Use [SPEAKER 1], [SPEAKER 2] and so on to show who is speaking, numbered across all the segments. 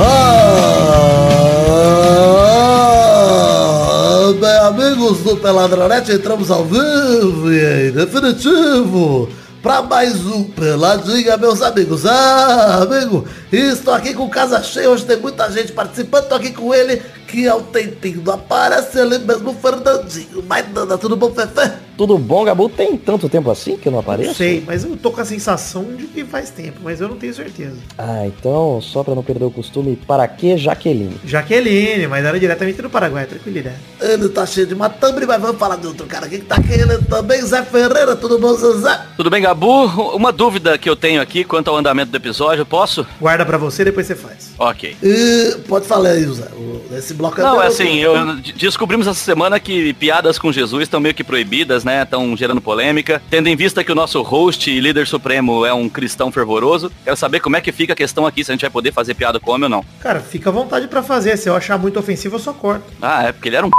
[SPEAKER 1] Ah, amigos do Peladronete, entramos ao vivo e em definitivo para mais um Peladinha, meus amigos. Ah, amigo, estou aqui com casa cheia, hoje tem muita gente participando, estou aqui com ele, que é o Tentinho, aparece ele mesmo, o Fernandinho. Mas, Nanda, tudo bom, Fefe?
[SPEAKER 2] Tudo bom, Gabu? Tem tanto tempo assim que eu não apareço?
[SPEAKER 3] Sei, mas eu tô com a sensação de que faz tempo, mas eu não tenho certeza.
[SPEAKER 2] Ah, então, só pra não perder o costume, para que Jaqueline?
[SPEAKER 3] Jaqueline, mas era diretamente do Paraguai, né? tranquilidade.
[SPEAKER 1] Ele tá cheio de matambre, mas vamos falar de outro cara aqui que tá aqui, ele também, Zé Ferreira, tudo bom, seu Zé?
[SPEAKER 4] Tudo bem, Gabu? Uma dúvida que eu tenho aqui quanto ao andamento do episódio, posso?
[SPEAKER 3] Guarda pra você, depois você faz.
[SPEAKER 4] Ok.
[SPEAKER 1] E pode falar aí, Zé, o- esse bloco
[SPEAKER 4] Não,
[SPEAKER 1] meu,
[SPEAKER 4] é assim, eu, d- descobrimos essa semana que piadas com Jesus estão meio que proibidas, né? Estão gerando polêmica. Tendo em vista que o nosso host e líder supremo é um cristão fervoroso, quero saber como é que fica a questão aqui, se a gente vai poder fazer piada com o homem ou não.
[SPEAKER 3] Cara, fica à vontade pra fazer. Se eu achar muito ofensivo, eu só corto.
[SPEAKER 4] Ah, é porque ele era um...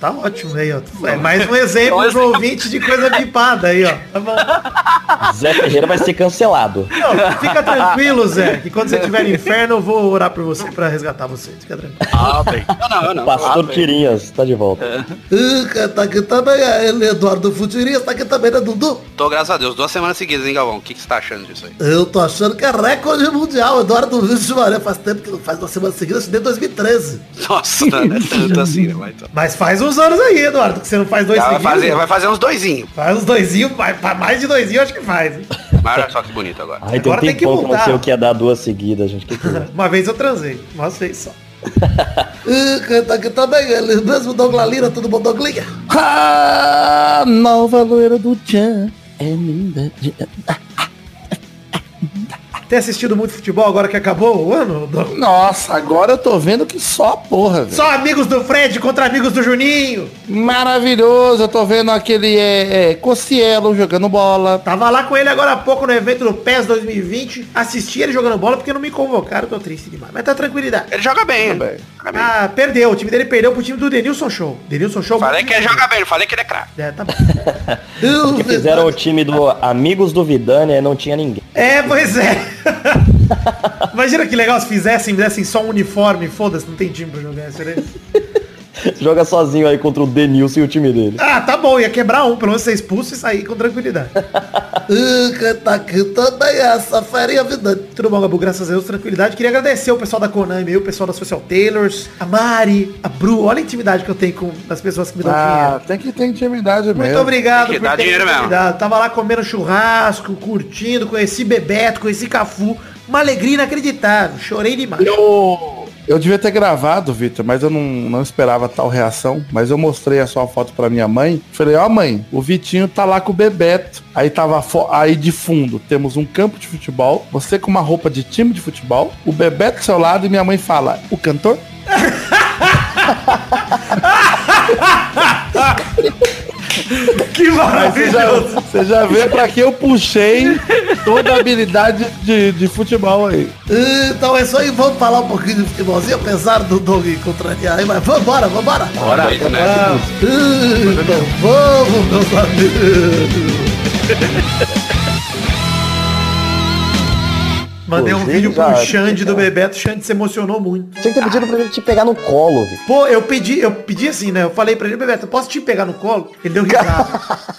[SPEAKER 3] Tá ótimo aí, ó. É mais um exemplo
[SPEAKER 4] Olha
[SPEAKER 3] pro ouvinte de coisa bipada aí, ó. Tá bom.
[SPEAKER 2] Zé Ferreira vai ser cancelado.
[SPEAKER 3] Não, fica tranquilo, Zé, que quando você estiver no inferno, eu vou orar por você pra resgatar você. Fica tranquilo.
[SPEAKER 4] Ah, bem. Não, não, eu não. Ah, É,
[SPEAKER 2] Pastor Tirinhas, tá de volta.
[SPEAKER 1] E quem tá aqui também é ele, Eduardo Futirinha, tá aqui também, né, Dudu?
[SPEAKER 5] Tô, graças a Deus, duas semanas seguidas, hein, Galvão? O que que você tá achando disso aí?
[SPEAKER 1] Eu tô achando que é recorde mundial, Eduardo Vinícius de Maria, faz tempo que não faz uma semana seguida, acho que desde 2013.
[SPEAKER 5] Nossa, não é tanto assim, né? Mas, então.
[SPEAKER 3] Mas faz uns anos aí, Eduardo, que você não faz dois
[SPEAKER 5] Já vai,
[SPEAKER 3] seguidos.
[SPEAKER 5] fazer, vai fazer uns doisinhos.
[SPEAKER 3] Faz uns doisinhos, vai- pra mais de doisinho eu acho que faz. hein?
[SPEAKER 5] Mas olha só que bonito agora.
[SPEAKER 2] Ai, tem um
[SPEAKER 3] Agora tem que
[SPEAKER 2] tempão que eu não
[SPEAKER 3] mudar.
[SPEAKER 2] sei o que ia dar duas seguidas, gente. Que que é?
[SPEAKER 3] Uma vez eu transei, uma vez só.
[SPEAKER 1] E quem tá aqui também, ele mesmo, Douglas Lira, tudo bom, Douglinha?
[SPEAKER 2] A nova loira do Tchan é linda. de-
[SPEAKER 3] Tem assistido muito futebol agora que acabou o ano? Douglas?
[SPEAKER 6] Nossa, agora eu tô vendo que só a porra, velho.
[SPEAKER 3] Só amigos do Fred contra amigos do Juninho.
[SPEAKER 6] Maravilhoso, eu tô vendo aquele é, é, Cocielo jogando bola.
[SPEAKER 3] Tava lá com ele agora há pouco no evento do PES 2020. Assisti ele jogando bola porque não me convocaram, tô triste demais. Mas tá tranquilidade.
[SPEAKER 5] Ele joga bem,
[SPEAKER 6] Tudo bem.
[SPEAKER 5] Joga bem.
[SPEAKER 3] Ah, perdeu. O time dele perdeu pro time do Denilson Show. Denilson Show.
[SPEAKER 5] Falei que ele joga bem, não falei que ele é craque.
[SPEAKER 3] É, tá bom.
[SPEAKER 1] E o
[SPEAKER 2] Porque fizeram o time do Amigos do Vidani e não tinha ninguém.
[SPEAKER 3] É, pois é. Imagina que legal se fizessem, fizessem só um uniforme, foda-se, não tem time pra jogar, seria...
[SPEAKER 2] Joga sozinho aí contra o Denilson e o time dele.
[SPEAKER 3] Ah, tá bom, ia quebrar um, pelo menos ser expulso e sair com tranquilidade.
[SPEAKER 1] E quem tá aqui também é essa ferinha vidante.
[SPEAKER 3] Tudo bom, Gabu? Graças a Deus, tranquilidade. Queria agradecer o pessoal da Konami, aí, o pessoal da Social Tailors, a Mari, a Bru. Olha a intimidade que eu tenho com as pessoas que me dão
[SPEAKER 6] Ah,
[SPEAKER 3] dinheiro.
[SPEAKER 6] tem que ter intimidade mesmo.
[SPEAKER 3] Muito obrigado
[SPEAKER 5] Tem que dar dinheiro mesmo.
[SPEAKER 3] convidado. Tava lá comendo churrasco, curtindo, conheci Bebeto, conheci Cafu. Uma alegria inacreditável. Chorei demais.
[SPEAKER 6] Eu, eu devia ter gravado, Vitor, mas eu não, não esperava tal reação. Mas eu mostrei a sua foto pra minha mãe. Falei, ó mãe, o Vitinho tá lá com o Bebeto. Aí tava a fo- aí de fundo, temos um campo de futebol, você com uma roupa de time de futebol, o Bebeto do seu lado e minha mãe fala, o cantor?
[SPEAKER 3] Que
[SPEAKER 6] Aí você já, você já vê pra que eu puxei toda a habilidade de, de futebol aí.
[SPEAKER 1] Então é isso aí, vamos falar um pouquinho de futebolzinho, apesar do Doug contrariar aí, mas vambora, vambora.
[SPEAKER 5] Bora, né?
[SPEAKER 1] Então vamos, meus amigos.
[SPEAKER 3] Mandei um
[SPEAKER 2] Pô,
[SPEAKER 3] vídeo pro
[SPEAKER 2] gente, já-
[SPEAKER 3] Xande do Bebeto. Xande se emocionou muito.
[SPEAKER 2] Tinha que ter pedido pra ele te pegar no colo, Vitor.
[SPEAKER 3] Pô, eu pedi, eu pedi assim, né? Eu falei pra ele, Bebeto, eu posso te pegar no colo? Ele deu risada.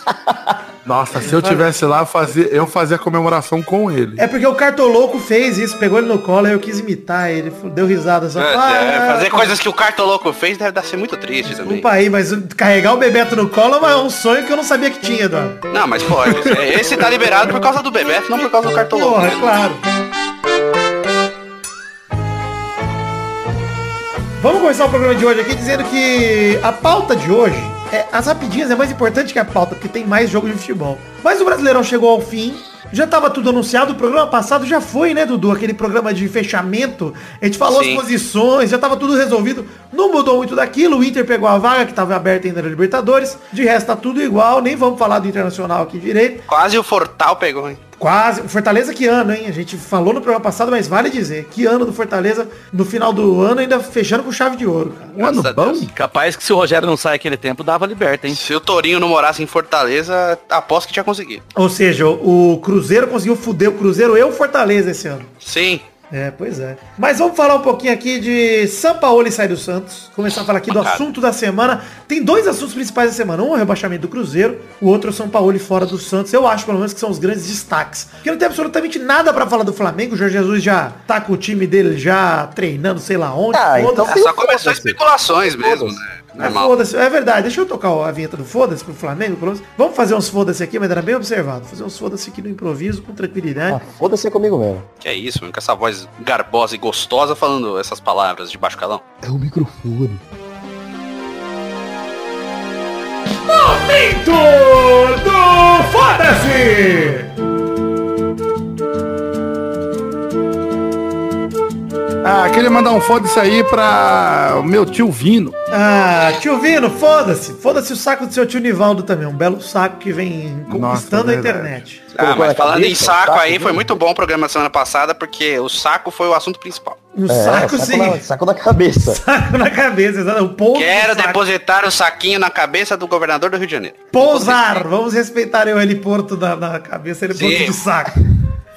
[SPEAKER 6] Nossa, se eu tivesse lá, eu fazia, eu fazia a comemoração com ele.
[SPEAKER 3] É porque o Cartoloco fez isso, pegou ele no colo, aí eu quis imitar ele, deu risada só. Ah,
[SPEAKER 5] É, é,
[SPEAKER 3] ah,
[SPEAKER 5] fazer
[SPEAKER 3] tá.
[SPEAKER 5] coisas que o Cartoloco fez deve dar- ser muito triste também.
[SPEAKER 3] Desculpa aí, mas carregar o Bebeto no colo é um sonho que eu não sabia que tinha, Eduardo.
[SPEAKER 5] Não, mas pode. É, Esse tá liberado por causa do Bebeto, não por causa do Cartoloco.
[SPEAKER 3] Porra,
[SPEAKER 5] né?
[SPEAKER 3] é claro. Vamos começar o programa de hoje aqui dizendo que a pauta de hoje, é, as rapidinhas é mais importante que a pauta, porque tem mais jogo de futebol. Mas o Brasileirão chegou ao fim, já tava tudo anunciado, o programa passado já foi, né, Dudu? Aquele programa de fechamento, a gente falou
[SPEAKER 5] Sim.
[SPEAKER 3] as posições, já tava tudo resolvido, não mudou muito daquilo, o Inter pegou a vaga que tava aberta ainda na Libertadores, de resto tá tudo igual, nem vamos falar do Internacional aqui direito.
[SPEAKER 5] Quase o Fortal pegou, hein?
[SPEAKER 3] Quase. O Fortaleza que ano, hein? A gente falou no programa passado, mas vale dizer. Que ano do Fortaleza, no final do ano, ainda fechando com chave de ouro, cara.
[SPEAKER 6] Um ano
[SPEAKER 5] Graças a
[SPEAKER 6] bom?
[SPEAKER 5] Deus.
[SPEAKER 4] Capaz que se o Rogério não sai aquele tempo, dava liberta, hein?
[SPEAKER 5] Se o Torinho não morasse em Fortaleza, aposto que tinha conseguido.
[SPEAKER 3] Ou seja, o Cruzeiro conseguiu fuder o Cruzeiro eu o Fortaleza esse ano.
[SPEAKER 5] Sim.
[SPEAKER 3] É, pois é. Mas vamos falar um pouquinho aqui de São Paulo e sai do Santos. Começar a falar aqui do assunto da semana. Tem dois assuntos principais da semana. Um é o rebaixamento do Cruzeiro, o outro é o São Paulo e fora do Santos. Eu acho, pelo menos, que são os grandes destaques. Porque não tem absolutamente nada pra falar do Flamengo. O Jorge Jesus já tá com o time dele já treinando, sei lá onde.
[SPEAKER 6] Ah,
[SPEAKER 3] Foda-se.
[SPEAKER 6] então
[SPEAKER 5] É, só começou especulações mesmo, né?
[SPEAKER 3] É,
[SPEAKER 5] Normal.
[SPEAKER 3] foda-se. É verdade, deixa eu tocar a vinheta do foda-se pro Flamengo, pelo menos. Vamos fazer uns foda-se aqui, mas era bem observado. Fazer uns foda-se aqui no improviso, com tranquilidade.
[SPEAKER 2] Ah, Foda-se comigo mesmo.
[SPEAKER 5] Que é isso, mano, com essa voz garbosa e gostosa falando essas palavras de baixo calão.
[SPEAKER 2] É o microfone.
[SPEAKER 3] do Foda-se!
[SPEAKER 6] Ah, queria mandar um foda-se aí pra o meu tio Vino.
[SPEAKER 3] Ah, tio Vino, foda-se. Foda-se o saco do seu tio Nivaldo também. Um belo saco que vem conquistando
[SPEAKER 6] Nossa,
[SPEAKER 3] a
[SPEAKER 6] é verdade.
[SPEAKER 3] internet.
[SPEAKER 5] Ah,
[SPEAKER 2] colocou na
[SPEAKER 5] mas falando em
[SPEAKER 2] cabeça,
[SPEAKER 5] saco
[SPEAKER 2] saco,
[SPEAKER 5] aí,
[SPEAKER 2] né?
[SPEAKER 5] foi muito bom o programa da semana passada, porque o saco foi o assunto principal.
[SPEAKER 3] Um
[SPEAKER 2] É,
[SPEAKER 3] saco, sim.
[SPEAKER 2] na, saco na cabeça.
[SPEAKER 3] Saco na cabeça, exato. O pouso
[SPEAKER 5] Quero
[SPEAKER 3] do saco.
[SPEAKER 5] depositar o saquinho na cabeça do governador do Rio de Janeiro.
[SPEAKER 3] Pousar. Vamos respeitar o heliporto da, da cabeça, heliporto
[SPEAKER 5] Sim.
[SPEAKER 3] do saco.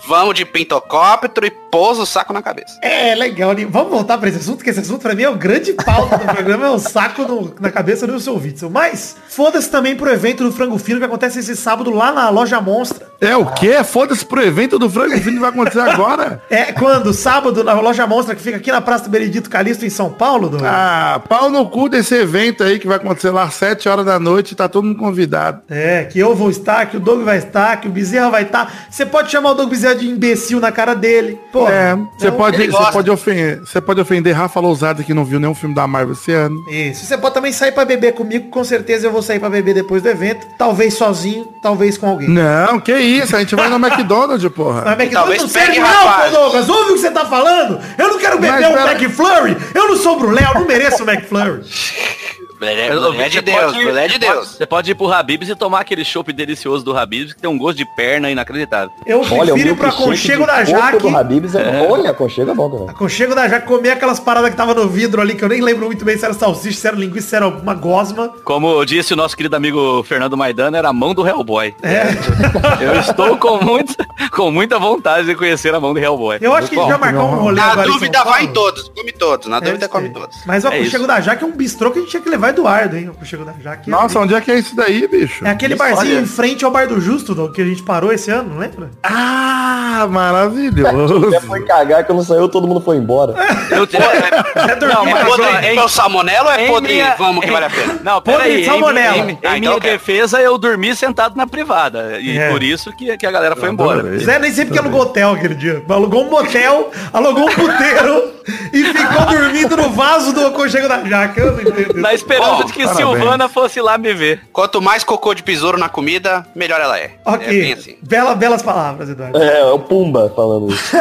[SPEAKER 5] Vamos de pintocóptero e pousa o saco na cabeça.
[SPEAKER 3] É, legal. Ni- Vamos voltar pra esse assunto, que esse assunto pra mim é o grande pauta do programa, é o saco no- na cabeça do seu Witzel. Mas, foda-se também pro evento do Frango Fino que acontece esse sábado lá na Loja Monstra.
[SPEAKER 6] É o quê? Foda-se pro evento do Frango Vino que vai acontecer agora.
[SPEAKER 3] É quando? Sábado na Loja Monstra, que fica aqui na Praça do Benedito Calixto, em São Paulo, do...
[SPEAKER 6] Ah, pau no cu desse evento aí que vai acontecer lá às 7 horas da noite, tá todo mundo convidado.
[SPEAKER 3] É, que eu vou estar, que o Doug vai estar, que o Bezerra vai estar. Você pode chamar o Doug Bezerra de imbecil na cara dele. Pô,
[SPEAKER 6] É, você
[SPEAKER 3] não-
[SPEAKER 6] pode,
[SPEAKER 5] ele
[SPEAKER 6] você
[SPEAKER 5] gosta.
[SPEAKER 6] pode ofender, você pode ofender Rafa Lousada que não viu nenhum filme da Marvel esse ano.
[SPEAKER 3] Isso. Você pode também sair pra beber comigo, com certeza eu vou sair pra beber depois do evento. Talvez sozinho, talvez com alguém.
[SPEAKER 6] Não, que isso, a gente vai no McDonald's, porra.
[SPEAKER 3] Mas McDonald's
[SPEAKER 5] Talvez
[SPEAKER 3] não serve
[SPEAKER 5] pegue,
[SPEAKER 3] não,
[SPEAKER 5] rapaz.
[SPEAKER 3] pô, Douglas. Ouve o que você tá falando? Eu não quero beber
[SPEAKER 6] Mas,
[SPEAKER 3] um
[SPEAKER 6] pera-
[SPEAKER 3] McFlurry. Eu não sou Brulé, eu não mereço o McFlurry.
[SPEAKER 4] Eu-
[SPEAKER 5] Mulher mulher É, de
[SPEAKER 4] você
[SPEAKER 5] Deus,
[SPEAKER 4] pode ir-
[SPEAKER 5] mulher de
[SPEAKER 4] você pode-
[SPEAKER 5] Deus.
[SPEAKER 4] Você pode ir pro Habibs e tomar aquele chopp delicioso do Habibs, que tem um gosto de perna inacreditável.
[SPEAKER 3] Eu
[SPEAKER 2] Olha, o
[SPEAKER 3] prefiro ir
[SPEAKER 2] meu
[SPEAKER 3] pro aconchego da Jaque.
[SPEAKER 2] do Habibs é... Olha, aconchego é bom, cara.
[SPEAKER 3] Aconchego da Jaque, comer aquelas paradas que tava no vidro ali, que eu nem lembro muito bem se era salsicha, se era linguiça, se era uma gosma.
[SPEAKER 4] Como disse o nosso querido amigo Fernando Maidana, era a mão do Hellboy.
[SPEAKER 1] É,
[SPEAKER 3] É.
[SPEAKER 4] Eu estou com, muito, com muita vontade de conhecer a mão do Hellboy.
[SPEAKER 3] Eu acho que ele
[SPEAKER 4] Bom,
[SPEAKER 3] já marcou um rolê
[SPEAKER 5] Na
[SPEAKER 3] agora em São
[SPEAKER 5] dúvida vai
[SPEAKER 3] Paulo.
[SPEAKER 5] em todos, come todos. Na
[SPEAKER 3] Deve
[SPEAKER 5] dúvida é
[SPEAKER 3] ser.
[SPEAKER 5] come todos.
[SPEAKER 3] Mas o
[SPEAKER 4] É
[SPEAKER 3] aconchego
[SPEAKER 4] isso.
[SPEAKER 3] da Jaque é um bistrô que a gente tinha que levar Eduardo, hein? O aconchego da Jaque. é-
[SPEAKER 6] Nossa, onde é que é isso daí, bicho?
[SPEAKER 3] É aquele barzinho em frente ao Bar do Justo, Doug, que a gente parou esse ano, não lembra?
[SPEAKER 6] Ah,
[SPEAKER 2] Já
[SPEAKER 6] maravilhoso.
[SPEAKER 2] foi cagar, quando saiu, todo mundo foi embora.
[SPEAKER 4] Eu tenho...
[SPEAKER 3] É dormir
[SPEAKER 4] Não,
[SPEAKER 5] É
[SPEAKER 4] mas
[SPEAKER 5] podre,
[SPEAKER 4] olha,
[SPEAKER 5] é
[SPEAKER 4] em-
[SPEAKER 5] o salmonelo ou é
[SPEAKER 4] em
[SPEAKER 5] podre?
[SPEAKER 4] minha-
[SPEAKER 5] Vamos que
[SPEAKER 4] em-
[SPEAKER 5] vale a pena.
[SPEAKER 4] Não,
[SPEAKER 3] Podre de
[SPEAKER 4] peraí. Em,
[SPEAKER 3] salmonela.
[SPEAKER 4] em- em
[SPEAKER 5] Ah, então
[SPEAKER 4] minha
[SPEAKER 5] eu quero.
[SPEAKER 4] defesa, eu dormi sentado na privada. E
[SPEAKER 3] É.
[SPEAKER 4] por isso que, que a galera foi embora.
[SPEAKER 3] Zé nem sei porque alugou hotel aquele dia. Alugou um motel, alugou um puteiro e ficou dormindo no vaso do aconchego da jaca. Eu não entendo.
[SPEAKER 4] Na esperança
[SPEAKER 5] Bom,
[SPEAKER 4] de que
[SPEAKER 6] parabéns.
[SPEAKER 4] Silvana fosse lá me ver.
[SPEAKER 5] Quanto mais cocô de besouro na comida, melhor ela é. É
[SPEAKER 3] Ok.
[SPEAKER 5] bem assim.
[SPEAKER 3] Bela, belas palavras, Eduardo.
[SPEAKER 2] É, é o Pumba falando isso.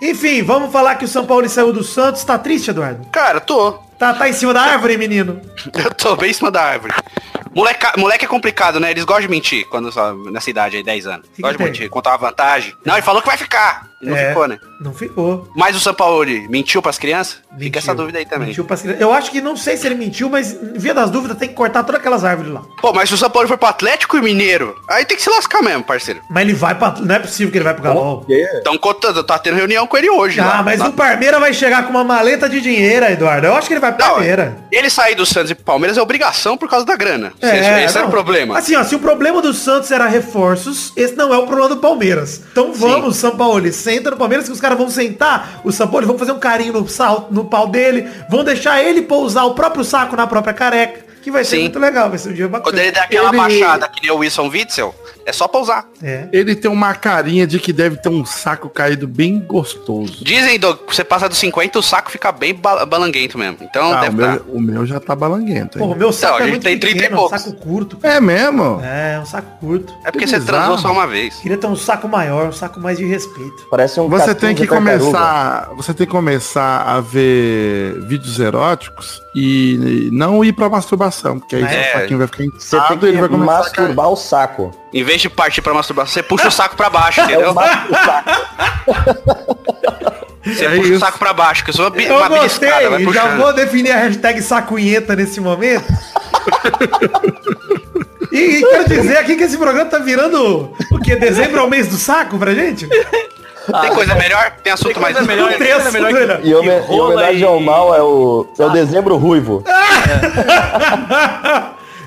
[SPEAKER 3] Enfim, vamos falar que o São Paulo saiu do Santos. Tá triste, Eduardo?
[SPEAKER 5] Cara, tô.
[SPEAKER 3] Tá, tá em cima da árvore, menino?
[SPEAKER 5] Eu tô bem em cima da árvore. Moleca, moleque é complicado, né? Eles gostam de mentir quando sabe, nessa idade aí, 10 anos.
[SPEAKER 3] que
[SPEAKER 5] Gostam de
[SPEAKER 3] tem?
[SPEAKER 5] mentir, contar uma vantagem. Não, ele falou que vai ficar. E não
[SPEAKER 3] É,
[SPEAKER 5] ficou, né?
[SPEAKER 3] Não ficou.
[SPEAKER 5] Mas o Sampaoli mentiu pras crianças? Fica
[SPEAKER 3] Mentiu.
[SPEAKER 5] essa dúvida aí também.
[SPEAKER 3] Mentiu pras crianças. Eu acho que não sei se ele mentiu, mas via das dúvidas tem que cortar todas aquelas árvores lá.
[SPEAKER 5] Pô, mas se o Sampaoli for pro Atlético e Mineiro, aí tem que se lascar mesmo, parceiro.
[SPEAKER 3] Mas ele vai pra. Não é possível que ele vai pro Galol.
[SPEAKER 2] Porque é
[SPEAKER 5] Estão contando, tá tendo reunião com ele hoje.
[SPEAKER 3] Ah,
[SPEAKER 5] lá.
[SPEAKER 3] mas
[SPEAKER 5] Lá.
[SPEAKER 3] o Parmeira vai chegar com uma maleta de dinheiro, Eduardo. Eu acho que ele vai pro
[SPEAKER 5] Não,
[SPEAKER 3] Parmeira.
[SPEAKER 5] ele sair do Santos e pro Palmeiras é obrigação por causa da grana.
[SPEAKER 3] É,
[SPEAKER 5] esse esse era
[SPEAKER 3] não.
[SPEAKER 5] o problema.
[SPEAKER 3] Assim, ó, se o problema do Santos era reforços, esse não é o problema do Palmeiras. Então vamos, São Paulo, senta no Palmeiras que os caras vão sentar, o São Paulo vão fazer um carinho no, sal, no pau dele, vão deixar ele pousar o próprio saco na própria careca, que vai ser
[SPEAKER 5] Sim.
[SPEAKER 3] muito legal, vai ser um dia
[SPEAKER 5] Quando
[SPEAKER 3] bacana.
[SPEAKER 5] ele der aquela
[SPEAKER 6] Ele-
[SPEAKER 5] baixada que nem o Wilson Witzel, é só pousar.
[SPEAKER 3] É.
[SPEAKER 6] Ele tem uma carinha de que deve ter um saco caído bem gostoso.
[SPEAKER 5] Dizem, Doug, que você passa dos 50, o saco fica bem ba- balanguento mesmo. Então
[SPEAKER 6] Ah, o,
[SPEAKER 5] deve
[SPEAKER 6] meu,
[SPEAKER 5] tá.
[SPEAKER 6] o meu já tá balanguento.
[SPEAKER 3] Pô,
[SPEAKER 6] hein?
[SPEAKER 3] o meu saco
[SPEAKER 5] Então,
[SPEAKER 3] é
[SPEAKER 5] ele
[SPEAKER 3] muito
[SPEAKER 5] tem 30 e
[SPEAKER 3] pequeno, é um
[SPEAKER 5] poucos.
[SPEAKER 3] saco curto.
[SPEAKER 6] É mesmo?
[SPEAKER 3] É, é um saco curto.
[SPEAKER 5] É porque
[SPEAKER 6] que
[SPEAKER 5] você
[SPEAKER 6] bizarro.
[SPEAKER 5] transou só uma vez.
[SPEAKER 3] Queria ter um saco maior, um saco mais de respeito.
[SPEAKER 2] Parece um
[SPEAKER 6] Você
[SPEAKER 2] catu
[SPEAKER 6] tem
[SPEAKER 2] de
[SPEAKER 6] que
[SPEAKER 2] tartaruga.
[SPEAKER 6] começar, você tem que começar a ver vídeos eróticos e não ir pra masturbação, porque aí
[SPEAKER 5] É.
[SPEAKER 6] seu saquinho vai ficar
[SPEAKER 2] Você
[SPEAKER 6] inchado
[SPEAKER 2] tem
[SPEAKER 6] e ele vai
[SPEAKER 2] que
[SPEAKER 6] começar a cair.
[SPEAKER 2] masturbar o saco.
[SPEAKER 5] Em vez de partir pra masturbação, você puxa o saco pra baixo,
[SPEAKER 2] É o
[SPEAKER 5] entendeu?
[SPEAKER 2] ma- o saco.
[SPEAKER 5] Você
[SPEAKER 6] É
[SPEAKER 5] puxa
[SPEAKER 6] isso.
[SPEAKER 5] o saco pra baixo, que eu sou uma, bi-
[SPEAKER 3] Eu
[SPEAKER 5] uma
[SPEAKER 3] gostei,
[SPEAKER 5] beliscada, vai
[SPEAKER 3] já
[SPEAKER 5] puxando.
[SPEAKER 3] vou definir a hashtag sacunheta nesse momento. E, e quero dizer aqui que esse programa tá virando o quê? Dezembro é o mês do saco pra gente?
[SPEAKER 5] Tem coisa melhor? Tem assunto mais
[SPEAKER 4] coisa melhor,
[SPEAKER 3] Tem
[SPEAKER 4] coisa melhor que-
[SPEAKER 3] assunto,
[SPEAKER 2] E home-
[SPEAKER 4] Que
[SPEAKER 2] e
[SPEAKER 4] rola
[SPEAKER 2] homenagem
[SPEAKER 4] e-
[SPEAKER 2] ao mal é o, é o dezembro ruivo.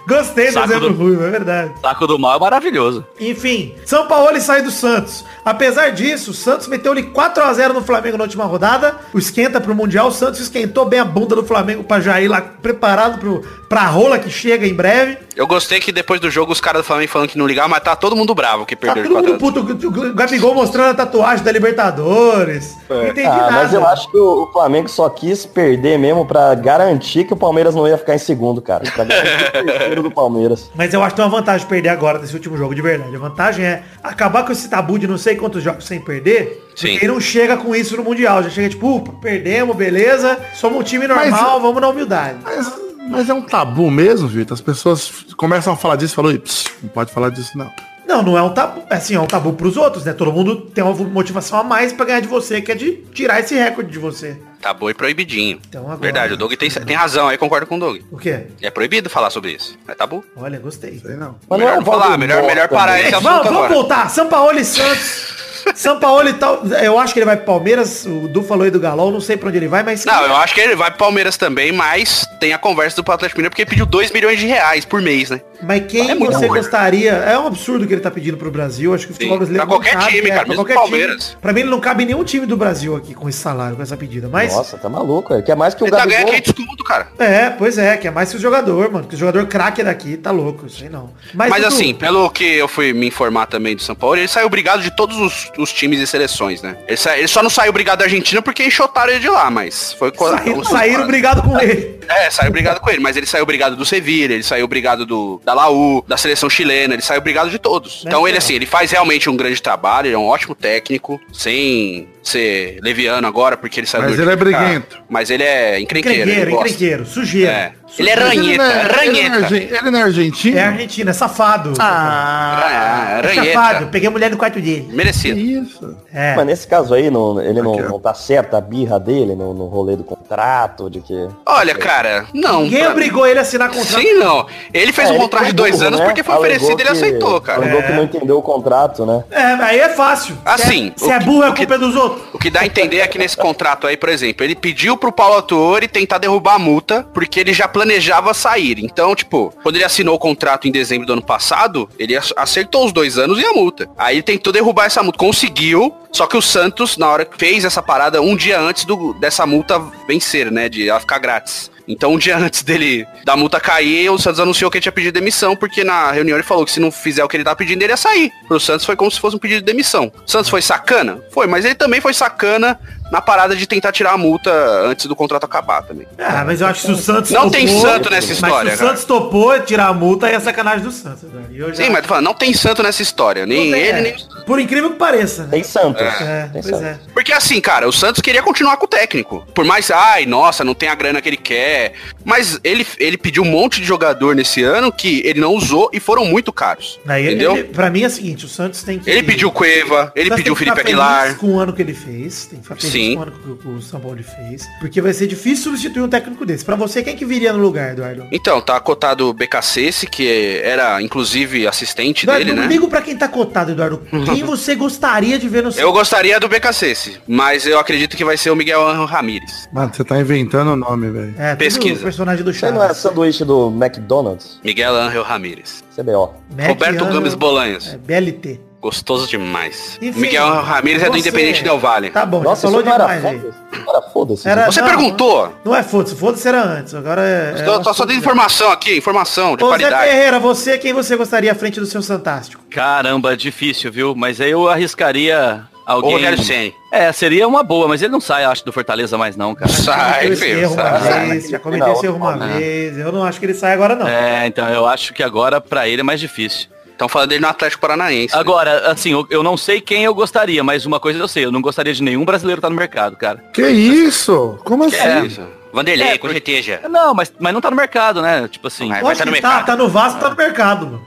[SPEAKER 3] Gostei do
[SPEAKER 4] Saco
[SPEAKER 3] Zé do
[SPEAKER 4] do-
[SPEAKER 3] Ruivo, é verdade.
[SPEAKER 4] Saco do mal é maravilhoso.
[SPEAKER 3] Enfim, São Paulo sai do Santos. Apesar disso, o Santos meteu-lhe 4x0 no Flamengo na última rodada. O esquenta pro Mundial. O Santos esquentou bem a bunda do Flamengo pra já ir lá preparado pro, pra rola que chega em breve.
[SPEAKER 5] Eu gostei que depois do jogo os caras do Flamengo falando que não ligaram, mas tá todo mundo bravo que
[SPEAKER 3] Tá
[SPEAKER 5] perdeu de
[SPEAKER 3] todo mundo
[SPEAKER 5] 4
[SPEAKER 3] puto. O Gabigol mostrando a tatuagem da Libertadores. Não entendi
[SPEAKER 2] Ah,
[SPEAKER 3] nada.
[SPEAKER 2] mas eu acho que o o Flamengo só quis perder mesmo pra garantir que o Palmeiras não ia ficar em segundo, cara. Pra garantir o terceiro do Palmeiras.
[SPEAKER 3] Mas eu acho que tem uma vantagem perder agora nesse último jogo, de verdade. A vantagem é acabar com esse tabu de não sei quantos jogos sem perder.
[SPEAKER 5] Sim.
[SPEAKER 3] Porque não chega com isso no Mundial. Já chega tipo, uh, perdemos, beleza. Somos um time normal,
[SPEAKER 6] Mas-
[SPEAKER 3] vamos na humildade.
[SPEAKER 6] Mas, mas é um tabu mesmo, Vitor. As pessoas f- começam a falar disso e falam, "Ih, pss, não pode falar disso não.
[SPEAKER 3] Não, não é um tabu. Assim, é um tabu pros outros, né? Todo mundo tem uma motivação a mais pra ganhar de você, que é de tirar esse recorde de você.
[SPEAKER 5] Tá bom e proibidinho.
[SPEAKER 3] Então agora-
[SPEAKER 5] Verdade, o Doug tem, tem razão, aí concordo com o Doug.
[SPEAKER 3] O quê?
[SPEAKER 5] É proibido falar sobre isso. É tabu.
[SPEAKER 3] Olha, gostei.
[SPEAKER 6] Sei não.
[SPEAKER 2] Mas
[SPEAKER 5] Melhor
[SPEAKER 2] não é um
[SPEAKER 5] não falar,
[SPEAKER 2] voto né?
[SPEAKER 5] melhor-
[SPEAKER 2] bom
[SPEAKER 5] melhor parar
[SPEAKER 2] também.
[SPEAKER 5] esse assunto
[SPEAKER 3] Vamos, vamos
[SPEAKER 5] agora.
[SPEAKER 3] voltar. São Paulo e Santos. São Paulo e tal. Eu acho que ele vai pro Palmeiras. O Du falou aí do Galol, não sei pra onde ele vai, mas.
[SPEAKER 5] Não, eu acho que ele vai pro Palmeiras também, mas tem a conversa do Atlético Mineiro porque ele pediu 2 milhões de reais por mês, né?
[SPEAKER 3] Mas quem
[SPEAKER 5] É muito
[SPEAKER 3] você
[SPEAKER 5] amor.
[SPEAKER 3] gostaria? É um absurdo que ele tá pedindo pro Brasil. Acho que o futebol
[SPEAKER 5] Sim,
[SPEAKER 3] brasileiro.
[SPEAKER 5] pra
[SPEAKER 3] não é,
[SPEAKER 5] qualquer time, cara, mesmo
[SPEAKER 3] time.
[SPEAKER 5] Palmeiras.
[SPEAKER 3] Pra mim, ele não cabe em nenhum time do Brasil aqui com esse salário, com essa pedida. Mas.
[SPEAKER 2] Nossa, tá maluco, é. Quer mais que o
[SPEAKER 5] Ele tá ganhando
[SPEAKER 2] Gabigol.
[SPEAKER 5] 500 conto, cara.
[SPEAKER 3] É, pois é, que é mais que o jogador, mano. Que o jogador craque daqui, tá louco, isso aí não.
[SPEAKER 5] Mas,
[SPEAKER 3] Dudu,
[SPEAKER 5] assim, pelo que eu fui me informar também do São Paulo, ele saiu brigado de todos os, os times e seleções, né? Ele, sa- ele só não saiu brigado da Argentina porque enxotaram ele de lá, mas foi... co-
[SPEAKER 3] saíram,
[SPEAKER 5] os-
[SPEAKER 3] saíram obrigado com ele.
[SPEAKER 5] É, saiu brigado com ele, mas ele saiu brigado do Sevilha, ele saiu brigado do, da Laú, da seleção chilena, ele saiu brigado de todos.
[SPEAKER 2] é.
[SPEAKER 3] Né,
[SPEAKER 5] Então ele,
[SPEAKER 3] cara?
[SPEAKER 5] assim, ele faz realmente um grande trabalho, ele é um ótimo técnico, sem ser leviano agora, porque ele saiu
[SPEAKER 6] Mas
[SPEAKER 5] do
[SPEAKER 6] ele é
[SPEAKER 5] Benfica.
[SPEAKER 6] briguento.
[SPEAKER 5] Mas ele é encrenqueiro,
[SPEAKER 3] Encrenqueiro,
[SPEAKER 5] ele gosta.
[SPEAKER 3] encrenqueiro, sujeira.
[SPEAKER 5] É. Ele é
[SPEAKER 3] Sujeira.
[SPEAKER 5] ranheta,
[SPEAKER 6] ele, não é,
[SPEAKER 5] ranheta.
[SPEAKER 6] argen- ele não é argentino?
[SPEAKER 3] É argentino, é safado.
[SPEAKER 5] Ah,
[SPEAKER 3] é
[SPEAKER 5] ranheta.
[SPEAKER 3] safado, peguei a mulher no quarto dele.
[SPEAKER 6] Que
[SPEAKER 5] Merecido.
[SPEAKER 6] isso.
[SPEAKER 3] É.
[SPEAKER 2] Mas nesse caso aí, não, ele não,
[SPEAKER 6] Aqui, ó.
[SPEAKER 2] não tá certa a birra dele no, no rolê do contrato, de que...
[SPEAKER 5] Olha, cara, não.
[SPEAKER 3] Ninguém
[SPEAKER 5] pra-
[SPEAKER 3] obrigou ele a assinar contrato.
[SPEAKER 5] Sim, não. Ele fez
[SPEAKER 2] É,
[SPEAKER 5] um
[SPEAKER 2] ele
[SPEAKER 5] contrato de
[SPEAKER 2] ficou
[SPEAKER 5] dois
[SPEAKER 2] burro,
[SPEAKER 5] anos
[SPEAKER 2] né?
[SPEAKER 5] porque foi
[SPEAKER 2] Alegou
[SPEAKER 5] oferecido e ele
[SPEAKER 2] que-
[SPEAKER 5] aceitou, cara.
[SPEAKER 2] Alegou que não entendeu o contrato, né?
[SPEAKER 3] É, aí é fácil.
[SPEAKER 5] Assim,
[SPEAKER 3] Se é, se
[SPEAKER 5] o
[SPEAKER 3] é
[SPEAKER 5] que-
[SPEAKER 3] burro,
[SPEAKER 5] o
[SPEAKER 3] é
[SPEAKER 5] que-
[SPEAKER 3] culpa dos outros.
[SPEAKER 5] O que dá a entender é que nesse contrato aí, por exemplo, ele pediu pro Paulo Autori tentar derrubar a multa, porque ele já planejava sair. Então, tipo, quando ele assinou o contrato em dezembro do ano passado, ele ac- acertou os dois anos e a multa. Aí ele tentou derrubar essa multa, conseguiu, só que o Santos, na hora que fez essa parada, um dia antes do, dessa multa vencer, né, de ela ficar grátis. Então, um dia antes dele da multa cair, o Santos anunciou que ele tinha pedido demissão, porque na reunião ele falou que se não fizer o que ele tava pedindo, ele ia sair. Pro Santos foi como se fosse um pedido de demissão. O Santos foi sacana? Foi, mas ele também foi sacana na parada de tentar tirar a multa antes do contrato acabar também.
[SPEAKER 3] Ah, mas eu acho que se o Santos
[SPEAKER 5] Não tem santo
[SPEAKER 3] mas
[SPEAKER 5] nessa história,
[SPEAKER 3] se o
[SPEAKER 5] cara.
[SPEAKER 3] Santos topou tirar a multa, aí é sacanagem do Santos. né? E eu já-
[SPEAKER 5] Sim, mas tô falando, não tem santo nessa história. Nem
[SPEAKER 3] É,
[SPEAKER 5] ele, nem o
[SPEAKER 3] Por incrível que pareça, né?
[SPEAKER 2] Tem Santos.
[SPEAKER 3] É,
[SPEAKER 2] tem
[SPEAKER 3] pois
[SPEAKER 2] Santos.
[SPEAKER 3] é.
[SPEAKER 5] Porque assim, cara, o Santos queria continuar com o técnico. Por mais, ai, nossa, não tem a grana que ele quer. Mas ele, ele pediu um monte de jogador nesse ano que ele não usou e foram muito caros.
[SPEAKER 3] Aí,
[SPEAKER 5] entendeu?
[SPEAKER 3] ele- pra mim é o seguinte, o Santos tem que...
[SPEAKER 5] Ele pediu o Cueva, ele
[SPEAKER 3] Nós
[SPEAKER 5] pediu o
[SPEAKER 3] tem que
[SPEAKER 5] Felipe
[SPEAKER 3] ficar
[SPEAKER 5] Aguilar.
[SPEAKER 3] tá feliz com o ano que ele fez. Tem que ficar feliz
[SPEAKER 5] Sim.
[SPEAKER 3] com o ano que o- que o São Paulo fez. Porque vai ser difícil substituir um técnico desse. Pra você, quem que viria no lugar, Eduardo?
[SPEAKER 5] Então, tá cotado o BKC, que é, era inclusive assistente
[SPEAKER 3] Eduardo,
[SPEAKER 5] dele,
[SPEAKER 3] não
[SPEAKER 5] né?
[SPEAKER 3] ligo pra quem tá cotado, Eduardo. Quem você gostaria de ver no
[SPEAKER 5] Eu gostaria do BKC, mas eu acredito que vai ser o Miguel Ángel Ramírez.
[SPEAKER 6] Mano, você tá inventando o nome, velho.
[SPEAKER 3] É, tudo
[SPEAKER 5] Pesquisa.
[SPEAKER 3] personagem do
[SPEAKER 2] Isso aí não é
[SPEAKER 3] Chaves.
[SPEAKER 2] sanduíche do McDonald's?
[SPEAKER 5] Miguel Ángel Ramírez.
[SPEAKER 2] CBO.
[SPEAKER 3] Mac
[SPEAKER 5] Roberto
[SPEAKER 3] Ano-
[SPEAKER 5] Gomes Bolanhos.
[SPEAKER 3] É, BLT.
[SPEAKER 5] Gostoso demais.
[SPEAKER 3] Enfim,
[SPEAKER 5] Miguel Ángel Ramírez é do
[SPEAKER 3] você-
[SPEAKER 5] Independente Del Vale.
[SPEAKER 3] Tá bom,
[SPEAKER 2] Nossa,
[SPEAKER 3] já
[SPEAKER 2] isso
[SPEAKER 3] falou
[SPEAKER 2] não era
[SPEAKER 3] demais aí.
[SPEAKER 2] foda? Isso não era foda-se.
[SPEAKER 3] Era-
[SPEAKER 5] Você
[SPEAKER 3] não,
[SPEAKER 5] perguntou.
[SPEAKER 3] Não é foda-se, foda-se era antes. Agora é. é
[SPEAKER 5] Tô-
[SPEAKER 3] um
[SPEAKER 5] tô só
[SPEAKER 3] assunto-
[SPEAKER 5] dando informação aqui, informação de
[SPEAKER 3] Ô, Zé
[SPEAKER 5] qualidade.
[SPEAKER 3] Ferreira, você, quem você gostaria à frente do seu Santástico?
[SPEAKER 4] Caramba, difícil, viu? Mas aí eu arriscaria
[SPEAKER 5] Ô,
[SPEAKER 4] alguém.
[SPEAKER 5] Rogério Senna.
[SPEAKER 4] É, seria uma boa, mas ele não sai, eu acho, do Fortaleza mais não,
[SPEAKER 3] Tá
[SPEAKER 4] cara.
[SPEAKER 5] Sai,
[SPEAKER 3] Cometeu esse
[SPEAKER 5] filho,
[SPEAKER 3] erro uma
[SPEAKER 5] sai.
[SPEAKER 3] vez, já cometeu
[SPEAKER 2] Não,
[SPEAKER 3] esse erro uma
[SPEAKER 2] não.
[SPEAKER 3] vez. Eu não acho que ele sai agora, não.
[SPEAKER 4] É, então eu acho que agora pra ele é mais difícil.
[SPEAKER 5] Estão falando dele no Atlético Paranaense. né?
[SPEAKER 4] Agora, assim, eu, eu não sei quem eu gostaria, mas uma coisa eu sei, eu não gostaria de nenhum brasileiro estar no mercado, tá cara.
[SPEAKER 6] Que isso? Como assim?
[SPEAKER 5] Que É isso?
[SPEAKER 7] Vanderlei,
[SPEAKER 4] É,
[SPEAKER 7] com certeza.
[SPEAKER 4] Não, mas, mas não tá no mercado, né? Tipo assim.
[SPEAKER 7] Mas tá
[SPEAKER 3] Lógico
[SPEAKER 7] no
[SPEAKER 3] que tá,
[SPEAKER 7] mercado.
[SPEAKER 3] tá no Vasco, tá no mercado, mano.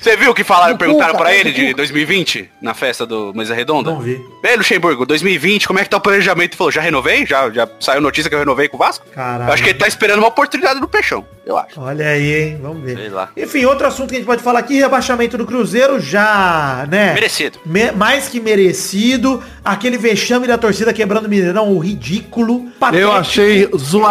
[SPEAKER 5] Você viu o que falaram,
[SPEAKER 2] Do
[SPEAKER 5] perguntaram
[SPEAKER 2] Cuca,
[SPEAKER 5] pra
[SPEAKER 2] né,
[SPEAKER 5] ele
[SPEAKER 2] do
[SPEAKER 5] de 2020, na festa do Mesa Redonda?
[SPEAKER 3] Não vi.
[SPEAKER 5] Ei, Luxemburgo, 2020, como é que tá o planejamento? Ele Falou, já renovei? Já, já saiu notícia que eu renovei com o Vasco?
[SPEAKER 3] Caralho.
[SPEAKER 5] Eu acho que ele tá esperando uma oportunidade do Peixão, eu acho.
[SPEAKER 3] Olha aí, hein? Vamos ver.
[SPEAKER 4] Sei lá.
[SPEAKER 3] Enfim, outro assunto que a gente pode falar aqui, rebaixamento do Cruzeiro já, né?
[SPEAKER 7] Merecido.
[SPEAKER 3] Me- mais que merecido. Aquele vexame da torcida quebrando o Mineirão, o ridículo.
[SPEAKER 6] Eu achei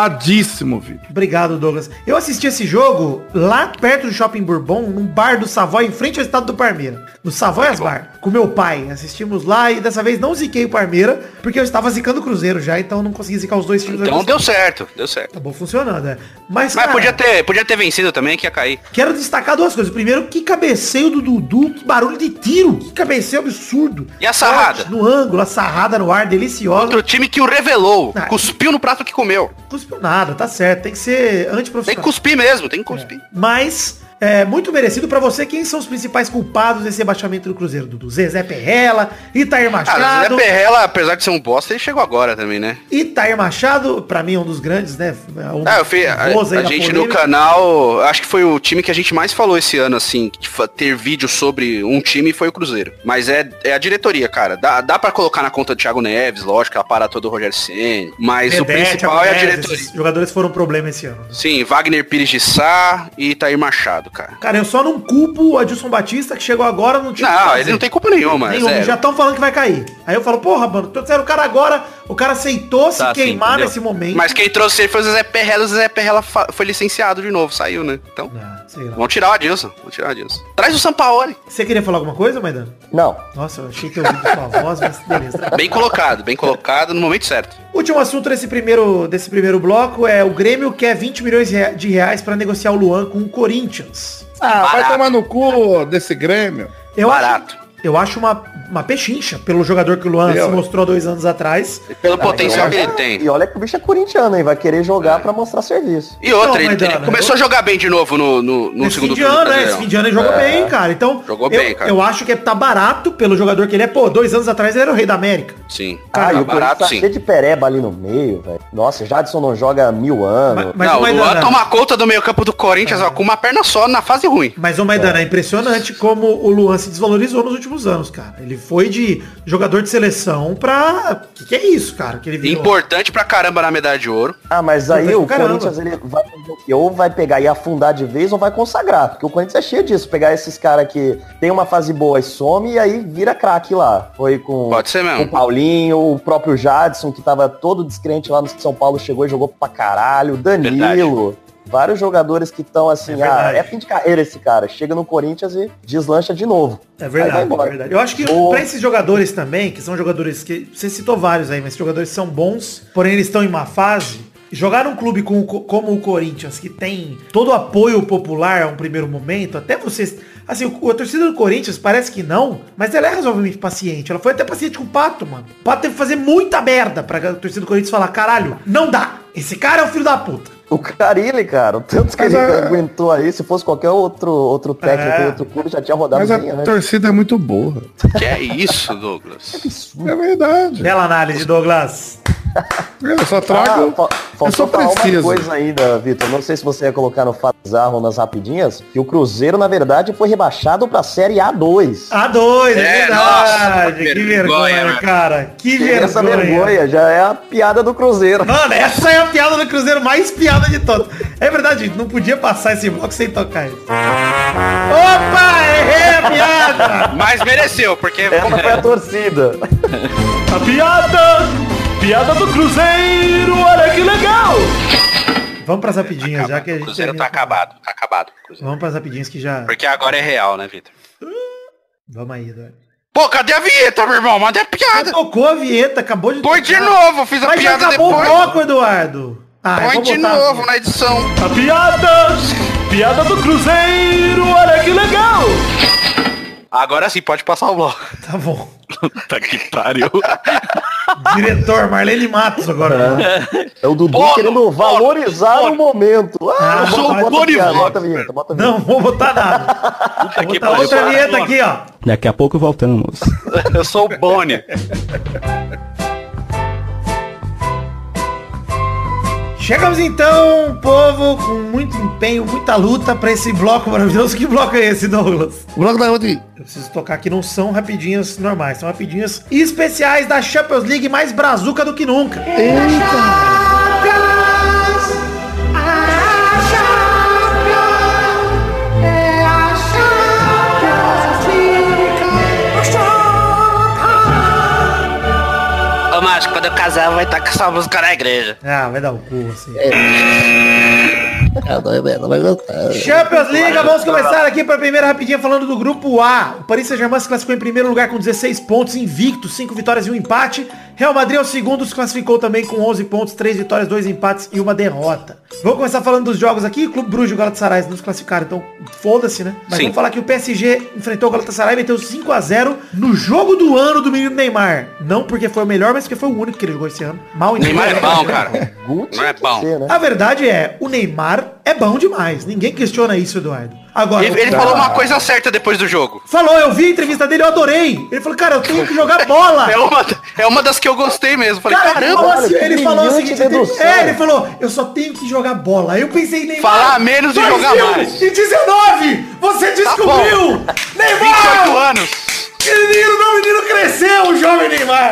[SPEAKER 6] zoadíssimo, Vitor.
[SPEAKER 3] Obrigado, Douglas. Eu assisti esse jogo lá perto do Shopping Bourbon, num bar do Savoy, em frente ao estado do Parmeira. No
[SPEAKER 5] Ah,
[SPEAKER 3] Savoyas Bar, com meu pai. Assistimos lá e dessa vez não ziquei o Parmeira, porque eu estava zicando o Cruzeiro já, então não consegui zicar os dois times.
[SPEAKER 5] Então
[SPEAKER 3] Acabou
[SPEAKER 5] deu certo, deu certo.
[SPEAKER 3] funcionando, é. Mas,
[SPEAKER 5] Mas
[SPEAKER 3] cara,
[SPEAKER 5] podia ter, podia ter vencido também, que ia cair.
[SPEAKER 3] Quero destacar duas coisas. Primeiro, que cabeceio do Dudu, que barulho de tiro, que cabeceio absurdo.
[SPEAKER 5] E a sarrada?
[SPEAKER 3] No ângulo, a sarrada no ar, deliciosa.
[SPEAKER 5] Outro time que o revelou,
[SPEAKER 3] Ah.
[SPEAKER 5] cuspiu no prato que comeu.
[SPEAKER 3] Não cuspiu nada, tá certo. Tem que ser
[SPEAKER 5] Tem que
[SPEAKER 3] antiprofissional.
[SPEAKER 5] cuspir mesmo, tem que cuspir.
[SPEAKER 3] Mas é muito merecido pra você. Quem são os principais culpados desse rebaixamento do Cruzeiro, Dudu? Zezé Perrela, Itair
[SPEAKER 5] Ah, o
[SPEAKER 3] Machado.
[SPEAKER 5] Zé Perrela, apesar de ser um bosta, ele chegou agora também, né?
[SPEAKER 3] Itair Machado, pra mim, é um dos grandes, né? Um
[SPEAKER 5] Ah, eu fiz, a,
[SPEAKER 3] voz aí
[SPEAKER 5] a
[SPEAKER 3] da
[SPEAKER 5] gente no
[SPEAKER 3] polêmica.
[SPEAKER 5] canal, acho que foi o time que a gente mais falou esse ano, assim, de fa- ter vídeo sobre um time foi o Cruzeiro. Mas é, é a diretoria, cara. Dá, dá para colocar na conta do Thiago Neves, lógico, ela para todo o Rogério Senna, mas o
[SPEAKER 3] Vedete,
[SPEAKER 5] principal é a
[SPEAKER 3] Abonés,
[SPEAKER 5] diretoria.
[SPEAKER 3] esses jogadores foram um problema esse ano.
[SPEAKER 5] Sim, Wagner Pires de Sá e Itair Machado, cara.
[SPEAKER 3] Cara, eu só não culpo o Adilson Batista, que chegou agora no time.
[SPEAKER 5] Não, ele não tem é culpa nenhuma,
[SPEAKER 3] Nenhum,
[SPEAKER 5] zero.
[SPEAKER 3] já estão falando que vai cair. Aí eu falo, porra, mano, trouxeram o cara agora, o cara aceitou se
[SPEAKER 4] Tá, sim,
[SPEAKER 3] queimar
[SPEAKER 4] entendeu?
[SPEAKER 3] nesse momento.
[SPEAKER 5] Mas quem trouxe ele foi o Zé Perrela, o Zé Perrela fa- foi licenciado de novo, saiu, né? Então,
[SPEAKER 3] Ah, sei lá.
[SPEAKER 5] vão tirar o Adilson, vão tirar o Adilson. Traz o Sampaoli.
[SPEAKER 3] Você queria falar alguma coisa, Maidan?
[SPEAKER 2] Não.
[SPEAKER 3] Nossa, eu achei que eu ouvi sua voz, mas beleza.
[SPEAKER 5] Bem colocado, bem colocado no momento certo.
[SPEAKER 3] Último assunto desse primeiro, desse primeiro bloco é o Grêmio quer 20 milhões de rea- de reais para negociar o Luan com o Corinthians.
[SPEAKER 6] Ah, vai tomar no cu desse Grêmio.
[SPEAKER 3] Eu
[SPEAKER 5] Barato.
[SPEAKER 3] acho, eu acho uma, uma pechincha pelo jogador que o Luan
[SPEAKER 6] Eu-
[SPEAKER 3] se mostrou há dois anos atrás.
[SPEAKER 5] E Pelo potencial
[SPEAKER 2] eu
[SPEAKER 5] que
[SPEAKER 2] acho-
[SPEAKER 5] ele tem. É.
[SPEAKER 2] E olha que o bicho é corintiano, hein? Vai querer jogar pra mostrar serviço.
[SPEAKER 5] E outra,
[SPEAKER 3] Não,
[SPEAKER 5] ele,
[SPEAKER 3] mas dá,
[SPEAKER 5] ele
[SPEAKER 3] né?
[SPEAKER 5] começou a jogar bem de novo no, no, no
[SPEAKER 3] esse fim
[SPEAKER 5] segundo
[SPEAKER 3] de
[SPEAKER 5] turno. do
[SPEAKER 3] ano, né?
[SPEAKER 5] Brasileirão. É.
[SPEAKER 3] Esse fim de ano ele jogou bem, cara. Então,
[SPEAKER 5] Jogou
[SPEAKER 3] eu,
[SPEAKER 5] bem, cara.
[SPEAKER 3] eu acho que é- tá barato pelo jogador que ele é. Pô, dois anos atrás ele era o rei da América.
[SPEAKER 5] Sim.
[SPEAKER 2] Ah, e
[SPEAKER 5] tá
[SPEAKER 2] o Corinthians
[SPEAKER 5] barato,
[SPEAKER 2] tá
[SPEAKER 5] sim.
[SPEAKER 2] cheio de pereba ali no meio, velho. Nossa, Jadson não joga há mil anos.
[SPEAKER 3] Mas Ah.
[SPEAKER 5] não,
[SPEAKER 3] o
[SPEAKER 5] o
[SPEAKER 3] Maidana-
[SPEAKER 5] Luan toma conta do meio campo do Corinthians ó, com uma perna só na fase ruim.
[SPEAKER 3] Mas, ô Maidana, é impressionante como o Luan se desvalorizou nos últimos anos, cara. Ele foi de jogador de seleção pra... Que que é isso, cara? Que ele virou?
[SPEAKER 5] Importante pra caramba na medalha de ouro.
[SPEAKER 2] Ah, mas aí
[SPEAKER 3] Mas
[SPEAKER 2] o
[SPEAKER 3] caramba.
[SPEAKER 2] Corinthians ele vai fazer o quê? ou vai pegar e afundar de vez ou vai consagrar. Porque o Corinthians é cheio disso. Pegar esses caras que tem uma fase boa e some e aí vira craque lá. Foi com,
[SPEAKER 5] Pode ser
[SPEAKER 2] com o
[SPEAKER 5] mesmo.
[SPEAKER 2] Paulinho, o próprio Jadson, que tava todo descrente lá no São Paulo, chegou e jogou pra caralho. Danilo. Vários jogadores que estão
[SPEAKER 3] É
[SPEAKER 2] assim, ah,
[SPEAKER 3] verdade.
[SPEAKER 2] é fim de carreira esse cara. Chega no Corinthians e deslancha de novo.
[SPEAKER 3] É
[SPEAKER 2] Aí vai
[SPEAKER 3] verdade,
[SPEAKER 2] embora.
[SPEAKER 3] é verdade. Eu acho que
[SPEAKER 2] Boa.
[SPEAKER 3] pra esses jogadores também, que são jogadores que. Você citou vários aí, mas esses jogadores são bons, porém eles estão em má fase. Jogar um clube com o co- como o Corinthians, que tem todo o apoio popular a um primeiro momento, até vocês. Assim, o- a torcida do Corinthians parece que não, mas ela é razoavelmente paciente. Ela foi até paciente com o Pato, mano. O Pato teve que fazer muita merda pra a torcida do Corinthians falar, caralho, não dá. Esse cara é o filho da puta.
[SPEAKER 2] O Carilli, cara, o tanto que
[SPEAKER 6] Mas
[SPEAKER 2] ele
[SPEAKER 6] a-
[SPEAKER 2] aguentou aí, se fosse qualquer outro, outro técnico,
[SPEAKER 3] É.
[SPEAKER 2] outro clube, já tinha rodado
[SPEAKER 6] Mas
[SPEAKER 2] bem
[SPEAKER 6] a
[SPEAKER 2] antes.
[SPEAKER 6] torcida é muito boa.
[SPEAKER 5] Que é isso, Douglas.
[SPEAKER 6] É verdade.
[SPEAKER 3] Bela análise, Douglas.
[SPEAKER 6] Eu só
[SPEAKER 2] Ah,
[SPEAKER 6] trago.
[SPEAKER 2] fa-
[SPEAKER 6] eu só
[SPEAKER 2] faltou falar uma
[SPEAKER 6] preciso.
[SPEAKER 2] coisa ainda, Vitor. Não sei se você ia colocar no Fazarro nas rapidinhas, que o Cruzeiro, na verdade, foi rebaixado pra Série A2.
[SPEAKER 3] A2, é,
[SPEAKER 5] É, nossa,
[SPEAKER 3] verdade.
[SPEAKER 5] que
[SPEAKER 3] que
[SPEAKER 5] vergonha,
[SPEAKER 3] vergonha,
[SPEAKER 5] né?
[SPEAKER 3] cara. Que
[SPEAKER 2] Tem essa
[SPEAKER 3] vergonha.
[SPEAKER 2] vergonha, já é a piada do Cruzeiro.
[SPEAKER 3] Mano, essa é a piada do Cruzeiro mais piada de todas. É verdade, gente, não podia passar esse bloco sem tocar isso. Opa, errei a piada!
[SPEAKER 5] Mas mereceu, porque
[SPEAKER 3] É
[SPEAKER 2] Essa foi a torcida.
[SPEAKER 3] A piada! Piada do Cruzeiro, olha que legal! Vamos pras rapidinhas, já que a
[SPEAKER 5] o
[SPEAKER 3] gente...
[SPEAKER 5] Cruzeiro tá
[SPEAKER 3] termina.
[SPEAKER 5] acabado. Tá acabado. Cruzeiro.
[SPEAKER 3] Vamos pras rapidinhas que já...
[SPEAKER 5] Porque agora é real, né, Vitor?
[SPEAKER 3] Vamos aí, Eduardo.
[SPEAKER 5] Pô, cadê a vinheta, meu irmão? Manda a
[SPEAKER 3] Já
[SPEAKER 5] piada.
[SPEAKER 3] tocou a vinheta, acabou de...
[SPEAKER 5] Põe de
[SPEAKER 3] tocar.
[SPEAKER 5] novo, fiz a
[SPEAKER 3] Mas já
[SPEAKER 5] piada
[SPEAKER 3] acabou
[SPEAKER 5] depois.
[SPEAKER 3] o bloco, Eduardo! Ah, eu
[SPEAKER 5] Põe
[SPEAKER 3] vou
[SPEAKER 5] de
[SPEAKER 3] botar a
[SPEAKER 5] novo
[SPEAKER 3] vinheta.
[SPEAKER 5] na edição.
[SPEAKER 3] A piada! Piada do Cruzeiro, olha que legal!
[SPEAKER 5] Agora sim, pode passar o bloco.
[SPEAKER 3] Tá bom.
[SPEAKER 4] Puta que pariu.
[SPEAKER 3] Diretor Marlene Matos agora.
[SPEAKER 2] É o Dudu
[SPEAKER 5] Porra,
[SPEAKER 2] querendo valorizar
[SPEAKER 5] porra.
[SPEAKER 2] o momento. Ah,
[SPEAKER 3] Ah,
[SPEAKER 2] bota,
[SPEAKER 5] sou o
[SPEAKER 2] bota, a
[SPEAKER 5] Boni
[SPEAKER 2] piada,
[SPEAKER 5] Vox,
[SPEAKER 2] bota a vinheta, bota a vinheta.
[SPEAKER 3] Não vou botar nada. Vou
[SPEAKER 4] que
[SPEAKER 3] botar
[SPEAKER 4] pariu,
[SPEAKER 3] outra
[SPEAKER 4] para,
[SPEAKER 3] vinheta
[SPEAKER 4] porra.
[SPEAKER 3] aqui, ó.
[SPEAKER 8] Daqui a pouco voltamos.
[SPEAKER 5] Eu sou o Boni.
[SPEAKER 3] Chegamos então, povo, com muito empenho, muita luta pra esse bloco maravilhoso. Que bloco é esse, Douglas?
[SPEAKER 6] O bloco da onde?
[SPEAKER 3] Eu preciso tocar que não são rapidinhas normais, são rapidinhas especiais da Champions League mais brazuca do que nunca.
[SPEAKER 5] Ô, Márcio, quando eu casar, vai estar com essa música na igreja.
[SPEAKER 3] Ah, vai dar o cu, assim.
[SPEAKER 6] Ah, não, não vai gostar.
[SPEAKER 3] Champions League, vamos começar aqui para a primeira rapidinha falando do grupo A. O Paris Saint-Germain se classificou em primeiro lugar com 16 pontos, invicto, 5 vitórias e um empate. Real Madrid é o segundo, se classificou também com 11 pontos, 3 vitórias, 2 empates e uma derrota. Vamos começar falando dos jogos aqui. Clube Bruges e o Galatasaray não se classificaram, então foda-se, né? Mas
[SPEAKER 5] Sim.
[SPEAKER 3] vamos falar que o PSG enfrentou o Galatasaray e meteu 5 a 0 no jogo do ano do menino Neymar. Não porque foi o melhor, mas porque foi o único que ele jogou esse ano. Mal em
[SPEAKER 5] Neymar é bom, cara.
[SPEAKER 2] Gucci
[SPEAKER 5] Não é bom.
[SPEAKER 2] você, né?
[SPEAKER 3] a verdade é, o Neymar é bom demais. Ninguém questiona isso, Eduardo. Agora,
[SPEAKER 5] Ele, ele
[SPEAKER 3] falou...
[SPEAKER 5] falou uma coisa certa depois do jogo.
[SPEAKER 3] falou, eu vi a entrevista dele, eu adorei. Ele falou, cara, eu tenho que jogar bola.
[SPEAKER 5] É uma, é uma das que eu gostei mesmo. Falei,
[SPEAKER 3] Cara, ele falou
[SPEAKER 5] caramba,
[SPEAKER 3] assim,
[SPEAKER 2] olha,
[SPEAKER 3] ele
[SPEAKER 2] que
[SPEAKER 3] falou o
[SPEAKER 2] brilhante
[SPEAKER 3] seguinte, eu tenho-
[SPEAKER 2] dedução.
[SPEAKER 3] é, ele falou, eu só tenho que jogar bola. Aí eu pensei, Neymar.
[SPEAKER 5] Falar menos e jogar mais. Tá
[SPEAKER 3] E 19, você descobriu! Neymar!
[SPEAKER 5] 28 anos.
[SPEAKER 3] Menino, meu menino cresceu, o jovem Neymar.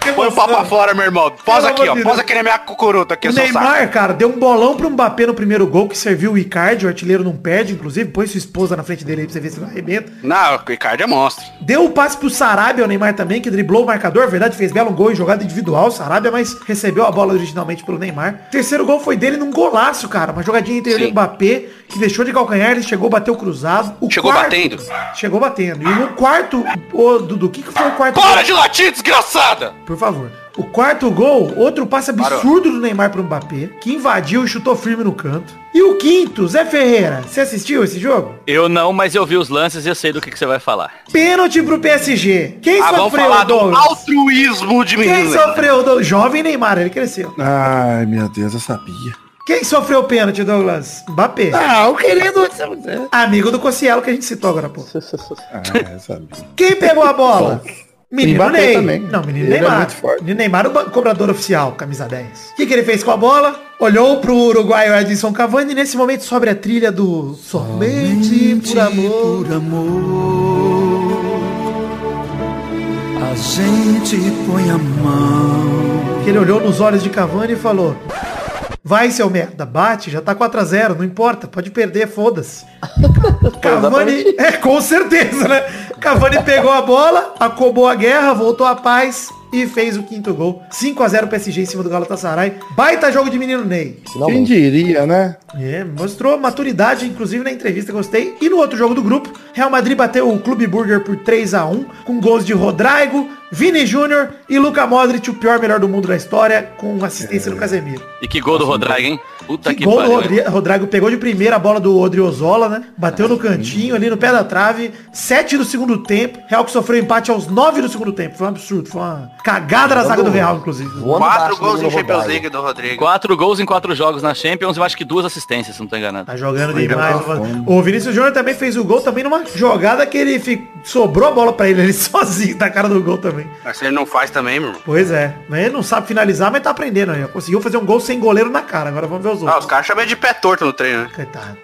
[SPEAKER 3] Que
[SPEAKER 5] Põe o
[SPEAKER 3] emoção.
[SPEAKER 5] papo pra fora, meu irmão. Posa
[SPEAKER 3] Pelo amor
[SPEAKER 5] aqui, ó.
[SPEAKER 3] de Deus.
[SPEAKER 5] Posa aqui na minha cucuruta
[SPEAKER 3] O
[SPEAKER 5] aqui, eu sou saco.
[SPEAKER 3] Neymar, cara, deu um bolão pro Mbappé no primeiro gol que serviu o Icardi, o artilheiro não perde, inclusive, põe sua esposa na frente dele aí pra você ver se não arrebenta.
[SPEAKER 5] Não, o Ricardo é monstro.
[SPEAKER 3] Deu o passe pro Sarabia, o Neymar também, que driblou o marcador, verdade, fez belo gol em jogada individual, o Sarabia, mas recebeu a bola originalmente pelo Neymar. Terceiro gol foi dele num golaço, cara, uma jogadinha entre ele e o
[SPEAKER 5] Sim.
[SPEAKER 3] Mbappé, que deixou de calcanhar, ele chegou, bateu cruzado. O
[SPEAKER 5] Chegou batendo.
[SPEAKER 3] Chegou batendo. E no quarto, ô Dudu, o que, que foi o quarto
[SPEAKER 5] Para de latir, desgraçada!
[SPEAKER 3] Por favor. O quarto gol, outro passe absurdo do Neymar pro Mbappé, que invadiu e chutou firme no canto. E o quinto, Zé Ferreira, você assistiu esse jogo?
[SPEAKER 4] Eu não, mas eu vi os lances e eu sei do que, que você vai falar.
[SPEAKER 3] Pênalti pro PSG. Quem
[SPEAKER 5] Ah, vamos
[SPEAKER 3] sofreu,
[SPEAKER 5] falar do né?
[SPEAKER 3] Douglas?
[SPEAKER 5] altruísmo de
[SPEAKER 3] Quem
[SPEAKER 5] menino.
[SPEAKER 3] sofreu, Douglas? Jovem Neymar, ele cresceu.
[SPEAKER 6] Ai, meu Deus, eu sabia.
[SPEAKER 3] Quem sofreu o pênalti, Douglas? Mbappé.
[SPEAKER 6] Ah, o querido.
[SPEAKER 3] Amigo do Cossielo que a gente citou agora, pô.
[SPEAKER 6] Ah, eu sabia.
[SPEAKER 3] Quem pegou a bola? Menino
[SPEAKER 6] Mbappé
[SPEAKER 3] Ney.
[SPEAKER 6] também.
[SPEAKER 3] Não, menino
[SPEAKER 6] Ele é
[SPEAKER 3] Neymar.
[SPEAKER 6] muito forte.
[SPEAKER 3] menino Neymar, o ba- cobrador oficial, camisa 10. O que, que ele fez com a bola? Olhou pro uruguaio Edson Cavani e nesse momento sobre a trilha do Somente por amor.
[SPEAKER 7] Por amor, a gente põe a mão.
[SPEAKER 3] Que ele olhou nos olhos de Cavani e falou... Vai, seu merda, bate, já tá 4x0, não importa, pode perder, foda-se. Cavani, é, com certeza, né? Cavani pegou a bola, acobou a guerra, voltou à paz e fez o quinto gol. 5x0 PSG em cima do Galatasaray. Baita jogo de menino Ney.
[SPEAKER 6] Quem diria, né?
[SPEAKER 3] É, mostrou maturidade, inclusive na entrevista, gostei. E no outro jogo do grupo, Real Madrid bateu o Clube Burger por 3x1, com gols de Rodrigo, Vini Júnior e Luca Modric, o pior melhor do mundo da história, com assistência do Casemiro.
[SPEAKER 4] E que gol do Rodrigo, hein? Puta
[SPEAKER 3] Que,
[SPEAKER 4] que,
[SPEAKER 3] gol do
[SPEAKER 4] pariu. hein?
[SPEAKER 3] Rodri- Rodrigo pegou de primeira a bola do Odriozola, né? Bateu no cantinho ali no pé da trave. Sete do segundo tempo. Real que sofreu empate aos nove do segundo tempo. Foi um absurdo. Foi uma cagada na zaga do Real, inclusive.
[SPEAKER 2] tá Voando
[SPEAKER 5] Quatro
[SPEAKER 2] baixo,
[SPEAKER 5] gols em
[SPEAKER 2] menino
[SPEAKER 5] Champions
[SPEAKER 2] Rodrigo.
[SPEAKER 5] League do Rodrigo.
[SPEAKER 4] Quatro gols em quatro jogos na Champions, eu acho que duas assistências, se não tô enganado.
[SPEAKER 3] Tá jogando demais. O Vinícius Júnior também fez o gol também numa jogada que ele fi- sobrou a bola pra ele, ele sozinho, da cara do gol também.
[SPEAKER 5] Mas se ele não faz também, meu irmão.
[SPEAKER 3] Pois é. Mas ele não sabe finalizar, mas tá aprendendo aí. ó. Conseguiu fazer um gol sem goleiro na cara. Agora vamos ver os
[SPEAKER 4] Uhum.
[SPEAKER 5] Ah,
[SPEAKER 3] outros.
[SPEAKER 5] os caras chamam ele de pé torto no treino, né?
[SPEAKER 3] Coitado.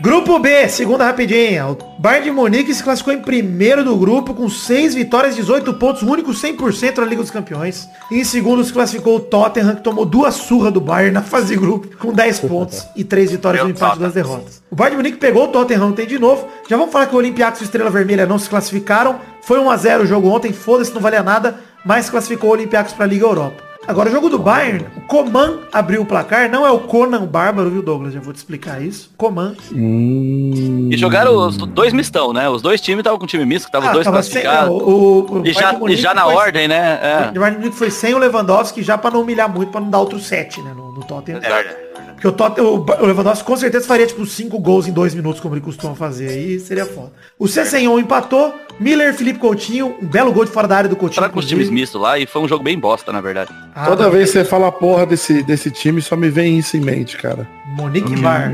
[SPEAKER 3] Grupo B, segunda rapidinha. O Bayern de Munique se classificou em primeiro do grupo com 6 vitórias, 18 pontos, o único 100% na Liga dos Campeões. Em segundo se classificou o Tottenham, que tomou duas surras do Bayern na fase de grupo, com 10 pontos e 3 vitórias, um
[SPEAKER 5] Meu
[SPEAKER 3] empate e
[SPEAKER 5] Tottenham.
[SPEAKER 3] duas derrotas. O Bayern de Munique pegou o Tottenham ontem de novo. Já vamos falar que o Olympiacos e o Estrela Vermelha não se classificaram. Foi 1x0 o jogo ontem, foda-se, não valia nada, mas classificou o Olympiacos para a Liga Europa. Agora, o jogo do Bayern, o Coman abriu o placar, não é o Conan Bárbaro, viu, Douglas? Já vou te explicar isso. Coman.
[SPEAKER 6] Hum.
[SPEAKER 4] E jogaram os dois mistão, né? Os dois times estavam com time misto, que estavam os dois
[SPEAKER 3] Ah, tava sem-
[SPEAKER 4] classificados.
[SPEAKER 3] é, o- o- o
[SPEAKER 4] E já,
[SPEAKER 3] Bayern de
[SPEAKER 4] e
[SPEAKER 3] Munique
[SPEAKER 4] já na
[SPEAKER 3] foi-
[SPEAKER 4] ordem, né?
[SPEAKER 3] O
[SPEAKER 4] É.
[SPEAKER 3] Bayern de Munique foi sem o Lewandowski, já pra não humilhar muito, pra não dar outro 7, né, no, no Tottenham.
[SPEAKER 5] É verdade.
[SPEAKER 3] Porque o, Tottenham, o Ba- o Lewandowski com certeza faria tipo 5 gols em 2 minutos, como ele costuma fazer, aí seria foda. O Cessenhon empatou, Miller, Felipe Coutinho, um belo gol de fora da área do Coutinho.
[SPEAKER 4] Entraram com os times mistos lá e foi um jogo bem bosta, na verdade.
[SPEAKER 3] Ah,
[SPEAKER 6] Toda vez que você fala a porra desse, desse time, só me vem isso em mente, cara.
[SPEAKER 3] Monique Bar.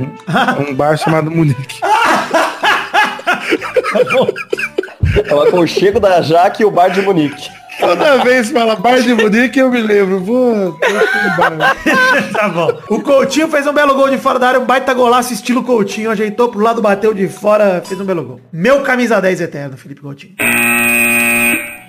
[SPEAKER 6] Um bar chamado Munique.
[SPEAKER 2] É o aconchego da Jaque e o Bar de Munique.
[SPEAKER 6] Toda vez que fala bar de Munique, eu me lembro. Pô, tô com bar.
[SPEAKER 3] tá bom. O Coutinho fez um belo gol de fora da área, um baita golaço estilo Coutinho. Ajeitou pro lado, bateu de fora, fez um belo gol. Meu camisa 10 eterno, Felipe Coutinho.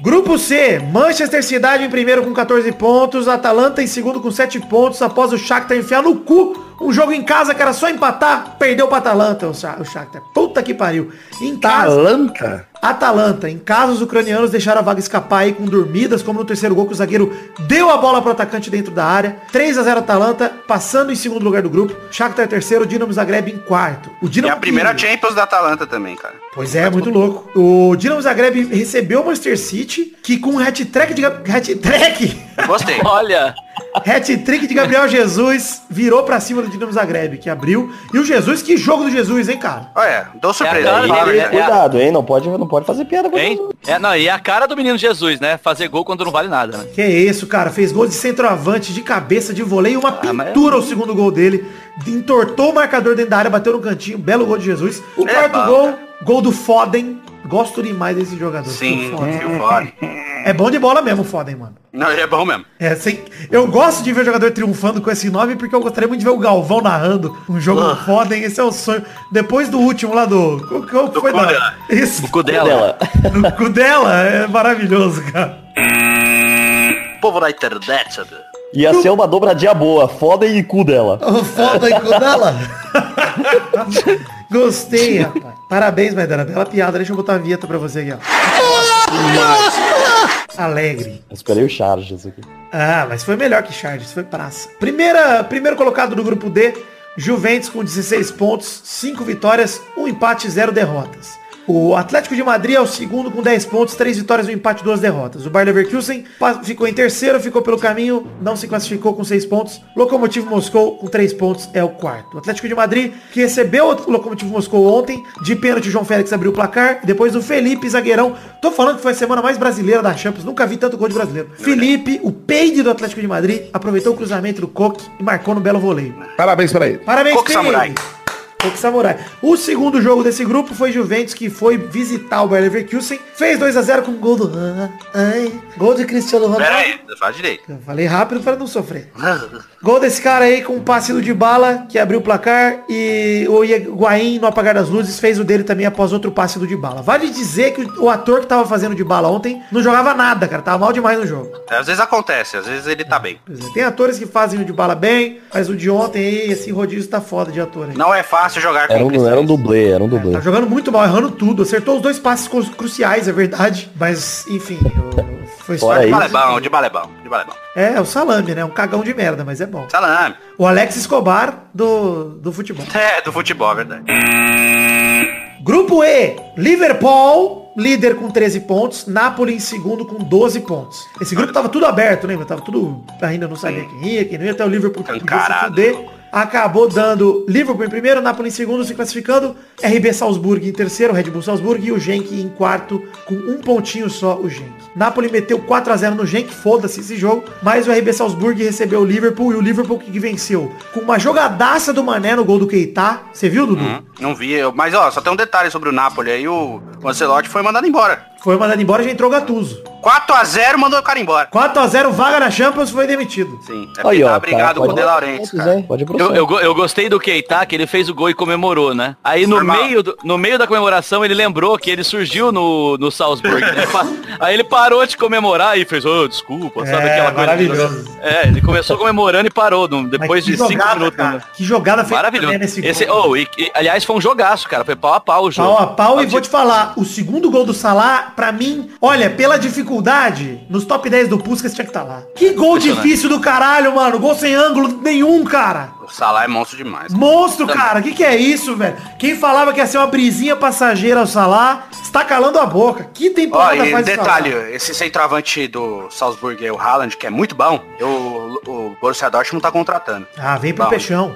[SPEAKER 3] Grupo C, Manchester Cidade em primeiro com 14 pontos, Atalanta em segundo com 7 pontos, após o Shakhtar enfiar no cu um jogo em casa que era só empatar, perdeu pra Atalanta o Sha- o Shakhtar. Puta que pariu. Em
[SPEAKER 6] Tá
[SPEAKER 3] casa,
[SPEAKER 6] Atalanta?
[SPEAKER 3] Atalanta, em casa os ucranianos deixaram a vaga escapar aí com dormidas, como no terceiro gol que o zagueiro deu a bola pro atacante dentro da área. 3 a 0 Atalanta, passando em segundo lugar do grupo. Shakhtar terceiro, Dinamo Zagreb em quarto. O
[SPEAKER 5] E
[SPEAKER 3] Dinamo
[SPEAKER 5] É a primeira
[SPEAKER 3] que-
[SPEAKER 5] Champions da Atalanta também, cara.
[SPEAKER 3] Pois é, muito louco. O Dinamo Zagreb recebeu o Manchester City, que com um hat-trick de... Gab- Hat-trick?
[SPEAKER 5] Gostei.
[SPEAKER 4] Olha,
[SPEAKER 3] Hat-trick de Gabriel Jesus virou pra cima do Dinamo Zagreb, que abriu. E o Jesus, que jogo do Jesus, hein, cara?
[SPEAKER 5] Olha, dou surpresa.
[SPEAKER 4] É a cara
[SPEAKER 5] fala a
[SPEAKER 4] dele,
[SPEAKER 5] verdade.
[SPEAKER 4] é a-
[SPEAKER 2] Cuidado, hein? Não pode, não pode fazer piada com
[SPEAKER 4] hein?
[SPEAKER 2] isso.
[SPEAKER 4] É, não, e é a cara do menino Jesus, né? Fazer gol quando não vale nada, né?
[SPEAKER 3] Que isso, cara. Fez gol de centroavante, de cabeça, de voleio, uma
[SPEAKER 4] mas-
[SPEAKER 3] pintura o segundo gol dele. Entortou o marcador dentro da área, bateu no cantinho. Belo gol de Jesus. O
[SPEAKER 5] É
[SPEAKER 3] quarto
[SPEAKER 5] bom,
[SPEAKER 3] gol,
[SPEAKER 5] cara.
[SPEAKER 3] gol do Foden. Gosto demais desse jogador.
[SPEAKER 5] Sim,
[SPEAKER 3] do Foden.
[SPEAKER 5] viu, fora.
[SPEAKER 3] É bom de bola mesmo o Foden, mano.
[SPEAKER 5] Não, ele é bom mesmo.
[SPEAKER 3] É, sem- eu gosto de ver jogador triunfando com esse nome porque eu gostaria muito de ver o Galvão narrando um jogo do Foden. Esse é o sonho. Depois do último lá do. Qual, qual foi da-
[SPEAKER 5] Cudela.
[SPEAKER 3] Isso.
[SPEAKER 4] O cu
[SPEAKER 5] é
[SPEAKER 4] dela.
[SPEAKER 3] No cu dela. É maravilhoso, cara.
[SPEAKER 5] O povo da internet, sabe?
[SPEAKER 2] Ia ser uma dobradinha boa, foda e cu dela.
[SPEAKER 1] Foda aí com dela.
[SPEAKER 3] Gostei, rapaz. Parabéns, Maidana. Bela piada. Deixa eu botar a vinheta pra você aqui, ó. Alegre.
[SPEAKER 2] Eu esperei o Charges aqui.
[SPEAKER 3] Ah, mas foi melhor que Chargers, foi praça. Primeira, primeiro colocado do grupo D, Juventus com 16 pontos, 5 vitórias, 1 empate, 0 derrotas. O Atlético de Madrid é o segundo com 10 pontos, 3 vitórias, 1 empate, 2 derrotas. O Bayer Leverkusen pa- ficou em terceiro, ficou pelo caminho, não se classificou com 6 pontos. Locomotivo Moscou com 3 pontos é o quarto. O Atlético de Madrid, que recebeu o Locomotivo Moscou ontem, de pênalti o João Félix abriu o placar, depois o Felipe Zagueirão. Tô falando que foi a semana mais brasileira da Champions, nunca vi tanto gol de brasileiro. Felipe, o peide do Atlético de Madrid, aproveitou o cruzamento do Coque e marcou no belo voleio.
[SPEAKER 6] Parabéns pra ele.
[SPEAKER 3] Parabéns,
[SPEAKER 5] Coque
[SPEAKER 3] Felipe.
[SPEAKER 5] Samurai.
[SPEAKER 3] Coque Samurai. O segundo jogo desse grupo foi Juventus, que foi visitar o Bayer Leverkusen. Fez 2x0 com gol do... Ai, gol de Cristiano Ronaldo.
[SPEAKER 5] Pera aí, faz direito.
[SPEAKER 3] Eu falei rápido pra não sofrer. Gol desse cara aí com um passe do Dybala, que abriu o placar, e o Higuaín, no apagar das luzes, fez o dele também após outro passe do Dybala. Vale dizer que o ator que tava fazendo o Dybala ontem não jogava nada, cara. Tava mal demais no jogo.
[SPEAKER 5] Às vezes acontece, às vezes ele tá bem.
[SPEAKER 3] Pois é, Tem atores que fazem o Dybala bem, mas o de ontem aí, esse rodízio tá foda de ator aí.
[SPEAKER 5] Não é fácil jogar
[SPEAKER 2] Era
[SPEAKER 5] com
[SPEAKER 2] um, era um dublê, era um dublê.
[SPEAKER 3] Tá jogando muito mal, errando tudo. Acertou os dois passes cru- cruciais, é verdade. Mas, enfim, o- foi
[SPEAKER 2] Fora
[SPEAKER 3] sorte.
[SPEAKER 5] De
[SPEAKER 2] isso.
[SPEAKER 5] balebão, de balebão, de balebão.
[SPEAKER 3] É, é o salame, né? Um cagão de merda, mas é bom.
[SPEAKER 5] Salame.
[SPEAKER 3] O Alex Escobar do, do futebol.
[SPEAKER 5] É, do futebol, é verdade.
[SPEAKER 3] Grupo E, Liverpool, líder com 13 pontos, Napoli em segundo com 12 pontos. Esse grupo tava tudo aberto, lembra? Tava tudo, ainda não sabia quem ia, quem não ia, até o Liverpool que podia se
[SPEAKER 5] Encarado.
[SPEAKER 3] fuder. Acabou dando Liverpool em primeiro, Napoli em segundo, se classificando, RB Salzburg em terceiro, Red Bull Salzburg e o Genk em quarto, com um pontinho só o Genk. Napoli meteu 4x0 no Genk, foda-se esse jogo, mas o RB Salzburg recebeu o Liverpool e o Liverpool que venceu com uma jogadaça do Mané no gol do Keita. Você viu, Dudu?
[SPEAKER 5] Hum, Não vi, eu- mas ó, só tem um detalhe sobre o Napoli aí, o o Ancelotti foi mandado embora.
[SPEAKER 3] Foi mandado embora e já entrou Gatuso.
[SPEAKER 5] 4x0 mandou o cara embora.
[SPEAKER 3] 4x0, vaga na Champions, foi demitido.
[SPEAKER 5] Sim, é
[SPEAKER 2] Aí,
[SPEAKER 5] porque tá
[SPEAKER 2] ó,
[SPEAKER 5] brigado
[SPEAKER 2] cara,
[SPEAKER 5] com o De
[SPEAKER 2] pode-
[SPEAKER 5] Laurentiis, cara.
[SPEAKER 2] Pode ir pro
[SPEAKER 4] Eu,
[SPEAKER 2] céu.
[SPEAKER 4] eu, go- eu gostei do Keita, que ele fez o gol e comemorou, né? Aí no
[SPEAKER 5] Normal.
[SPEAKER 4] meio, do- no meio da comemoração ele lembrou que ele surgiu no, no Salzburg. né? Pa- Aí ele parou de comemorar e fez, oh, desculpa, sabe
[SPEAKER 3] É,
[SPEAKER 4] aquela coisa.
[SPEAKER 3] maravilhoso.
[SPEAKER 4] É, ele começou comemorando e parou no-
[SPEAKER 3] Mas
[SPEAKER 4] depois
[SPEAKER 3] que
[SPEAKER 4] de cinco
[SPEAKER 3] jogada,
[SPEAKER 4] minutos.
[SPEAKER 3] cara.
[SPEAKER 4] né?
[SPEAKER 3] Que jogada feita
[SPEAKER 4] Maravilhoso.
[SPEAKER 3] também nesse gol.
[SPEAKER 4] Esse, oh, e- e, aliás, foi um jogaço, cara. Foi pau a pau o jogo.
[SPEAKER 3] Pau a pau e vou te falar, o segundo gol do Salah, pra mim, olha, pela dificuldade, nos top 10 do Puskas tinha que estar lá. Que gol difícil do caralho, mano. Gol sem ângulo nenhum, cara.
[SPEAKER 5] O Salah é monstro demais.
[SPEAKER 3] Monstro, cara. O que, que é isso, velho? Quem falava que ia ser uma brisinha passageira ao Salah, está calando a boca. Que
[SPEAKER 5] Ó,
[SPEAKER 3] temporada
[SPEAKER 5] e
[SPEAKER 3] faz o Salah?
[SPEAKER 5] detalhe, esse centroavante do Salzburg aí, o Haaland, que é muito bom, eu- o Borussia Dortmund tá contratando.
[SPEAKER 3] Ah, vem pro
[SPEAKER 5] Bom.
[SPEAKER 3] Peixão.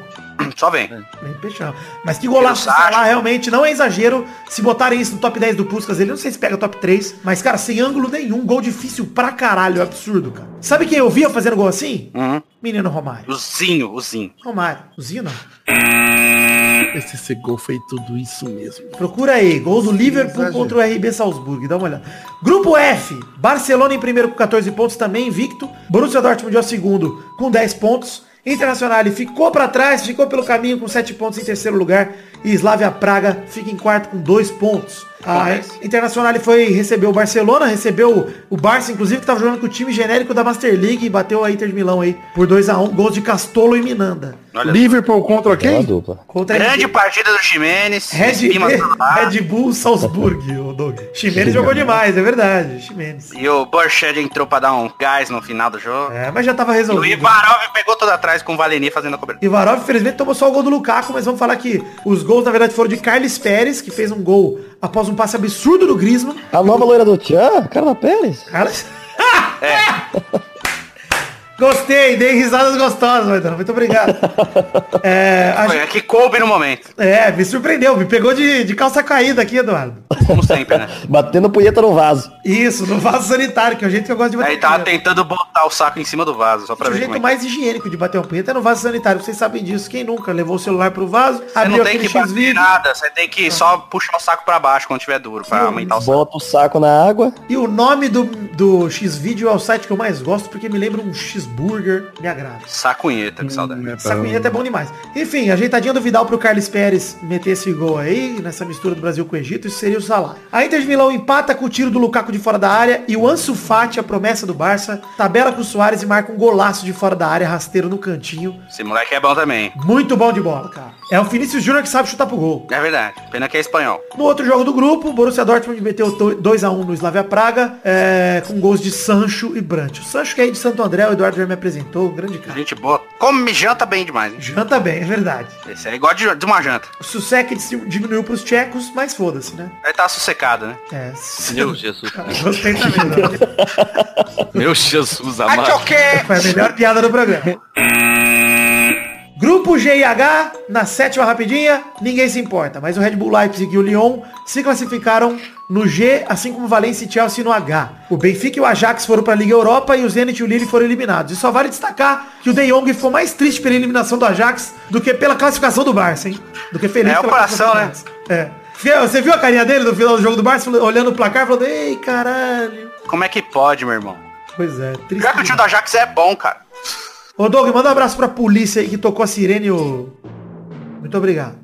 [SPEAKER 5] Só vem.
[SPEAKER 3] Bem peixão. Mas que golaço do
[SPEAKER 5] Pelo Sacha.
[SPEAKER 3] Salah, realmente, não é exagero. Se botarem isso no top 10 do Puskas, ele não sei se pega top 3. Mas, cara, sem ângulo nenhum, gol difícil pra caralho, absurdo, cara. Sabe quem eu via fazendo gol assim?
[SPEAKER 5] Uhum.
[SPEAKER 3] Menino Romário.
[SPEAKER 5] O Zinho, o Zinho.
[SPEAKER 3] Romário. O Zinho não.
[SPEAKER 6] Esse, esse gol foi tudo isso mesmo.
[SPEAKER 3] Procura aí, gol do Liverpool
[SPEAKER 6] exagero.
[SPEAKER 3] contra o RB Salzburg, dá uma olhada. Grupo F, Barcelona em primeiro com 14 pontos, também invicto. Borussia Dortmund é o segundo com 10 pontos. Internacional ficou pra trás, ficou pelo caminho com 7 pontos em terceiro lugar. E Slavia Praga fica em quarto com 2 pontos. A Internacional foi receber o Barcelona, recebeu o Barça, inclusive, que tava jogando com o time genérico da Master League e bateu a Inter de Milão aí por 2x1, gols de Castolo e Minanda.
[SPEAKER 5] Olha,
[SPEAKER 6] Liverpool contra
[SPEAKER 2] Boa
[SPEAKER 6] quem?
[SPEAKER 2] Tá, dupla.
[SPEAKER 3] Contra a
[SPEAKER 5] grande partida do Jimenez. tá
[SPEAKER 3] Red,
[SPEAKER 5] Espima Salazar.
[SPEAKER 3] Red Bull Salzburg, o Doug. Ximenes jogou
[SPEAKER 5] né?
[SPEAKER 3] demais, é verdade. Ximenes.
[SPEAKER 5] E o Borched entrou pra dar um gás no final do jogo.
[SPEAKER 3] É, mas já tava
[SPEAKER 5] E o
[SPEAKER 3] resolvido.
[SPEAKER 5] Ivarov pegou todo atrás com o Valeni fazendo a cobertura.
[SPEAKER 3] Ivarov, infelizmente, tomou só o gol do Lukaku, mas vamos falar que os gols, na verdade, foram de Carles Pérez, que fez um gol após um passe absurdo do Griezmann.
[SPEAKER 2] A nova loira do Tchan, Carla Pérez.
[SPEAKER 3] Carles... Gostei, dei risadas gostosas, Maidana. Muito obrigado. É, a
[SPEAKER 5] Foi,
[SPEAKER 3] gente-
[SPEAKER 5] é que coube no momento,
[SPEAKER 3] é, me surpreendeu, me pegou de, de calça caída aqui, Eduardo.
[SPEAKER 5] como sempre, né?
[SPEAKER 2] Batendo punheta no vaso.
[SPEAKER 3] Isso, no vaso sanitário, que é o jeito que eu gosto de bater
[SPEAKER 5] Aí tá tava
[SPEAKER 3] punheta.
[SPEAKER 5] tentando botar o saco em cima do vaso, só pra
[SPEAKER 3] o
[SPEAKER 5] ver
[SPEAKER 3] jeito
[SPEAKER 5] como é.
[SPEAKER 3] mais higiênico de bater uma punheta é no vaso sanitário. Vocês sabem disso. Quem nunca levou o celular pro vaso,
[SPEAKER 5] é. Você
[SPEAKER 3] abriu
[SPEAKER 5] não tem
[SPEAKER 3] aquele
[SPEAKER 5] que bater
[SPEAKER 3] X-Video
[SPEAKER 5] nada, você tem
[SPEAKER 3] É.
[SPEAKER 5] que só puxar o saco pra baixo quando tiver duro, pra aumentar o saco.
[SPEAKER 2] Bota o saco na água.
[SPEAKER 3] e o nome do, do X-Video é o site que eu mais gosto porque me lembra um X-Burger. Me agrada.
[SPEAKER 5] Sacunheta, que saudade.
[SPEAKER 6] Hum.
[SPEAKER 3] Essa
[SPEAKER 6] Então-
[SPEAKER 3] punheta é bom demais. Enfim, ajeitadinha do Vidal pro Carlos Pérez meter esse gol aí, nessa mistura do Brasil com o Egito, isso seria o Salah. A Inter de Milão empata com o tiro do Lukaku de fora da área e o Ansu Fati, a promessa do Barça, tabela com o Soares e marca um golaço de fora da área, rasteiro no cantinho.
[SPEAKER 5] Esse moleque é bom também.
[SPEAKER 3] Muito bom de bola, cara. É o Vinícius Júnior que sabe chutar pro gol.
[SPEAKER 5] É verdade. Pena que é espanhol.
[SPEAKER 3] No outro jogo do grupo, o Borussia Dortmund meteu to- 2x1 no Slavia Praga, é, com gols de Sancho e Brant. O Sancho que é de Santo André, o Eduardo já me apresentou, um grande cara.
[SPEAKER 5] Gente boa. Come e janta bem demais, hein?
[SPEAKER 3] Janta bem, é verdade.
[SPEAKER 5] Esse é igual de, de uma janta.
[SPEAKER 3] O Susek dis- diminuiu pros tchecos, mas foda-se, né?
[SPEAKER 5] Aí tá sossegado, né?
[SPEAKER 3] É.
[SPEAKER 4] Meu Jesus.
[SPEAKER 3] Gostei também, não.
[SPEAKER 4] Meu Jesus
[SPEAKER 5] Ah, que
[SPEAKER 4] amado.
[SPEAKER 5] o quê?
[SPEAKER 3] Foi a melhor piada do programa. Grupo G e H, na sétima rapidinha, ninguém se importa, mas o Red Bull Leipzig e o Lyon se classificaram no G, assim como Valência e Chelsea no H. O Benfica e o Ajax foram para a Liga Europa e o Zenit e o Lille foram eliminados. E só vale destacar que o De Jong ficou mais triste pela eliminação do Ajax do que pela classificação do Barça, hein? Do que feliz
[SPEAKER 5] É, o
[SPEAKER 3] pela
[SPEAKER 5] coração, né?
[SPEAKER 3] classificação do Barça. É. Fiel, Você viu a carinha dele no final do jogo do Barça, falando- olhando o placar, falando, ei, caralho.
[SPEAKER 5] Como é que pode, meu irmão?
[SPEAKER 3] Pois é, triste.
[SPEAKER 5] Pior que o tio
[SPEAKER 3] demais.
[SPEAKER 5] da Jax é bom, cara.
[SPEAKER 3] Ô Doug, manda um abraço pra polícia aí que tocou a sirene, ô. Muito obrigado.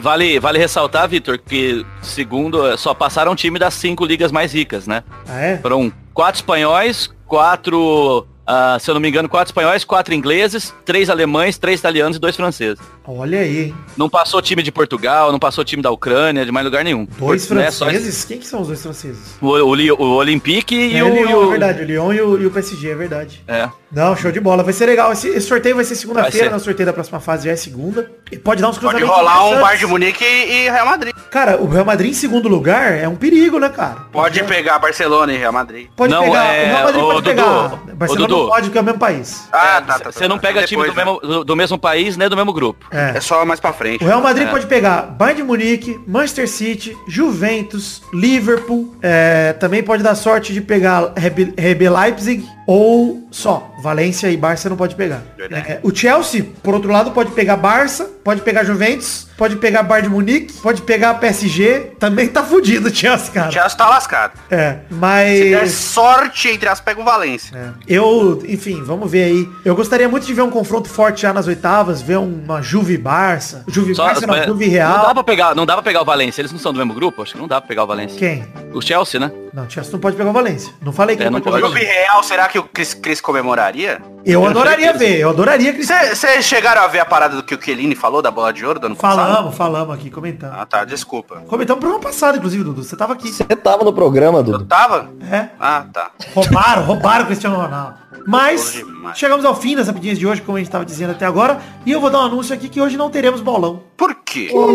[SPEAKER 4] Vale, vale ressaltar, Vitor, que segundo, eh, só passaram o time das cinco ligas mais ricas, né?
[SPEAKER 3] Ah, é?
[SPEAKER 4] Foram quatro espanhóis, quatro, ah, se eu não me engano, quatro espanhóis, quatro ingleses, três alemães, três italianos e dois franceses.
[SPEAKER 3] Olha aí, hein?
[SPEAKER 4] Não passou time de Portugal, não passou time da Ucrânia, de mais lugar nenhum.
[SPEAKER 3] Dois
[SPEAKER 4] Né, só
[SPEAKER 3] franceses? Quem que são os dois franceses?
[SPEAKER 4] O, o, Li- o Olympique e
[SPEAKER 3] É,
[SPEAKER 4] o...
[SPEAKER 3] Lyon,
[SPEAKER 4] e o-
[SPEAKER 3] é verdade. O Lyon e o, e o PSG, é verdade.
[SPEAKER 4] É.
[SPEAKER 3] Não, show de bola. Vai ser legal. Esse, esse sorteio vai ser segunda-feira,
[SPEAKER 4] Vai ser.
[SPEAKER 3] né? O sorteio da próxima fase já é segunda. E pode dar uns
[SPEAKER 5] Pode
[SPEAKER 3] cruzamentos
[SPEAKER 5] rolar um
[SPEAKER 3] interessantes.
[SPEAKER 5] Bayern de Munique e, e Real Madrid.
[SPEAKER 3] Cara, o Real Madrid em segundo lugar é um perigo, né, cara?
[SPEAKER 5] Pode pegar Barcelona e Real Madrid.
[SPEAKER 3] Pode
[SPEAKER 4] Não,
[SPEAKER 3] pegar.
[SPEAKER 4] é,
[SPEAKER 3] O Real Madrid
[SPEAKER 4] ô,
[SPEAKER 3] pode
[SPEAKER 4] Dudu,
[SPEAKER 3] pegar.
[SPEAKER 4] ô,
[SPEAKER 3] Barcelona não
[SPEAKER 4] Dudu.
[SPEAKER 3] pode, porque é o mesmo país.
[SPEAKER 5] Ah, tá, tá. né?
[SPEAKER 4] Você não pega time do,
[SPEAKER 5] mesmo.
[SPEAKER 4] mesmo, do, do mesmo país, nem do mesmo grupo.
[SPEAKER 5] É só mais pra frente.
[SPEAKER 3] O Real Madrid
[SPEAKER 4] É.
[SPEAKER 3] pode pegar Bayern de Munique, Manchester City, Juventus, Liverpool. é, também pode dar sorte de pegar RB RB Leipzig ou só Valência e Barça não pode pegar.
[SPEAKER 5] Verdade.
[SPEAKER 3] É, o Chelsea, por outro lado, pode pegar Barça, pode pegar Juventus, pode pegar Bayern de Munique, pode pegar PSG. Também tá fudido o Chelsea,
[SPEAKER 5] O
[SPEAKER 3] cara.
[SPEAKER 5] Chelsea tá lascado.
[SPEAKER 3] É,
[SPEAKER 5] Se der
[SPEAKER 3] mas...
[SPEAKER 5] sorte, entre as, pega o Valência.
[SPEAKER 3] É. Eu, enfim, vamos ver aí. Eu gostaria muito de ver um confronto forte já nas oitavas, ver uma Juve e Barça, Juve e
[SPEAKER 4] Só- é,
[SPEAKER 3] Barça, não, Juve e
[SPEAKER 4] não
[SPEAKER 3] Real.
[SPEAKER 4] dá pra pegar, não dá pra pegar o Valência, eles não são do mesmo grupo? Acho que não dá pra pegar o Valência.
[SPEAKER 3] Quem?
[SPEAKER 4] O Chelsea, né?
[SPEAKER 3] Não, Chelsea não pode pegar o Valência. Não falei que
[SPEAKER 4] É,
[SPEAKER 3] não
[SPEAKER 4] não
[SPEAKER 3] pode pegar o
[SPEAKER 5] Jogo
[SPEAKER 3] Valência.
[SPEAKER 5] real, será que o Chris, Chris comemoraria?
[SPEAKER 3] Eu adoraria ver, eu adoraria que eles...
[SPEAKER 5] Vocês chegaram a ver a parada do que o Kelini falou da bola de ouro do ano passado?
[SPEAKER 3] Falamos, falamos aqui, comentamos.
[SPEAKER 5] Ah, tá, desculpa.
[SPEAKER 3] Comentamos o programa passado, inclusive, Dudu. Você tava aqui.
[SPEAKER 2] Você tava no programa,
[SPEAKER 5] Eu
[SPEAKER 2] Dudu.
[SPEAKER 5] tava?
[SPEAKER 3] É.
[SPEAKER 5] Ah, tá.
[SPEAKER 3] Roubaram, roubaram o Cristiano Ronaldo. Mas
[SPEAKER 5] Bom demais.
[SPEAKER 3] chegamos ao fim das rapidinhas de hoje, como a gente tava dizendo até agora. E eu vou dar um anúncio aqui que hoje não teremos bolão.
[SPEAKER 5] Por quê?
[SPEAKER 6] Ô,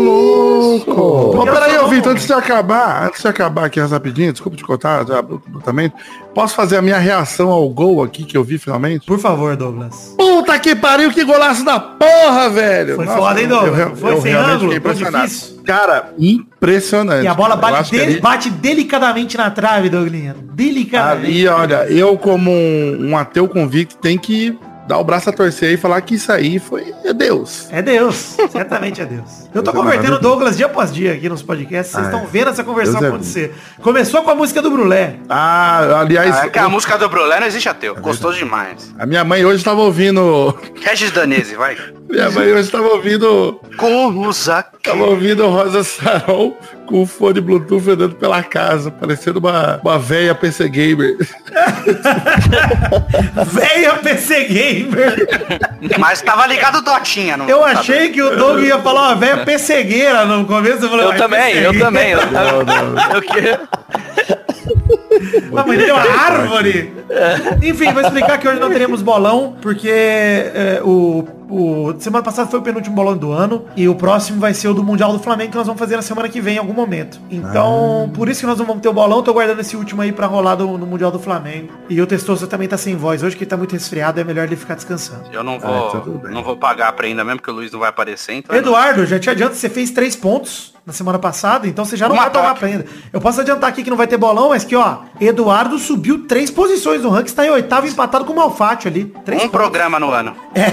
[SPEAKER 6] louco! Ô,
[SPEAKER 3] Eu
[SPEAKER 6] peraí,
[SPEAKER 3] sou
[SPEAKER 6] ô, Vitor,
[SPEAKER 3] bom.
[SPEAKER 6] antes de acabar, antes de acabar aqui rapidinho, desculpa te cortar já abruptamente, posso fazer a minha reação ao gol aqui que eu vi finalmente?
[SPEAKER 3] Por favor, Douglas.
[SPEAKER 6] Puta que pariu, que golaço da porra, velho!
[SPEAKER 3] Foi foda, hein, Douglas?
[SPEAKER 6] eu re-
[SPEAKER 3] Foi
[SPEAKER 6] eu
[SPEAKER 3] sem
[SPEAKER 6] realmente
[SPEAKER 3] ângulo,
[SPEAKER 6] fiquei
[SPEAKER 3] foi
[SPEAKER 6] impressionado.
[SPEAKER 3] difícil.
[SPEAKER 6] Cara, impressionante.
[SPEAKER 3] E a bola
[SPEAKER 6] É, Eu
[SPEAKER 3] bate,
[SPEAKER 6] acho que
[SPEAKER 3] deli-
[SPEAKER 6] ali-
[SPEAKER 3] bate delicadamente na trave, Douglinha. Delicadamente.
[SPEAKER 6] Ali, olha, eu como um, um ateu convicto tem que dar o braço a torcer e falar que isso aí foi é Deus.
[SPEAKER 3] É Deus, certamente é Deus. Eu tô
[SPEAKER 6] Deus é
[SPEAKER 3] convertendo o
[SPEAKER 6] maravilhoso.
[SPEAKER 3] Douglas dia após dia aqui nos podcasts, vocês
[SPEAKER 6] Ah,
[SPEAKER 3] estão vendo essa conversão
[SPEAKER 6] Deus é
[SPEAKER 3] acontecer. Começou com a música do Brulé.
[SPEAKER 6] Ah, aliás,
[SPEAKER 5] Ah, é que
[SPEAKER 6] eu-
[SPEAKER 5] a música do Brulé não existe ateu. Gostoso demais.
[SPEAKER 6] a minha mãe hoje tava ouvindo.
[SPEAKER 5] Regis Danese, vai.
[SPEAKER 6] Minha mãe hoje tava ouvindo.
[SPEAKER 5] Como Zac...
[SPEAKER 6] Tava ouvindo Rosa Sarol com o fone Bluetooth andando pela casa, parecendo uma, uma velha PC Gamer.
[SPEAKER 3] Veia PC Gamer.
[SPEAKER 5] Mas tava ligado o Dotinha. No
[SPEAKER 3] Eu achei que o Doug ia falar uma velha PCgueira no começo. falei,
[SPEAKER 4] Eu
[SPEAKER 3] "Vai,
[SPEAKER 4] também, eu
[SPEAKER 3] PCgueira".
[SPEAKER 4] também. Eu, eu que-
[SPEAKER 3] Mas mas tem uma árvore. Enfim, vou explicar que hoje não teremos bolão, porque é, o, o- Semana passada foi o penúltimo bolão do ano. E o próximo vai ser o do Mundial do Flamengo, que nós vamos fazer na semana que vem, em algum momento. Então, por isso que nós não vamos ter o bolão. Tô guardando esse último aí pra rolar do- no Mundial do Flamengo. E o Testoso também tá sem voz. Hoje que ele tá muito resfriado, é melhor ele ficar descansando.
[SPEAKER 5] Eu não
[SPEAKER 6] Ah,
[SPEAKER 5] vou,
[SPEAKER 6] então tudo bem.
[SPEAKER 5] não vou pagar a prenda mesmo, porque o Luiz não vai aparecer, então... eu não-
[SPEAKER 3] Eduardo, já te adianto, você fez três pontos na semana passada, então você já não
[SPEAKER 5] Um
[SPEAKER 3] vai
[SPEAKER 5] ataque.
[SPEAKER 3] tomar prenda. Eu posso adiantar aqui que não vai ter bolão, mas que, ó, Eduardo subiu três posições no ranking, está em oitavo, empatado com o Malfátio ali. Três
[SPEAKER 5] Um
[SPEAKER 3] pontos.
[SPEAKER 5] programa no ano.
[SPEAKER 3] É.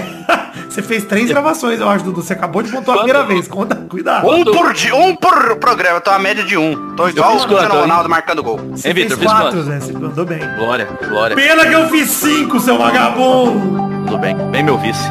[SPEAKER 3] Você fez três gravações, eu acho, Dudu. Você acabou de pontuar a primeira vez. Conta,
[SPEAKER 4] Ah,
[SPEAKER 3] cuidado.
[SPEAKER 5] Um por, dia, um por programa, eu tô a média de um. Tô igual o
[SPEAKER 4] fiz quanto,
[SPEAKER 5] Cristiano
[SPEAKER 4] hein?
[SPEAKER 5] Ronaldo marcando gol.
[SPEAKER 3] Você
[SPEAKER 4] Hein, Vitor,
[SPEAKER 3] fez
[SPEAKER 4] fiz
[SPEAKER 3] quatro,
[SPEAKER 4] quanto?
[SPEAKER 3] né? Você mandou bem.
[SPEAKER 4] Glória, glória.
[SPEAKER 3] Pena que eu fiz cinco, seu vagabundo.
[SPEAKER 4] Tudo bem. Bem meu vice.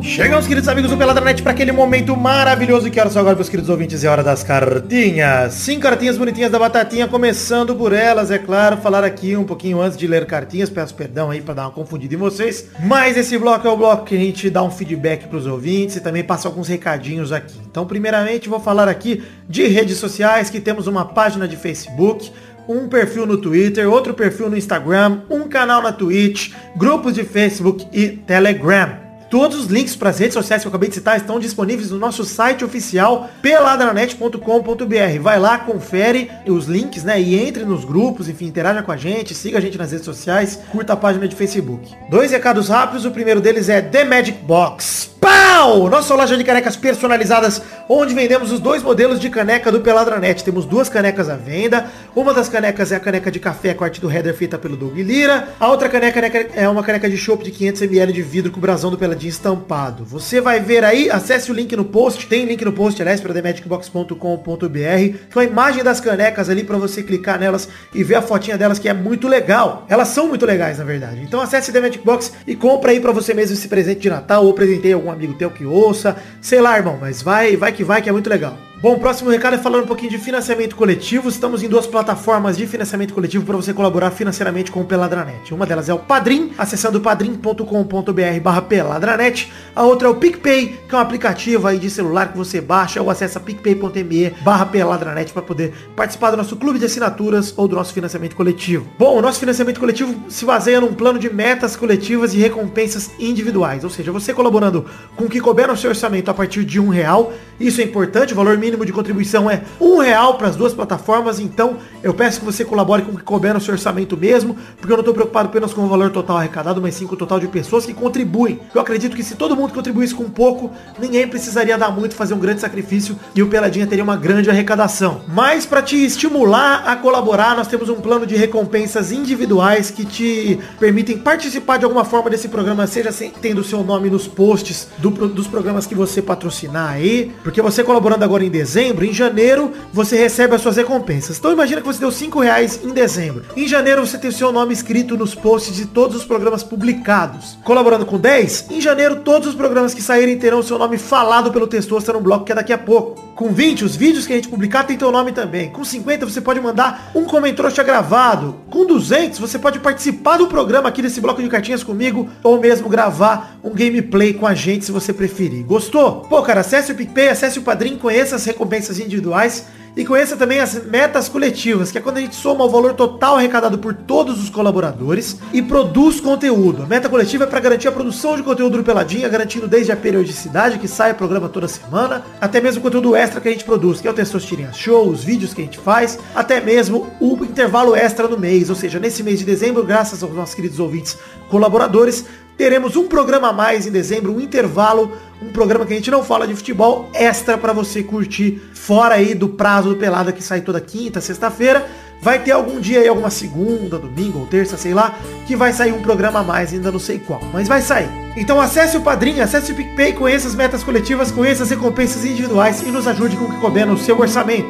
[SPEAKER 3] Chegamos, queridos amigos do Peladranet, para aquele momento maravilhoso que horas são agora, meus queridos ouvintes, é hora das cartinhas. Cinco cartinhas bonitinhas da Batatinha, começando por elas, é claro, falar aqui um pouquinho antes de ler cartinhas, peço perdão aí para dar uma confundida em vocês, mas esse bloco é o bloco que a gente dá um feedback para os ouvintes e também passa alguns recadinhos aqui. Então, primeiramente, vou falar aqui de redes sociais, que temos uma página de Facebook, um perfil no Twitter, outro perfil no Instagram, um canal na Twitch, grupos de Facebook e Telegram. Todos os links para as redes sociais que eu acabei de citar estão disponíveis no nosso site oficial peladranet.com.br. Vai lá, confere os links, né? E entre nos grupos, enfim, interaja com a gente, siga a gente nas redes sociais, curta a página de Facebook. Dois recados rápidos, o primeiro deles é The Magic Box. Pau! Nossa loja de canecas personalizadas, onde vendemos os dois modelos de caneca do Peladranet. Temos duas canecas à venda. Uma das canecas é a caneca de café com a arte do header feita pelo Doug Lira. A outra caneca é uma caneca de chopp de 500ml de vidro com o brasão do Peladinho estampado. Você vai ver aí, acesse o link no post. Tem link no post, aliás, para themagicbox.com.br. Com a é imagem das canecas ali para você clicar nelas e ver a fotinha delas que é muito legal. Elas são muito legais, na verdade. Então acesse The Magic Box e compra aí pra você mesmo esse presente de Natal ou presenteie algum amigo teu que ouça. Sei lá, irmão, mas vai, vai que vai que é muito legal. Bom, o próximo recado é falando um pouquinho de financiamento coletivo. Estamos em duas plataformas de financiamento coletivo para você colaborar financeiramente com o Peladranet. Uma delas é o Padrim, acessando padrim.com.br barra peladranet. A outra é o PicPay, que é um aplicativo aí de celular que você baixa ou acessa picpay.me barra peladranet para poder participar do nosso clube de assinaturas ou do nosso financiamento coletivo. Bom, o nosso financiamento coletivo se baseia num plano de metas coletivas e recompensas individuais. Ou seja, você colaborando com o que couber no seu orçamento a partir de um real. Isso é importante, o valor mínimo de contribuição é um real para as duas plataformas. Então, eu peço que você colabore com o que couber no seu orçamento mesmo, porque eu não estou preocupado apenas com o valor total arrecadado, mas sim com o total de pessoas que contribuem. Eu acredito que se todo mundo contribuísse com pouco, ninguém precisaria dar muito, fazer um grande sacrifício e o Peladinha teria uma grande arrecadação. Mas para te estimular a colaborar, nós temos um plano de recompensas individuais que te permitem participar de alguma forma desse programa, seja sem- assim, tendo o seu nome nos posts do pro- dos programas que você patrocinar aí, porque você colaborando agora em dezembro, em janeiro você recebe as suas recompensas. Então imagina que você deu 5 reais em dezembro. Em janeiro você tem o seu nome escrito nos posts de todos os programas publicados. Colaborando com 10, em janeiro todos os programas que saírem terão o seu nome falado pelo Testosta no bloco que é daqui a pouco. Com 20, os vídeos que a gente publicar tem teu nome também. Com 50, você pode mandar um comentário gravado. Com 200, você pode participar do programa aqui desse bloco de cartinhas comigo ou mesmo gravar um gameplay com a gente se você preferir. Gostou? Pô, cara, acesse o PicPay, acesse o Padrim, conheça as recompensas individuais e conheça também as metas coletivas, que é quando a gente soma o valor total arrecadado por todos os colaboradores e produz conteúdo. A meta coletiva é para garantir a produção de conteúdo do Peladinha, garantindo desde a periodicidade, que sai o programa toda semana, até mesmo o conteúdo extra que a gente produz, que é o Testosterinha Show, os vídeos que a gente faz, até mesmo o intervalo extra no mês. Ou seja, nesse mês de dezembro, graças aos nossos queridos ouvintes colaboradores, teremos um programa a mais em dezembro, um intervalo, um programa que a gente não fala de futebol extra pra você curtir fora aí do prazo do Pelada que sai toda quinta, sexta-feira. Vai ter algum dia aí, alguma segunda, domingo ou terça, sei lá, que vai sair um programa a mais, ainda não sei qual, mas vai sair. Então acesse o Padrinho, acesse o PicPay, conheça as metas coletivas, conheça as recompensas individuais e nos ajude com o que couber no seu orçamento.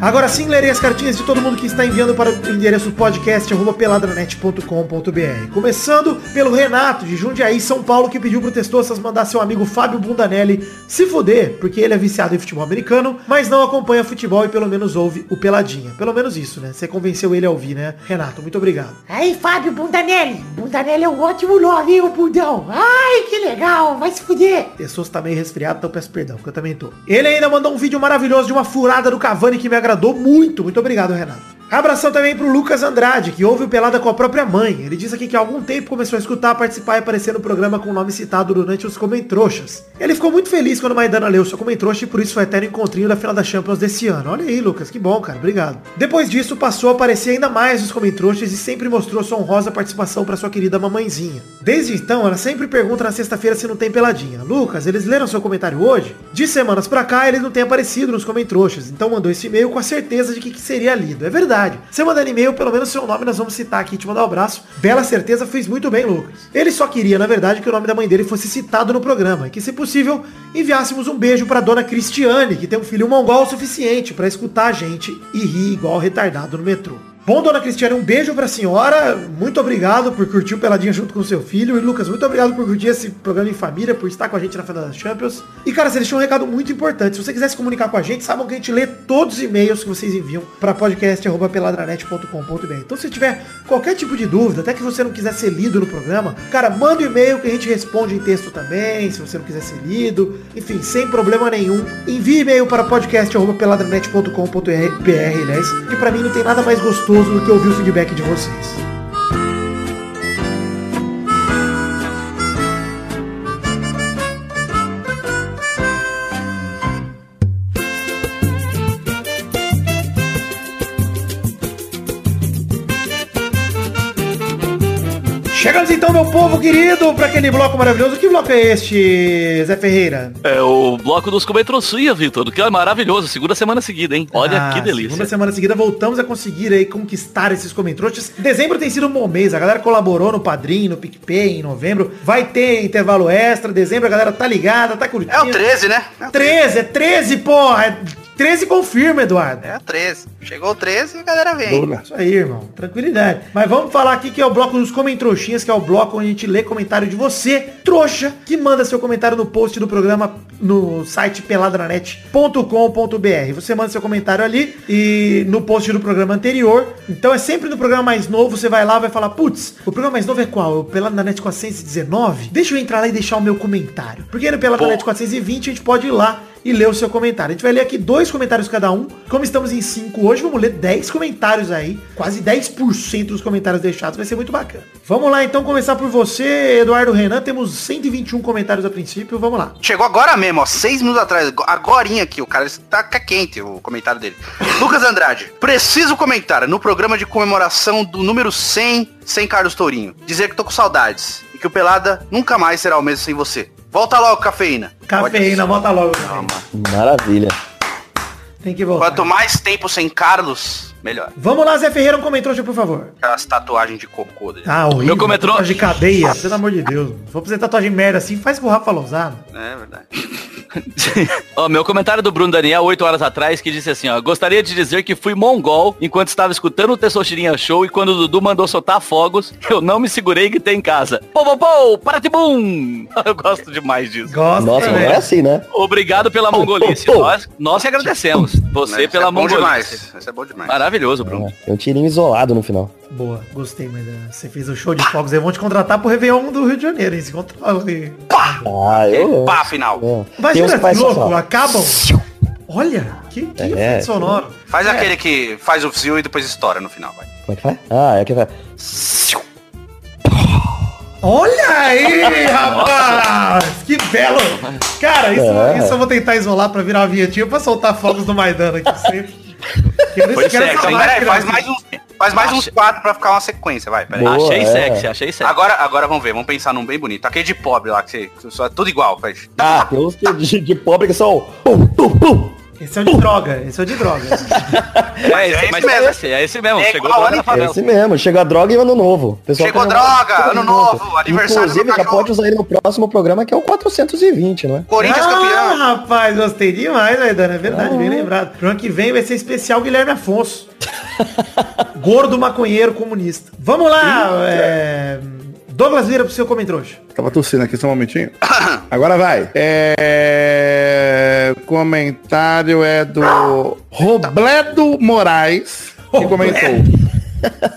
[SPEAKER 3] Agora sim, lerei as cartinhas de todo mundo que está enviando para o endereço podcast arroba peladranet.com.br. Começando pelo Renato, de Jundiaí, São Paulo, que pediu pro Testoças mandar seu amigo Fábio Bundanelli se fuder, porque ele é viciado em futebol americano, mas não acompanha futebol e pelo menos ouve o Peladinha. Pelo menos isso, né? Você convenceu ele a ouvir, né? Renato, muito obrigado.
[SPEAKER 8] Aí, Fábio Bundanelli. Bundanelli é um ótimo nome, hein, o bundão. Ai, que legal. Vai se fuder.
[SPEAKER 3] Testoças tá meio resfriado, então peço perdão, que eu também tô. Ele ainda mandou um vídeo maravilhoso de uma furada do Cavani que me agradou muito. Muito obrigado, Renato. Abração também pro Lucas Andrade, que ouve o Pelada com a própria mãe. Ele diz aqui que há algum tempo começou a escutar, participar e aparecer no programa com o nome citado durante os Comentroxas. Ele ficou muito feliz quando a Maidana leu seu Comentroxa e por isso foi até no encontrinho da final da Champions desse ano. Olha aí, Lucas, que bom, cara. Obrigado. Depois disso, passou a aparecer ainda mais nos Comentroxas e sempre mostrou sua honrosa participação para sua querida mamãezinha. Desde então, ela sempre pergunta na sexta-feira se não tem peladinha. Lucas, eles leram seu comentário hoje? De semanas pra cá, ele não tem aparecido nos Comentroxas, então mandou esse e-mail com a certeza de que que seria lido. É verdade verdade. Você mandando e-mail, pelo menos seu nome nós vamos citar aqui, te mandar um abraço. Bela certeza, fez muito bem, Lucas. Ele só queria, na verdade, que o nome da mãe dele fosse citado no programa. E que, se possível, enviássemos um beijo pra dona Cristiane, que tem um filho mongol o suficiente para escutar a gente e rir igual retardado no metrô. Bom, dona Cristiane, um beijo pra senhora. Muito obrigado por curtir o Peladinha junto com seu filho. E Lucas, muito obrigado por curtir esse programa em família, por estar com a gente na final da Champions. E, cara, você deixou um recado muito importante. Se você quiser se comunicar com a gente, saibam que a gente lê todos os e-mails que vocês enviam pra podcast.peladranet.com.br. Então, se tiver qualquer tipo de dúvida, até que você não quiser ser lido no programa, cara, manda um e-mail que a gente responde em texto também, se você não quiser ser lido. Enfim, sem problema nenhum. Envie e-mail para podcast.peladranet.com.br, aliás. Que pra mim não tem nada mais gostoso do que ouvir o feedback de vocês. Chegamos então, meu povo querido, para aquele bloco maravilhoso. Que bloco é este, Zé Ferreira?
[SPEAKER 4] É o bloco dos Cometrocia, Vitor, que é maravilhoso. Segunda semana seguida, hein? Olha
[SPEAKER 3] Ah,
[SPEAKER 4] que delícia.
[SPEAKER 3] Segunda semana seguida voltamos a conseguir aí conquistar esses comentrotes. Dezembro tem sido um bom mês, a galera colaborou no Padrim, no PicPay em novembro. Vai ter intervalo extra, dezembro a galera tá ligada, tá curtindo.
[SPEAKER 5] É o 13, né? É o
[SPEAKER 3] 13, é 13, porra! É 13 confirma, Eduardo.
[SPEAKER 5] É o 13. Chegou o 13 e a galera vem.
[SPEAKER 6] Dona.
[SPEAKER 3] Isso aí, irmão. Tranquilidade. Mas vamos falar aqui que é o bloco dos Comentroxinhas, que é o bloco onde a gente lê comentário de você, trouxa, que manda seu comentário no post do programa no site peladranet.com.br. Você manda seu comentário ali e no post do programa anterior. Então é sempre no programa mais novo, você vai lá vai falar, putz, o programa mais novo é qual? É o Peladranet 419? Deixa eu entrar lá e deixar o meu comentário. Porque no Peladranet 420 a gente pode ir lá e ler o seu comentário. A gente vai ler aqui dois comentários cada um. Como estamos em cinco hoje, vamos ler 10 comentários aí. Quase 10% dos comentários deixados. Vai ser muito bacana. Vamos lá, então, começar por você, Eduardo Renan. Temos 121 comentários a princípio. Vamos lá.
[SPEAKER 5] Chegou agora mesmo, ó, seis minutos atrás, agorinha aqui, o cara tá tá quente, o comentário dele. Lucas Andrade, preciso comentar, no programa de comemoração do número 100, sem Carlos Tourinho, dizer que tô com saudades e que o Pelada nunca mais será o mesmo sem você. Volta logo, cafeína.
[SPEAKER 3] Cafeína, volta logo.
[SPEAKER 5] Pode-
[SPEAKER 3] Cafeína.
[SPEAKER 5] Calma.
[SPEAKER 2] Maravilha.
[SPEAKER 3] Tem que voltar.
[SPEAKER 5] Quanto mais tempo sem Carlos, melhor.
[SPEAKER 3] Vamos lá, Zé Ferreira, um comentário, por favor.
[SPEAKER 5] Aquelas tatuagens de cocô dele.
[SPEAKER 3] Ah, horrível.
[SPEAKER 4] Meu comentário-
[SPEAKER 3] Tatuagem de cadeia, pelo amor de Deus. Vou fazer tatuagem merda assim, faz com o Rafa Lousada.
[SPEAKER 5] É verdade.
[SPEAKER 4] Ó, meu comentário do Bruno Daniel, 8 horas atrás, que disse assim, ó. Gostaria de dizer que fui mongol enquanto estava escutando o Tessotirinha Show e quando o Dudu mandou soltar fogos, eu não me segurei e gritei em casa. Pô, pô, pô, paratibum! Eu gosto demais disso.
[SPEAKER 3] Gosta,
[SPEAKER 2] Nossa, não
[SPEAKER 3] né?
[SPEAKER 2] é assim, né?
[SPEAKER 4] Obrigado pela mongolice.
[SPEAKER 2] pô, pô.
[SPEAKER 4] Nós, nós que agradecemos. Você
[SPEAKER 5] Isso
[SPEAKER 4] pela
[SPEAKER 5] é bom
[SPEAKER 4] mongolice.
[SPEAKER 5] demais. Isso é bom demais.
[SPEAKER 4] Maravilhoso, Bruno.
[SPEAKER 2] É um tirinho isolado no final.
[SPEAKER 3] Boa, gostei, mas eh, você fez o show de fogos. Eles vão te contratar pro Réveillon do Rio de Janeiro, hein? Se controla aí.
[SPEAKER 5] Pá!
[SPEAKER 2] Ah, eu...
[SPEAKER 5] Pá, final.
[SPEAKER 2] É. Tem uns
[SPEAKER 3] Imagina,
[SPEAKER 2] que faz
[SPEAKER 3] louco,
[SPEAKER 2] só-
[SPEAKER 3] acabam. Olha, que, que
[SPEAKER 2] É.
[SPEAKER 3] efeito sonoro.
[SPEAKER 5] Faz aquele que faz o fuzil e depois estoura no final, vai.
[SPEAKER 2] Como é que faz? Ah, é que vai...
[SPEAKER 3] Olha aí, rapaz! Que belo! Cara, isso,
[SPEAKER 2] É.
[SPEAKER 3] isso eu vou tentar isolar pra virar uma vinhetinha pra soltar fogos do Maidana aqui sempre. Quero
[SPEAKER 4] Foi
[SPEAKER 3] esse cara
[SPEAKER 4] sexo,
[SPEAKER 5] Então,
[SPEAKER 4] hein?
[SPEAKER 3] acabar,
[SPEAKER 5] peraí,
[SPEAKER 3] quero-
[SPEAKER 5] faz mais, um, faz mais uns
[SPEAKER 4] Acha-
[SPEAKER 5] quatro pra ficar uma sequência, vai. Peraí.
[SPEAKER 2] Boa,
[SPEAKER 4] achei
[SPEAKER 2] é.
[SPEAKER 4] sexy, achei sexy.
[SPEAKER 5] Agora, agora vamos ver, vamos pensar num bem bonito. Aquele de pobre lá, que você, que só é tudo igual, faz.
[SPEAKER 2] Ah, tem uns que- de, de pobre que são pum, pum, pum.
[SPEAKER 3] Esse é o de droga, esse é o de droga.
[SPEAKER 4] é, esse,
[SPEAKER 5] é
[SPEAKER 4] mas
[SPEAKER 5] esse mesmo.
[SPEAKER 4] é esse, é esse mesmo.
[SPEAKER 5] É
[SPEAKER 4] Chegou
[SPEAKER 5] igual,
[SPEAKER 4] droga
[SPEAKER 5] olha
[SPEAKER 4] na
[SPEAKER 5] que
[SPEAKER 2] É
[SPEAKER 4] favela.
[SPEAKER 2] esse mesmo, chega a droga e ano novo. O pessoal tá
[SPEAKER 5] Chegou
[SPEAKER 2] quer
[SPEAKER 5] droga,
[SPEAKER 2] jogar
[SPEAKER 5] ano novo, aniversário do
[SPEAKER 2] Inclusive, já
[SPEAKER 5] cachorro.
[SPEAKER 2] pode usar ele no próximo programa, que é o 420, não é?
[SPEAKER 5] Corinthians
[SPEAKER 3] ah,
[SPEAKER 5] campeão.
[SPEAKER 3] rapaz, gostei demais, Aidana. É verdade,
[SPEAKER 2] Ah.
[SPEAKER 3] bem lembrado. Pro ano que vem vai ser especial Guilherme Afonso. Gordo maconheiro comunista. Vamos lá, é... Douglas Lira pro seu comentrouxa.
[SPEAKER 6] Tava tossindo aqui só um momentinho. Agora vai. É... Comentário é do Robledo Moraes, que comentou.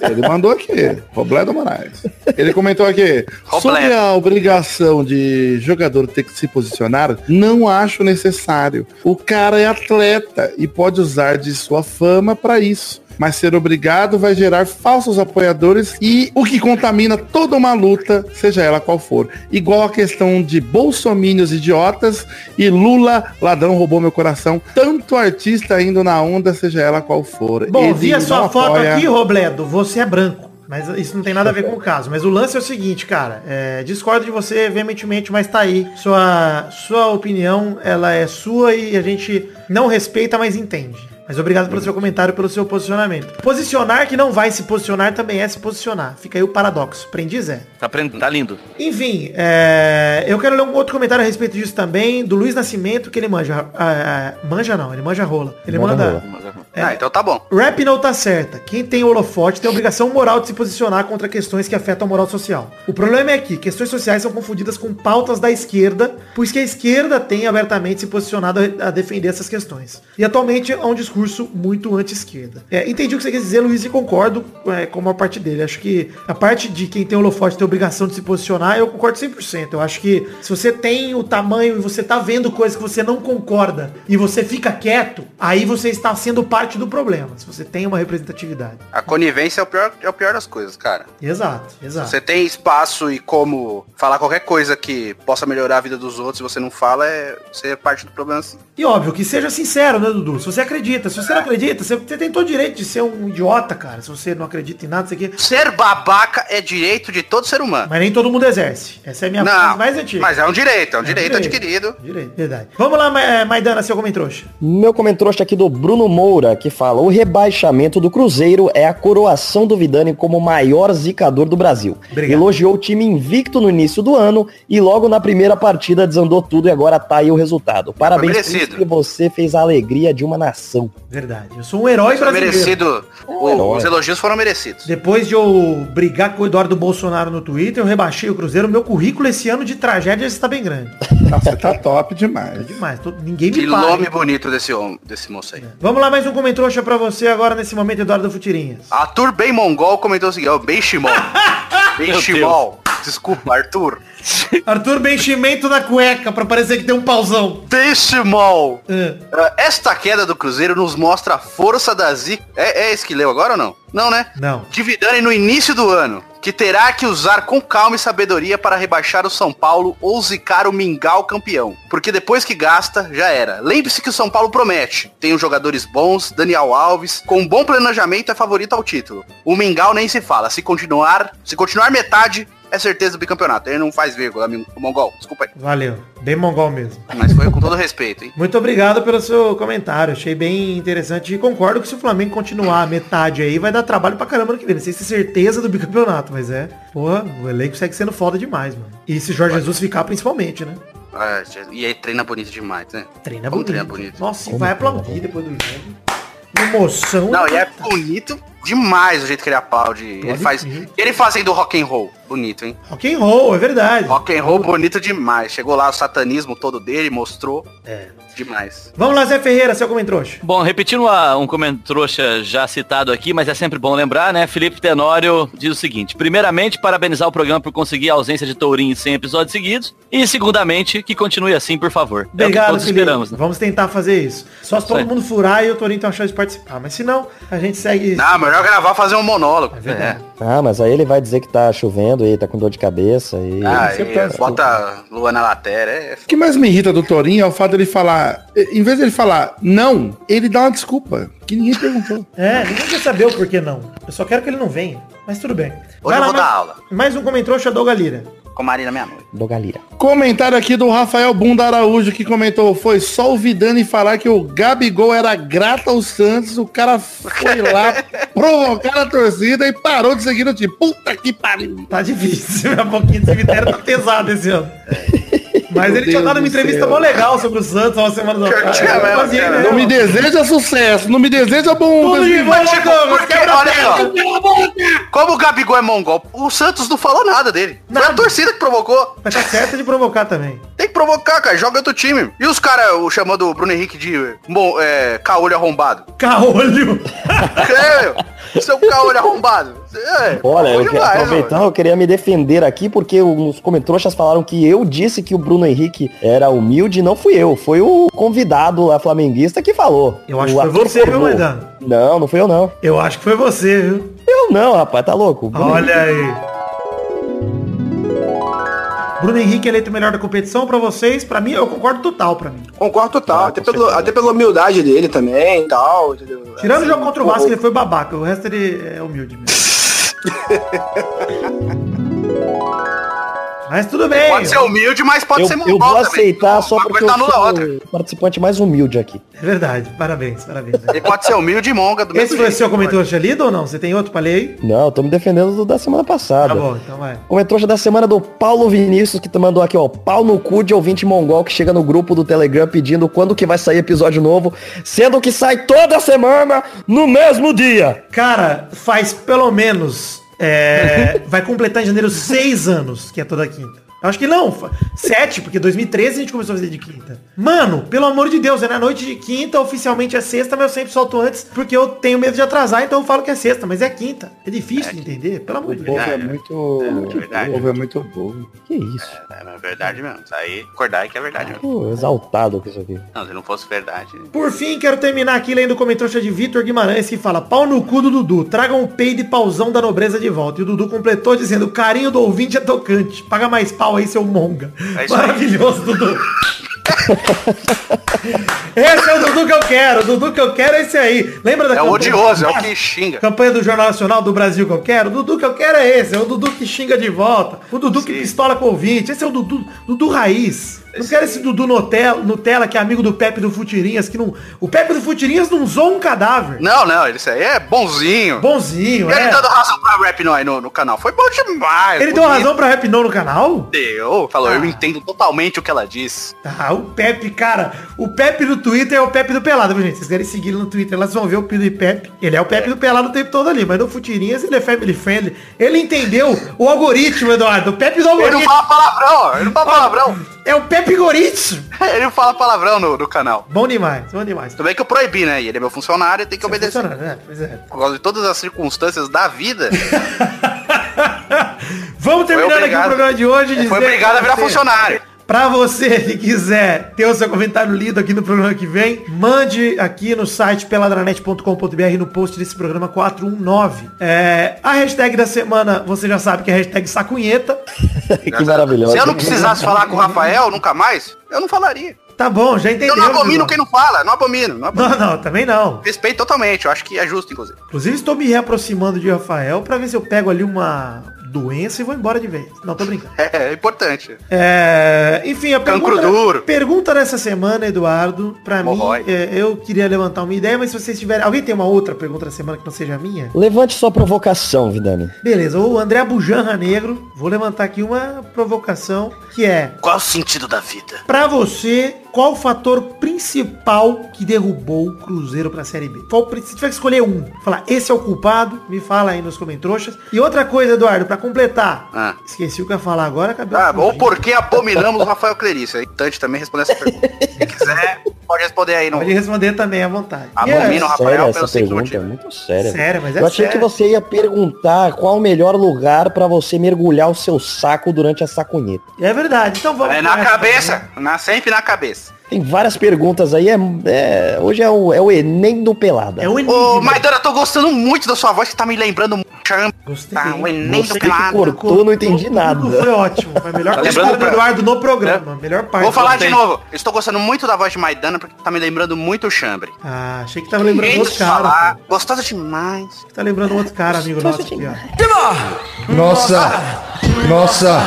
[SPEAKER 6] Ele mandou aqui, Robledo Moraes. Ele comentou aqui, sobre a obrigação de jogador ter que se posicionar, não acho necessário. O cara é atleta e pode usar de sua fama para isso. Mas ser obrigado vai gerar falsos apoiadores e o que contamina toda uma luta, seja ela qual for. Igual a questão de bolsomínios idiotas e Lula, ladrão roubou meu coração. Tanto artista indo na onda, seja ela qual for.
[SPEAKER 3] Bom,
[SPEAKER 6] Ele
[SPEAKER 3] vi a sua
[SPEAKER 6] não
[SPEAKER 3] foto
[SPEAKER 6] apoia.
[SPEAKER 3] aqui, Robledo. Você é branco. Mas isso não tem nada a ver com o caso. Mas o lance é o seguinte, cara. é, discordo de você veementemente, mas tá aí. Sua, sua opinião, ela é sua e a gente não respeita, mas entende. Mas obrigado pelo seu comentário, pelo seu posicionamento. Posicionar que não vai se posicionar também é se posicionar. Fica aí o paradoxo. Prendi, Zé.
[SPEAKER 4] Tá, aprendendo, tá lindo.
[SPEAKER 3] Enfim, é, eu quero ler um outro comentário a respeito disso também, do Luiz Nascimento, que ele manja. ah, ah, manja não, ele manja rola. Ele
[SPEAKER 2] Manja
[SPEAKER 3] manda.
[SPEAKER 2] rola.
[SPEAKER 3] É.
[SPEAKER 5] Ah, então tá bom.
[SPEAKER 3] Rap não tá certa. Quem tem holofote tem a obrigação moral de se posicionar contra questões que afetam a moral social. O problema é que questões sociais são confundidas com pautas da esquerda, pois que a esquerda tem abertamente se posicionado a a defender essas questões. E atualmente há um discurso muito anti-esquerda. É, entendi o que você quer dizer, Luiz, e concordo é, com a maior parte dele. Acho que a parte de quem tem holofote tem a obrigação de se posicionar, eu concordo 100%. Eu acho que se você tem o tamanho e você tá vendo coisas que você não concorda e você fica quieto, aí você está sendo parte do problema, se você tem uma representatividade.
[SPEAKER 5] A conivência é o pior, é o pior das coisas, cara.
[SPEAKER 3] Exato, exato.
[SPEAKER 5] Você tem espaço e como falar qualquer coisa que possa melhorar a vida dos outros e você não fala, é, você é parte do problema sim.
[SPEAKER 3] E óbvio, que seja sincero, né, Dudu? Se você acredita, se você não acredita, você você tem todo o direito de ser um idiota, cara. Se você não acredita em nada, isso aqui.
[SPEAKER 5] Ser babaca é direito de todo ser humano.
[SPEAKER 3] Mas nem todo mundo exerce. Essa é a minha frase
[SPEAKER 5] Não,
[SPEAKER 3] mais antiga.
[SPEAKER 5] mas é um direito, é um direito
[SPEAKER 3] direito.
[SPEAKER 5] adquirido.
[SPEAKER 3] Direito, verdade. Vamos lá, Ma- eh, Maidana, seu comentrouxa.
[SPEAKER 2] Meu comentrouxa aqui do Bruno Moura, que fala: o rebaixamento do Cruzeiro é a coroação do Vidani como o maior zicador do Brasil.
[SPEAKER 3] Obrigado.
[SPEAKER 2] Elogiou o time invicto no início do ano e logo na primeira partida desandou tudo e agora tá aí o resultado. Parabéns,
[SPEAKER 5] merecido.
[SPEAKER 2] Príncipe, você fez a alegria de uma nação.
[SPEAKER 3] Verdade. Eu sou um herói
[SPEAKER 5] Foi
[SPEAKER 3] brasileiro.
[SPEAKER 5] merecido. O-
[SPEAKER 2] herói.
[SPEAKER 5] os elogios foram merecidos.
[SPEAKER 3] Depois de eu brigar com o Eduardo Bolsonaro no Twitter, eu rebaixei o Cruzeiro. Meu currículo esse ano de tragédia está bem grande.
[SPEAKER 6] Nossa, tá top demais.
[SPEAKER 3] Demais. tô- ninguém me
[SPEAKER 5] Que
[SPEAKER 3] para.
[SPEAKER 5] nome bonito desse, homem, desse moço aí.
[SPEAKER 3] Vamos lá, mais um comentrouxa pra você agora nesse momento, Eduardo Futirinhas.
[SPEAKER 5] Arthur Bem Mongol comentou o seguinte, ó, Bem Shimol. Bem
[SPEAKER 4] Meu
[SPEAKER 5] Shimol. Desculpa, Arthur.
[SPEAKER 3] Arthur Benchimento na cueca, pra parecer que tem um pauzão.
[SPEAKER 5] Bem Shimol.
[SPEAKER 3] Ah,
[SPEAKER 5] Ah, Esta queda do Cruzeiro nos mostra a força da zica. É, é esse que leu agora ou não? Não, né?
[SPEAKER 3] Não.
[SPEAKER 5] De Vidani no início do ano, que terá que usar com calma e sabedoria para rebaixar o São Paulo ou zicar o Mingau campeão. Porque depois que gasta, já era. Lembre-se que o São Paulo promete. Tem os jogadores bons, Daniel Alves, com um bom planejamento é favorito ao título. O Mingau nem se fala. Se continuar, se continuar metade, é certeza do bicampeonato. Ele não faz vírgula, amigo mongol. Desculpa aí.
[SPEAKER 3] Valeu. Bem mongol mesmo.
[SPEAKER 5] Mas foi com todo respeito, hein?
[SPEAKER 3] Muito obrigado pelo seu comentário. Achei bem interessante e concordo que se o Flamengo continuar a metade aí, vai dar trabalho pra caramba no que vem. Não sei se é certeza do bicampeonato, mas é. Porra, o elenco segue sendo foda demais, mano. E se Jorge Jesus ficar principalmente, né?
[SPEAKER 5] Ah, e aí treina bonito demais, né?
[SPEAKER 3] Treina
[SPEAKER 5] Como
[SPEAKER 3] bonito.
[SPEAKER 5] treina bonito?
[SPEAKER 3] Nossa, e vai aplaudir depois do jogo. Emoção.
[SPEAKER 5] Não, e é bonito demais o jeito que ele aplaude. Ele faz,
[SPEAKER 3] crer.
[SPEAKER 5] ele fazendo rock and roll, bonito, hein?
[SPEAKER 3] Rock and roll, é verdade.
[SPEAKER 5] Rock and roll bonito demais. Chegou lá o satanismo todo dele, mostrou
[SPEAKER 3] É.
[SPEAKER 5] demais.
[SPEAKER 3] Vamos lá, Zé Ferreira, seu comentrouxa.
[SPEAKER 4] Bom, repetindo uma- um comentrouxa já citado aqui, mas é sempre bom lembrar, né? Felipe Tenório diz o seguinte. Primeiramente, parabenizar o programa por conseguir a ausência de Tourinho em 100 episódios seguidos. E, segundamente, que continue assim, por favor. é o que
[SPEAKER 3] Obrigado,
[SPEAKER 4] todos
[SPEAKER 3] Felipe.
[SPEAKER 4] esperamos, né?
[SPEAKER 3] Vamos tentar fazer isso. Só se
[SPEAKER 4] Isso
[SPEAKER 3] todo
[SPEAKER 4] aí.
[SPEAKER 3] mundo furar e o Torinho tem uma chance de participar. Mas se não, a gente segue.
[SPEAKER 5] Não, melhor Ah, gravar fazer um monólogo.
[SPEAKER 3] É verdade.
[SPEAKER 2] Ah, mas aí ele vai dizer que tá chovendo, cansado e tá com dor de cabeça. E...
[SPEAKER 5] Ah,
[SPEAKER 3] é
[SPEAKER 6] Você
[SPEAKER 5] e
[SPEAKER 6] pensa.
[SPEAKER 5] bota Luana Latera, é
[SPEAKER 6] O que mais me irrita do Torinho é o fato dele falar. Em vez dele falar não, ele dá uma desculpa. Que ninguém perguntou.
[SPEAKER 3] É, ninguém quer saber o porquê não. Eu só quero que ele não venha. Mas tudo bem.
[SPEAKER 5] Hoje eu
[SPEAKER 3] mais,
[SPEAKER 5] vou dar aula.
[SPEAKER 3] Mais um comentou Shadow Galira.
[SPEAKER 5] com Marina Meia Noite.
[SPEAKER 2] Do Galira.
[SPEAKER 6] Comentário aqui do Rafael Bunda Araújo que comentou, foi só o Vidani falar que o Gabigol era grato ao Santos, o cara foi lá provocar a torcida e parou de seguir o time. Puta que pariu.
[SPEAKER 3] Tá difícil, minha boquinha de cemitério tá pesada esse ano.
[SPEAKER 5] É.
[SPEAKER 3] Mas ele tinha
[SPEAKER 6] Deus
[SPEAKER 3] dado
[SPEAKER 6] do
[SPEAKER 3] uma entrevista
[SPEAKER 6] céu.
[SPEAKER 3] mó legal sobre o Santos há umas semanas atrás.
[SPEAKER 5] tinha né? mesmo,
[SPEAKER 3] Mas ele
[SPEAKER 5] cara.
[SPEAKER 3] mesmo.
[SPEAKER 6] Não me deseja sucesso, não me um deseja bom.
[SPEAKER 3] Tudo de bom,
[SPEAKER 5] Mas, tipo,
[SPEAKER 3] Lucão,
[SPEAKER 5] por que-
[SPEAKER 3] quebra a
[SPEAKER 5] olha
[SPEAKER 3] perna.
[SPEAKER 5] só. Como o Gabigol é mongol, o Santos não falou nada dele. Foi
[SPEAKER 3] Nada.
[SPEAKER 5] a torcida que provocou.
[SPEAKER 3] Mas tá certo de provocar também.
[SPEAKER 5] Tem que provocar, cara. Joga outro time. E os caras o- chamando o Bruno Henrique de bom, é, caolho arrombado.
[SPEAKER 3] Caolho.
[SPEAKER 5] é, meu, seu caolho arrombado. É,
[SPEAKER 2] Olha, eu
[SPEAKER 5] foi
[SPEAKER 2] que-
[SPEAKER 5] demais,
[SPEAKER 2] aproveitando,
[SPEAKER 5] mano.
[SPEAKER 2] eu queria me defender aqui porque os comentrouxas falaram que eu disse que o Bruno Henrique era humilde, não fui eu, foi o convidado lá flamenguista que falou.
[SPEAKER 3] Eu acho
[SPEAKER 2] O
[SPEAKER 3] que foi
[SPEAKER 2] Arthur
[SPEAKER 3] você, viu,
[SPEAKER 2] Cornô.
[SPEAKER 3] Maidana?
[SPEAKER 2] Não, não fui eu não.
[SPEAKER 3] Eu acho que foi você, viu?
[SPEAKER 2] Eu não, rapaz, tá
[SPEAKER 3] Ah,
[SPEAKER 2] louco. O Bruno
[SPEAKER 3] Olha aí. Bruno Henrique eleito o melhor da competição pra vocês, pra mim, eu concordo total pra mim.
[SPEAKER 6] Ah,
[SPEAKER 9] Concordo total. até, pelo, até pela humildade dele também e tal. Entendeu?
[SPEAKER 3] Tirando o
[SPEAKER 9] Assim,
[SPEAKER 3] jogo contra o
[SPEAKER 9] pô,
[SPEAKER 3] Vasco, ele foi babaca. O resto ele é humilde mesmo. Mas tudo bem.
[SPEAKER 5] Pode ser humilde, mas pode
[SPEAKER 2] eu,
[SPEAKER 5] ser
[SPEAKER 2] eu
[SPEAKER 5] mongol
[SPEAKER 2] vou
[SPEAKER 5] também.
[SPEAKER 2] aceitar só
[SPEAKER 5] Uma
[SPEAKER 2] porque
[SPEAKER 5] coisa
[SPEAKER 2] eu
[SPEAKER 5] tá nula a outra.
[SPEAKER 2] sou o participante mais humilde aqui.
[SPEAKER 3] É verdade. Parabéns, parabéns. velho.
[SPEAKER 5] Ele pode ser humilde e monga do
[SPEAKER 3] Esse
[SPEAKER 5] mesmo
[SPEAKER 3] foi o
[SPEAKER 5] jeito.
[SPEAKER 3] seu comentário lido ou não? Você tem outro pra ler aí?
[SPEAKER 2] Não, eu tô me defendendo do da semana
[SPEAKER 3] Tá
[SPEAKER 2] passada.
[SPEAKER 3] bom, então vai.
[SPEAKER 2] Comentrouxa é da semana do Paulo Vinícius, que tu mandou aqui, ó. Pau no cu de ouvinte mongol que chega no grupo do Telegram pedindo quando que vai sair episódio novo, sendo que sai toda semana no mesmo dia.
[SPEAKER 3] Cara, faz pelo menos. é, vai completar em janeiro seis anos, que é toda quinta. Eu acho que não, fa- sete, porque 2013 a gente começou a fazer de quinta. Mano, pelo amor de Deus, é na noite de quinta, oficialmente é sexta, mas eu sempre solto antes, porque eu tenho medo de atrasar, então eu falo que é sexta, mas é quinta. É difícil de entender, pelo amor de
[SPEAKER 6] O povo
[SPEAKER 3] Deus.
[SPEAKER 6] é muito.
[SPEAKER 5] né? verdade.
[SPEAKER 6] o povo é muito bom.
[SPEAKER 2] Que isso?
[SPEAKER 5] É, mas é verdade mesmo. Isso aí, acordar é que é verdade mesmo.
[SPEAKER 2] Tô exaltado com isso aqui.
[SPEAKER 5] Não, se não fosse verdade.
[SPEAKER 3] Por fim, quero terminar aqui lendo o comentário de Vitor Guimarães que fala Pau no cu do Dudu, traga um peido e pauzão da nobreza de volta. E o Dudu completou dizendo Carinho do ouvinte é tocante. Paga mais pau aí, seu monga.
[SPEAKER 5] É isso aí.
[SPEAKER 3] Maravilhoso, Dudu. esse é o Dudu que eu quero. O Dudu que eu quero é esse aí. Lembra da
[SPEAKER 5] É o odioso, é o que xinga.
[SPEAKER 3] Campanha do Jornal Nacional do Brasil que eu quero. O Dudu que eu quero é esse. É o Dudu que xinga de volta. O Dudu que pistola com ouvinte. Esse é o Dudu, Dudu Raiz. Não
[SPEAKER 5] é
[SPEAKER 3] quero esse Dudu Nutella, Nutella que é amigo do Pepe do Futirinhas, que não. O Pepe do Futirinhas não zoou um cadáver.
[SPEAKER 5] Não, não, ele- isso aí é bonzinho.
[SPEAKER 3] Bonzinho,
[SPEAKER 5] E ele tá
[SPEAKER 3] é.
[SPEAKER 5] dando razão pra Rap Noi no, no canal. Foi bom demais.
[SPEAKER 3] Ele deu razão Ah. pra Rap Não no canal?
[SPEAKER 5] Deu. Falou, eu entendo totalmente o que ela disse.
[SPEAKER 3] Tá, o Pepe, cara, o Pepe do Twitter é o Pepe do Pelado, viu, gente? Vocês querem seguir ele no Twitter, lá vocês vão ver o Pido e Pepe. Ele é o Pepe do Pelado o tempo todo ali, mas no Futirinhas ele é family friendly. Ele entendeu o algoritmo, Eduardo. O Pepe do
[SPEAKER 5] Ele não
[SPEAKER 3] algoritmo.
[SPEAKER 5] fala palavrão, ó. Ele não fala palavrão.
[SPEAKER 3] É o Pepe Goritmo.
[SPEAKER 5] Ele não fala palavrão no, no canal.
[SPEAKER 3] Bom demais, bom demais.
[SPEAKER 5] Tudo bem que eu proibi, né? E ele é meu funcionário, tem que obedecer.
[SPEAKER 3] Funcionando, né? Pois é.
[SPEAKER 5] Por causa de todas as circunstâncias da vida,
[SPEAKER 3] Vamos terminando aqui o
[SPEAKER 5] obrigado.
[SPEAKER 3] programa de hoje.
[SPEAKER 5] ele
[SPEAKER 3] dizer
[SPEAKER 5] foi obrigado a
[SPEAKER 3] pra
[SPEAKER 5] virar
[SPEAKER 3] você-
[SPEAKER 5] funcionário.
[SPEAKER 3] Pra você que quiser ter o seu comentário lido aqui no programa que vem, mande aqui no site peladranet.com.br no post desse programa 419. É, a hashtag da semana, você já sabe que é a hashtag sacunheta.
[SPEAKER 2] que maravilhoso.
[SPEAKER 5] Se eu não precisasse falar com o Rafael nunca mais, eu não falaria.
[SPEAKER 3] Tá bom, já entendeu.
[SPEAKER 5] Eu não abomino
[SPEAKER 3] Dudu.
[SPEAKER 5] quem não fala, não abomino. Não abomino.
[SPEAKER 3] Não, não, também não.
[SPEAKER 5] Respeito totalmente, eu acho que é justo, inclusive.
[SPEAKER 3] Inclusive estou me reaproximando de Rafael pra ver se eu pego ali uma doença e vou embora de vez. Não, tô brincando.
[SPEAKER 5] É, é importante.
[SPEAKER 3] É, enfim, a
[SPEAKER 5] Cancro
[SPEAKER 3] pergunta,
[SPEAKER 5] duro.
[SPEAKER 3] pergunta dessa semana, Eduardo, pra mim,
[SPEAKER 5] Morrói.
[SPEAKER 3] é, eu queria levantar uma ideia, mas se vocês tiverem... Alguém tem uma outra pergunta da semana que não seja a minha?
[SPEAKER 5] é um
[SPEAKER 2] Levante sua provocação, Vidani.
[SPEAKER 3] Beleza, o André Bujanra Negro, vou levantar aqui uma provocação, que é,
[SPEAKER 5] Qual o sentido da vida?
[SPEAKER 3] pra você, qual o fator principal que derrubou o Cruzeiro pra Série B? Qual, o prin- se tiver que escolher um, falar, esse é o culpado, me fala aí nos comentroxas. E outra coisa, Eduardo, pra completar,
[SPEAKER 5] Ah.
[SPEAKER 3] esqueci o que eu ia falar agora, acabei
[SPEAKER 5] Ah,
[SPEAKER 3] fugindo.
[SPEAKER 5] ou por que abominamos o Rafael Clerice? Aí Tante também responde essa pergunta. Se quiser, pode responder aí no.
[SPEAKER 3] Pode responder também à vontade. E é-
[SPEAKER 5] Abomino o
[SPEAKER 2] séria
[SPEAKER 5] Rafael
[SPEAKER 2] essa
[SPEAKER 5] pelo né? simples
[SPEAKER 2] pergunta, é
[SPEAKER 5] motivo.
[SPEAKER 2] muito séria.
[SPEAKER 3] Séria, mas é
[SPEAKER 2] Eu achei
[SPEAKER 3] séria.
[SPEAKER 2] que você ia perguntar qual o melhor lugar pra você mergulhar o seu saco durante a sacunheta.
[SPEAKER 3] É verdade. Então vamos.
[SPEAKER 5] É na
[SPEAKER 3] começar,
[SPEAKER 5] cabeça,
[SPEAKER 3] né?
[SPEAKER 5] na, sempre na cabeça.
[SPEAKER 2] Tem várias perguntas aí. É, é- hoje é o, é o Enem do Pelada.
[SPEAKER 3] É o Enem.
[SPEAKER 5] Ô, Maidana, eu tô gostando muito da sua voz, que tá me lembrando muito.
[SPEAKER 3] Gostei.
[SPEAKER 5] Tá, o Enem
[SPEAKER 2] Você
[SPEAKER 5] do
[SPEAKER 2] que
[SPEAKER 5] Pelado.
[SPEAKER 2] cortou. eu não entendi nada.
[SPEAKER 3] Foi ótimo. Foi a melhor
[SPEAKER 5] Tá
[SPEAKER 3] coisa
[SPEAKER 5] lembrando
[SPEAKER 3] do
[SPEAKER 5] pra- É?
[SPEAKER 3] Eduardo no programa. Melhor parte.
[SPEAKER 5] Vou falar
[SPEAKER 4] gostei.
[SPEAKER 5] de novo. Eu Estou gostando muito da voz de Maidana, porque tá me lembrando muito o Chambre.
[SPEAKER 3] Ah, achei que tava lembrando
[SPEAKER 5] Jeito
[SPEAKER 3] outro
[SPEAKER 5] de
[SPEAKER 3] cara.
[SPEAKER 5] falar,
[SPEAKER 3] cara.
[SPEAKER 5] gostosa demais.
[SPEAKER 3] Tá lembrando outro cara, amigo nosso aqui, ó.
[SPEAKER 1] Nossa! Nossa!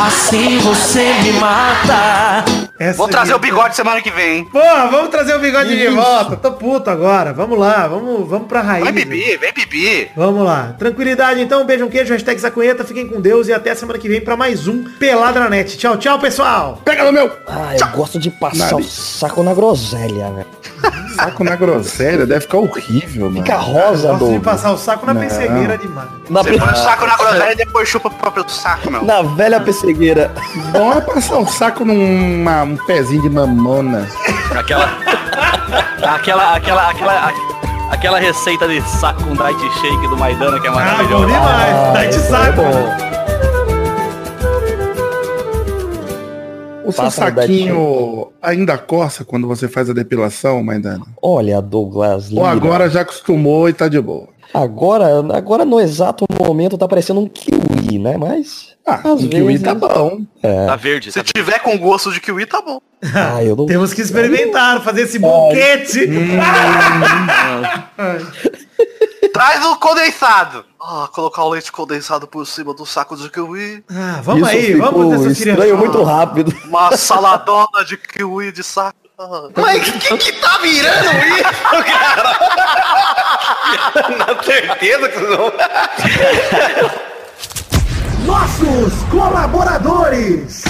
[SPEAKER 7] Assim você me mata.
[SPEAKER 3] Essa
[SPEAKER 5] Vou trazer o
[SPEAKER 3] aqui-
[SPEAKER 5] bigode semana que vem. hein?
[SPEAKER 3] Porra, vamos trazer o bigode de
[SPEAKER 1] Isso.
[SPEAKER 3] volta. Tô puto agora. Vamos lá, vamos, vamos pra raiz.
[SPEAKER 5] Vem beber, vem beber.
[SPEAKER 3] Vamos lá. Tranquilidade, então. Beijo, um queijo, hashtag Zacunheta. Fiquem com Deus e até semana que vem pra mais um Pelada na Net. Tchau, tchau, pessoal.
[SPEAKER 6] Pega no meu
[SPEAKER 2] Ah, eu gosto de passar o
[SPEAKER 6] Nariz.
[SPEAKER 2] saco na groselha, velho.
[SPEAKER 6] saco na grosselha, deve ficar horrível, mano.
[SPEAKER 2] Fica rosa,
[SPEAKER 3] Ah, Gosto de
[SPEAKER 2] Douglas.
[SPEAKER 3] passar o saco na
[SPEAKER 6] Não.
[SPEAKER 3] pensegueira demais.
[SPEAKER 2] Na,
[SPEAKER 5] Você põe o saco na groselha e depois chupa o próprio saco, meu.
[SPEAKER 2] na velha pessegueira.
[SPEAKER 6] Bom é passar o saco num uma- um pezinho de mamona.
[SPEAKER 4] Aquela. aquela, aquela, aquela. Aquela receita de saco com dry shake do Maidana que é
[SPEAKER 3] Ah, bom
[SPEAKER 4] maravilhosa.
[SPEAKER 3] demais. Tá de
[SPEAKER 2] é
[SPEAKER 3] saco.
[SPEAKER 2] então,
[SPEAKER 6] O seu
[SPEAKER 2] Passa no
[SPEAKER 6] saquinho ainda coça quando você faz a depilação, Maidana?
[SPEAKER 2] Olha, Douglas.
[SPEAKER 6] Ou
[SPEAKER 2] Lira.
[SPEAKER 6] agora já acostumou e tá de boa?
[SPEAKER 2] Agora, agora no exato momento tá parecendo um kiwi, né? Mas.
[SPEAKER 6] Ah,
[SPEAKER 3] um
[SPEAKER 2] Às
[SPEAKER 6] o kiwi tá
[SPEAKER 2] vezes.
[SPEAKER 6] bom.
[SPEAKER 4] Tá verde.
[SPEAKER 5] Se
[SPEAKER 4] Tá...
[SPEAKER 5] tiver com gosto de kiwi, tá bom.
[SPEAKER 2] Ah, eu não.
[SPEAKER 3] Temos que experimentar, fazer esse boquete.
[SPEAKER 2] Hum.
[SPEAKER 5] Traz o condensado. Ah, colocar o leite condensado por cima do saco de kiwi.
[SPEAKER 3] Ah, vamos
[SPEAKER 2] Isso
[SPEAKER 3] aí,
[SPEAKER 2] ficou
[SPEAKER 3] vamos nessa
[SPEAKER 2] estranho muito rápido.
[SPEAKER 5] Uma saladona de kiwi de saco. Ah. Mas o que, que tá virando isso, cara? Na certeza que não.
[SPEAKER 3] Nossos colaboradores.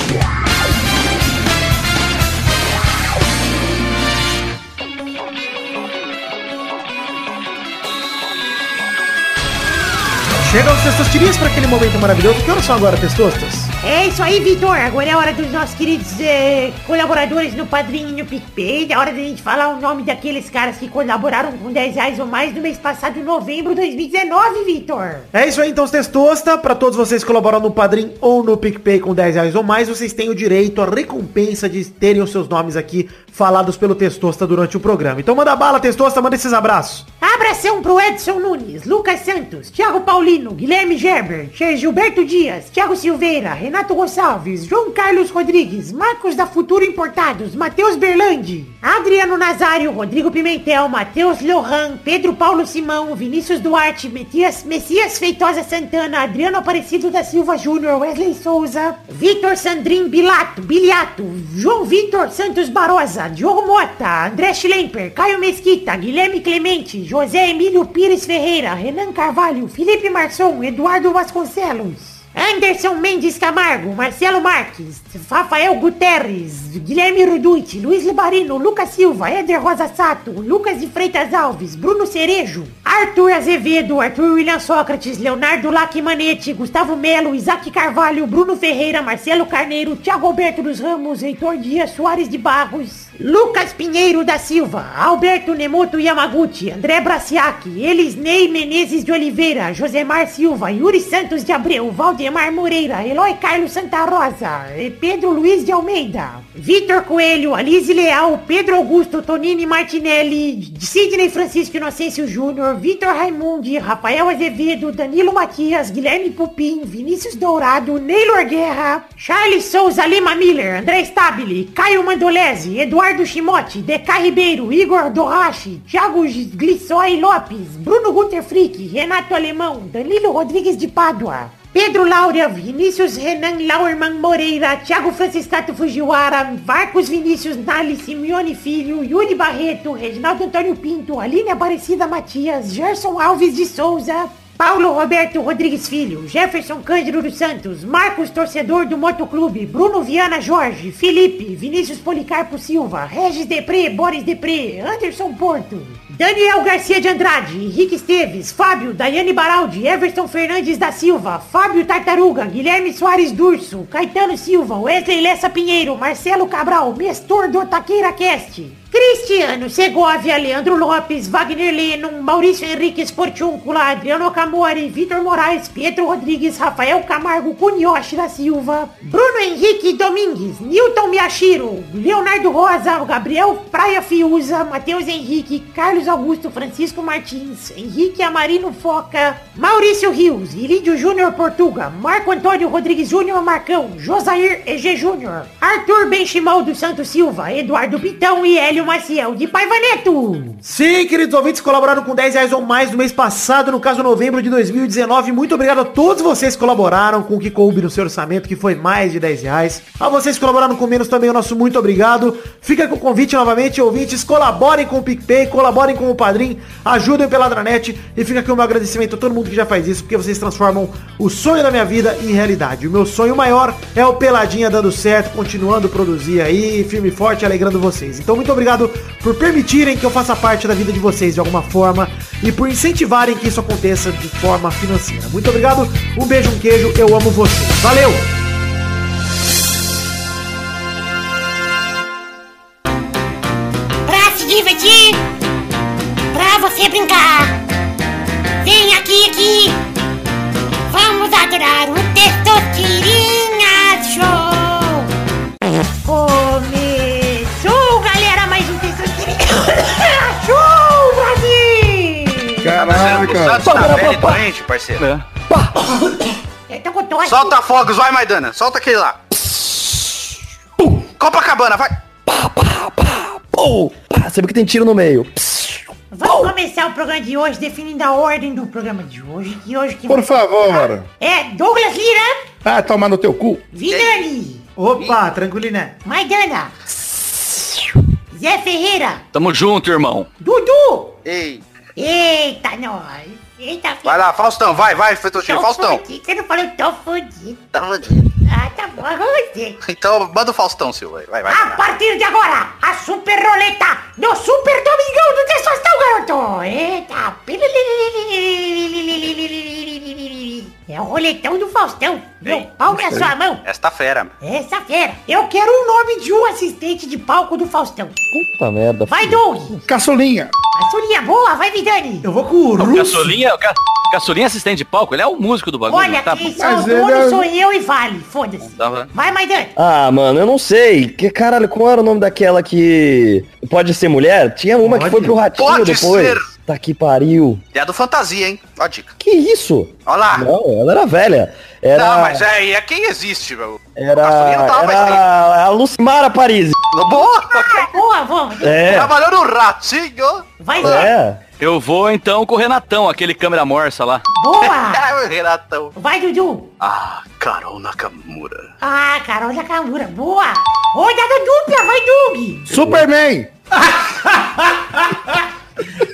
[SPEAKER 3] Chegam os testosterinhas para aquele momento maravilhoso. Que horas são agora, testostas?
[SPEAKER 8] É isso aí, Vitor. Agora é a hora dos nossos queridos eh, colaboradores no Padrinho e no PicPay. É hora da gente falar o nome daqueles caras que colaboraram com 10 reais ou mais no mês passado, em novembro de 2019, Vitor.
[SPEAKER 3] É isso aí, então, os Testosta. Pra todos vocês que colaboraram no Padrim ou no PicPay com 10 reais ou mais, vocês têm o direito à recompensa de terem os seus nomes aqui falados pelo Testosta durante o programa. Então manda bala, Testosta, manda esses abraços.
[SPEAKER 8] Abração pro Edson Nunes, Lucas Santos, Thiago Paulino, Guilherme Gerber, Che- Gilberto Dias, Thiago Silveira, Renato Gonçalves, João Carlos Rodrigues, Marcos da Futuro Importados, Matheus Berlandi, Adriano Nazário, Rodrigo Pimentel, Matheus Lohan, Pedro Paulo Simão, Vinícius Duarte, Metias, Messias Feitosa Santana, Adriano Aparecido da Silva Júnior, Wesley Souza, Vitor Sandrin Bilato, Biliato, João Vitor Santos Barosa, Diogo Mota, André Schlemper, Caio Mesquita, Guilherme Clemente, José Emílio Pires Ferreira, Renan Carvalho, Felipe Marçom, Eduardo Vasconcelos. Anderson Mendes Camargo, Marcelo Marques, Rafael Guterres, Guilherme Ruduiti, Luiz Libarino, Lucas Silva, Éder Rosa Sato, Lucas de Freitas Alves, Bruno Cerejo, Arthur Azevedo, Arthur William Sócrates, Leonardo Lacimanete, Gustavo Melo, Isaac Carvalho, Bruno Ferreira, Marcelo Carneiro, Thiago Alberto dos Ramos, Heitor Dias, Soares de Barros, Lucas Pinheiro da Silva, Alberto Nemoto Yamaguchi, André Braciac, Elisney Menezes de Oliveira, Josemar Silva, Yuri Santos de Abreu, Valdemar Moreira, Eloy Carlos Santa Rosa, eh, Pedro Luiz de Almeida, Vitor Coelho, Alice Leal, Pedro Augusto, Tonini Martinelli, Sidney Francisco Inocêncio Júnior, Vitor Raimundi, Rafael Azevedo, Danilo Matias, Guilherme Pupim, Vinícius Dourado, Neylor Guerra, Charles Souza Lima Miller, André Stabile, Caio Mandolese, Eduardo Chimote, DK Ribeiro, Igor Dorrache, Thiago G- Glissói Lopes, Bruno Guter Frick, Renato Alemão, Danilo Rodrigues de Pádua. Pedro Laura, Vinícius Renan Lauerman Moreira, Thiago Franciscato Fujiwara, Marcos Vinícius Nali, Simeone Filho, Yuri Barreto, Reginaldo Antônio Pinto, Aline Aparecida Matias, Gerson Alves de Souza, Paulo Roberto Rodrigues Filho, Jefferson Cândido dos Santos, Marcos Torcedor do Motoclube, Bruno Viana Jorge, Felipe, Vinícius Policarpo Silva, Regis Depré, Boris Depré, Anderson Porto, Daniel Garcia de Andrade, Henrique Esteves, Fábio, Daiane Baraldi, Everton Fernandes da Silva, Fábio Tartaruga, Guilherme Soares Durso, Caetano Silva, Wesley Lessa Pinheiro, Marcelo Cabral, Mestor do Taqueira Cast. Cristiano Segovia, Leandro Lopes, Wagner Leno, Maurício Henrique Sportiúncula, Adriano Camori, Vitor Moraes, Pietro Rodrigues, Rafael Camargo, Cunhoche da Silva, Bruno Henrique Domingues, Newton Miyashiro, Leonardo Rosa, Gabriel Praia Fiuza, Matheus Henrique, Carlos Augusto, Francisco Martins, Henrique Amarino Foca, Maurício Rios, Irídio Júnior Portuga, Marco Antônio Rodrigues Júnior Marcão, Josair EG Júnior, Arthur Benchimol do Santos Silva, Eduardo Pitão e Hélio Maciel de Paivaneto.
[SPEAKER 3] Sim, queridos ouvintes, colaboraram com 10 reais ou mais no mês passado, no caso novembro de 2019. Muito obrigado a todos vocês que colaboraram com o que coube no seu orçamento, que foi mais de 10 reais. A vocês que colaboraram com menos também, o nosso muito obrigado. Fica com o convite novamente, ouvintes, colaborem com o PicPay, colaborem com o Padrim, ajudem o Peladranet e fica aqui o meu agradecimento a todo mundo que já faz isso, porque vocês transformam o sonho da minha vida em realidade. O meu sonho maior é o Peladinha dando certo, continuando a produzir aí, firme e forte, alegrando vocês. Então, muito obrigado por permitirem que eu faça parte da vida de vocês de alguma forma e por incentivarem que isso aconteça de forma financeira. Muito obrigado, um beijo, um queijo, eu amo vocês. Valeu!
[SPEAKER 10] Pra se divertir, pra você brincar. Vem aqui, aqui. Vamos adorar o Testosterinha Show. Começou, galera, mais um Testosterinha Show, Brasil.
[SPEAKER 6] Caraca.
[SPEAKER 5] Santos é. tá velho e doente, parceiro.
[SPEAKER 4] né?
[SPEAKER 10] Então, Eu tô com tosse.
[SPEAKER 5] Solta fogos, vai, Maidana. Solta aquele lá. Copacabana, vai.
[SPEAKER 2] Pô! Pá, você vê que tem tiro no meio. Pss,
[SPEAKER 10] Vamos começar o programa de hoje definindo a ordem do programa de hoje. Que hoje que
[SPEAKER 6] Por favor, mano.
[SPEAKER 10] É Douglas Lira,
[SPEAKER 6] Ah, tomar no teu cu.
[SPEAKER 10] Vidani,
[SPEAKER 3] Opa, né? tranquilina.
[SPEAKER 10] Maidana, Zé Ferreira,
[SPEAKER 4] Tamo junto, irmão.
[SPEAKER 10] Dudu.
[SPEAKER 5] Ei.
[SPEAKER 10] Eita, nós. Eita,
[SPEAKER 5] Vai lá, Faustão, vai, vai, Fettuccine,
[SPEAKER 10] tão
[SPEAKER 5] Faustão.
[SPEAKER 10] fudido, Você não falou tão fudido.
[SPEAKER 5] Tá fudido.
[SPEAKER 10] Ah, tá bom, vamos ver.
[SPEAKER 5] Então, manda o Faustão, seu. Vai, vai.
[SPEAKER 10] A
[SPEAKER 5] vai.
[SPEAKER 10] partir de agora, a super roleta do Super Domingão do Testostão, garoto! Eita! É o roletão do Faustão. Meu
[SPEAKER 5] Ei,
[SPEAKER 10] pau na sua mão.
[SPEAKER 5] Esta fera, mano.
[SPEAKER 10] Essa fera. Eu quero o nome de um assistente de palco do Faustão.
[SPEAKER 2] Puta merda.
[SPEAKER 10] Vai, Doug.
[SPEAKER 6] Caçulinha.
[SPEAKER 10] A solinha boa, vai, Vidani.
[SPEAKER 3] Eu vou com o
[SPEAKER 4] O
[SPEAKER 3] Russo.
[SPEAKER 4] Caçulinha, o Ca- Caçulinha é assistente de palco, ele é o músico do bagulho.
[SPEAKER 10] Olha,
[SPEAKER 4] tá?
[SPEAKER 10] quem sou o
[SPEAKER 6] Mas ele
[SPEAKER 10] dono
[SPEAKER 6] é-
[SPEAKER 10] sou eu e vale. Foda-se.
[SPEAKER 4] Tá, vai.
[SPEAKER 10] Vai, Maidani.
[SPEAKER 2] Ah, mano, eu não sei. Que caralho, qual era o nome daquela que pode ser mulher? Tinha uma que
[SPEAKER 3] Pode.
[SPEAKER 2] foi pro ratinho
[SPEAKER 5] Pode
[SPEAKER 2] depois.
[SPEAKER 5] ser.
[SPEAKER 2] Tá que pariu.
[SPEAKER 5] É a do fantasia, hein? Ó a dica.
[SPEAKER 2] Que isso?
[SPEAKER 5] Ó lá. Não,
[SPEAKER 2] Não, ela era velha. Era
[SPEAKER 5] mas é, é quem existe, meu.
[SPEAKER 2] era,
[SPEAKER 5] Caçulinha não tava,
[SPEAKER 2] era a Lucimara Paris.
[SPEAKER 5] Boa!
[SPEAKER 10] Tá, Boa, vamos.
[SPEAKER 2] É.
[SPEAKER 5] Trabalhou no ratinho.
[SPEAKER 10] Vai,
[SPEAKER 5] Tá
[SPEAKER 10] Zé.
[SPEAKER 2] É.
[SPEAKER 4] Eu vou então com o Renatão, aquele câmera morsa lá.
[SPEAKER 8] Ah.
[SPEAKER 10] Boa.
[SPEAKER 5] É, o Renatão.
[SPEAKER 10] Vai, Dudu.
[SPEAKER 5] Ah, Carol Nakamura.
[SPEAKER 10] Ah, Carol Nakamura, boa! Rodada dupla, vai, Doug!
[SPEAKER 6] Superman.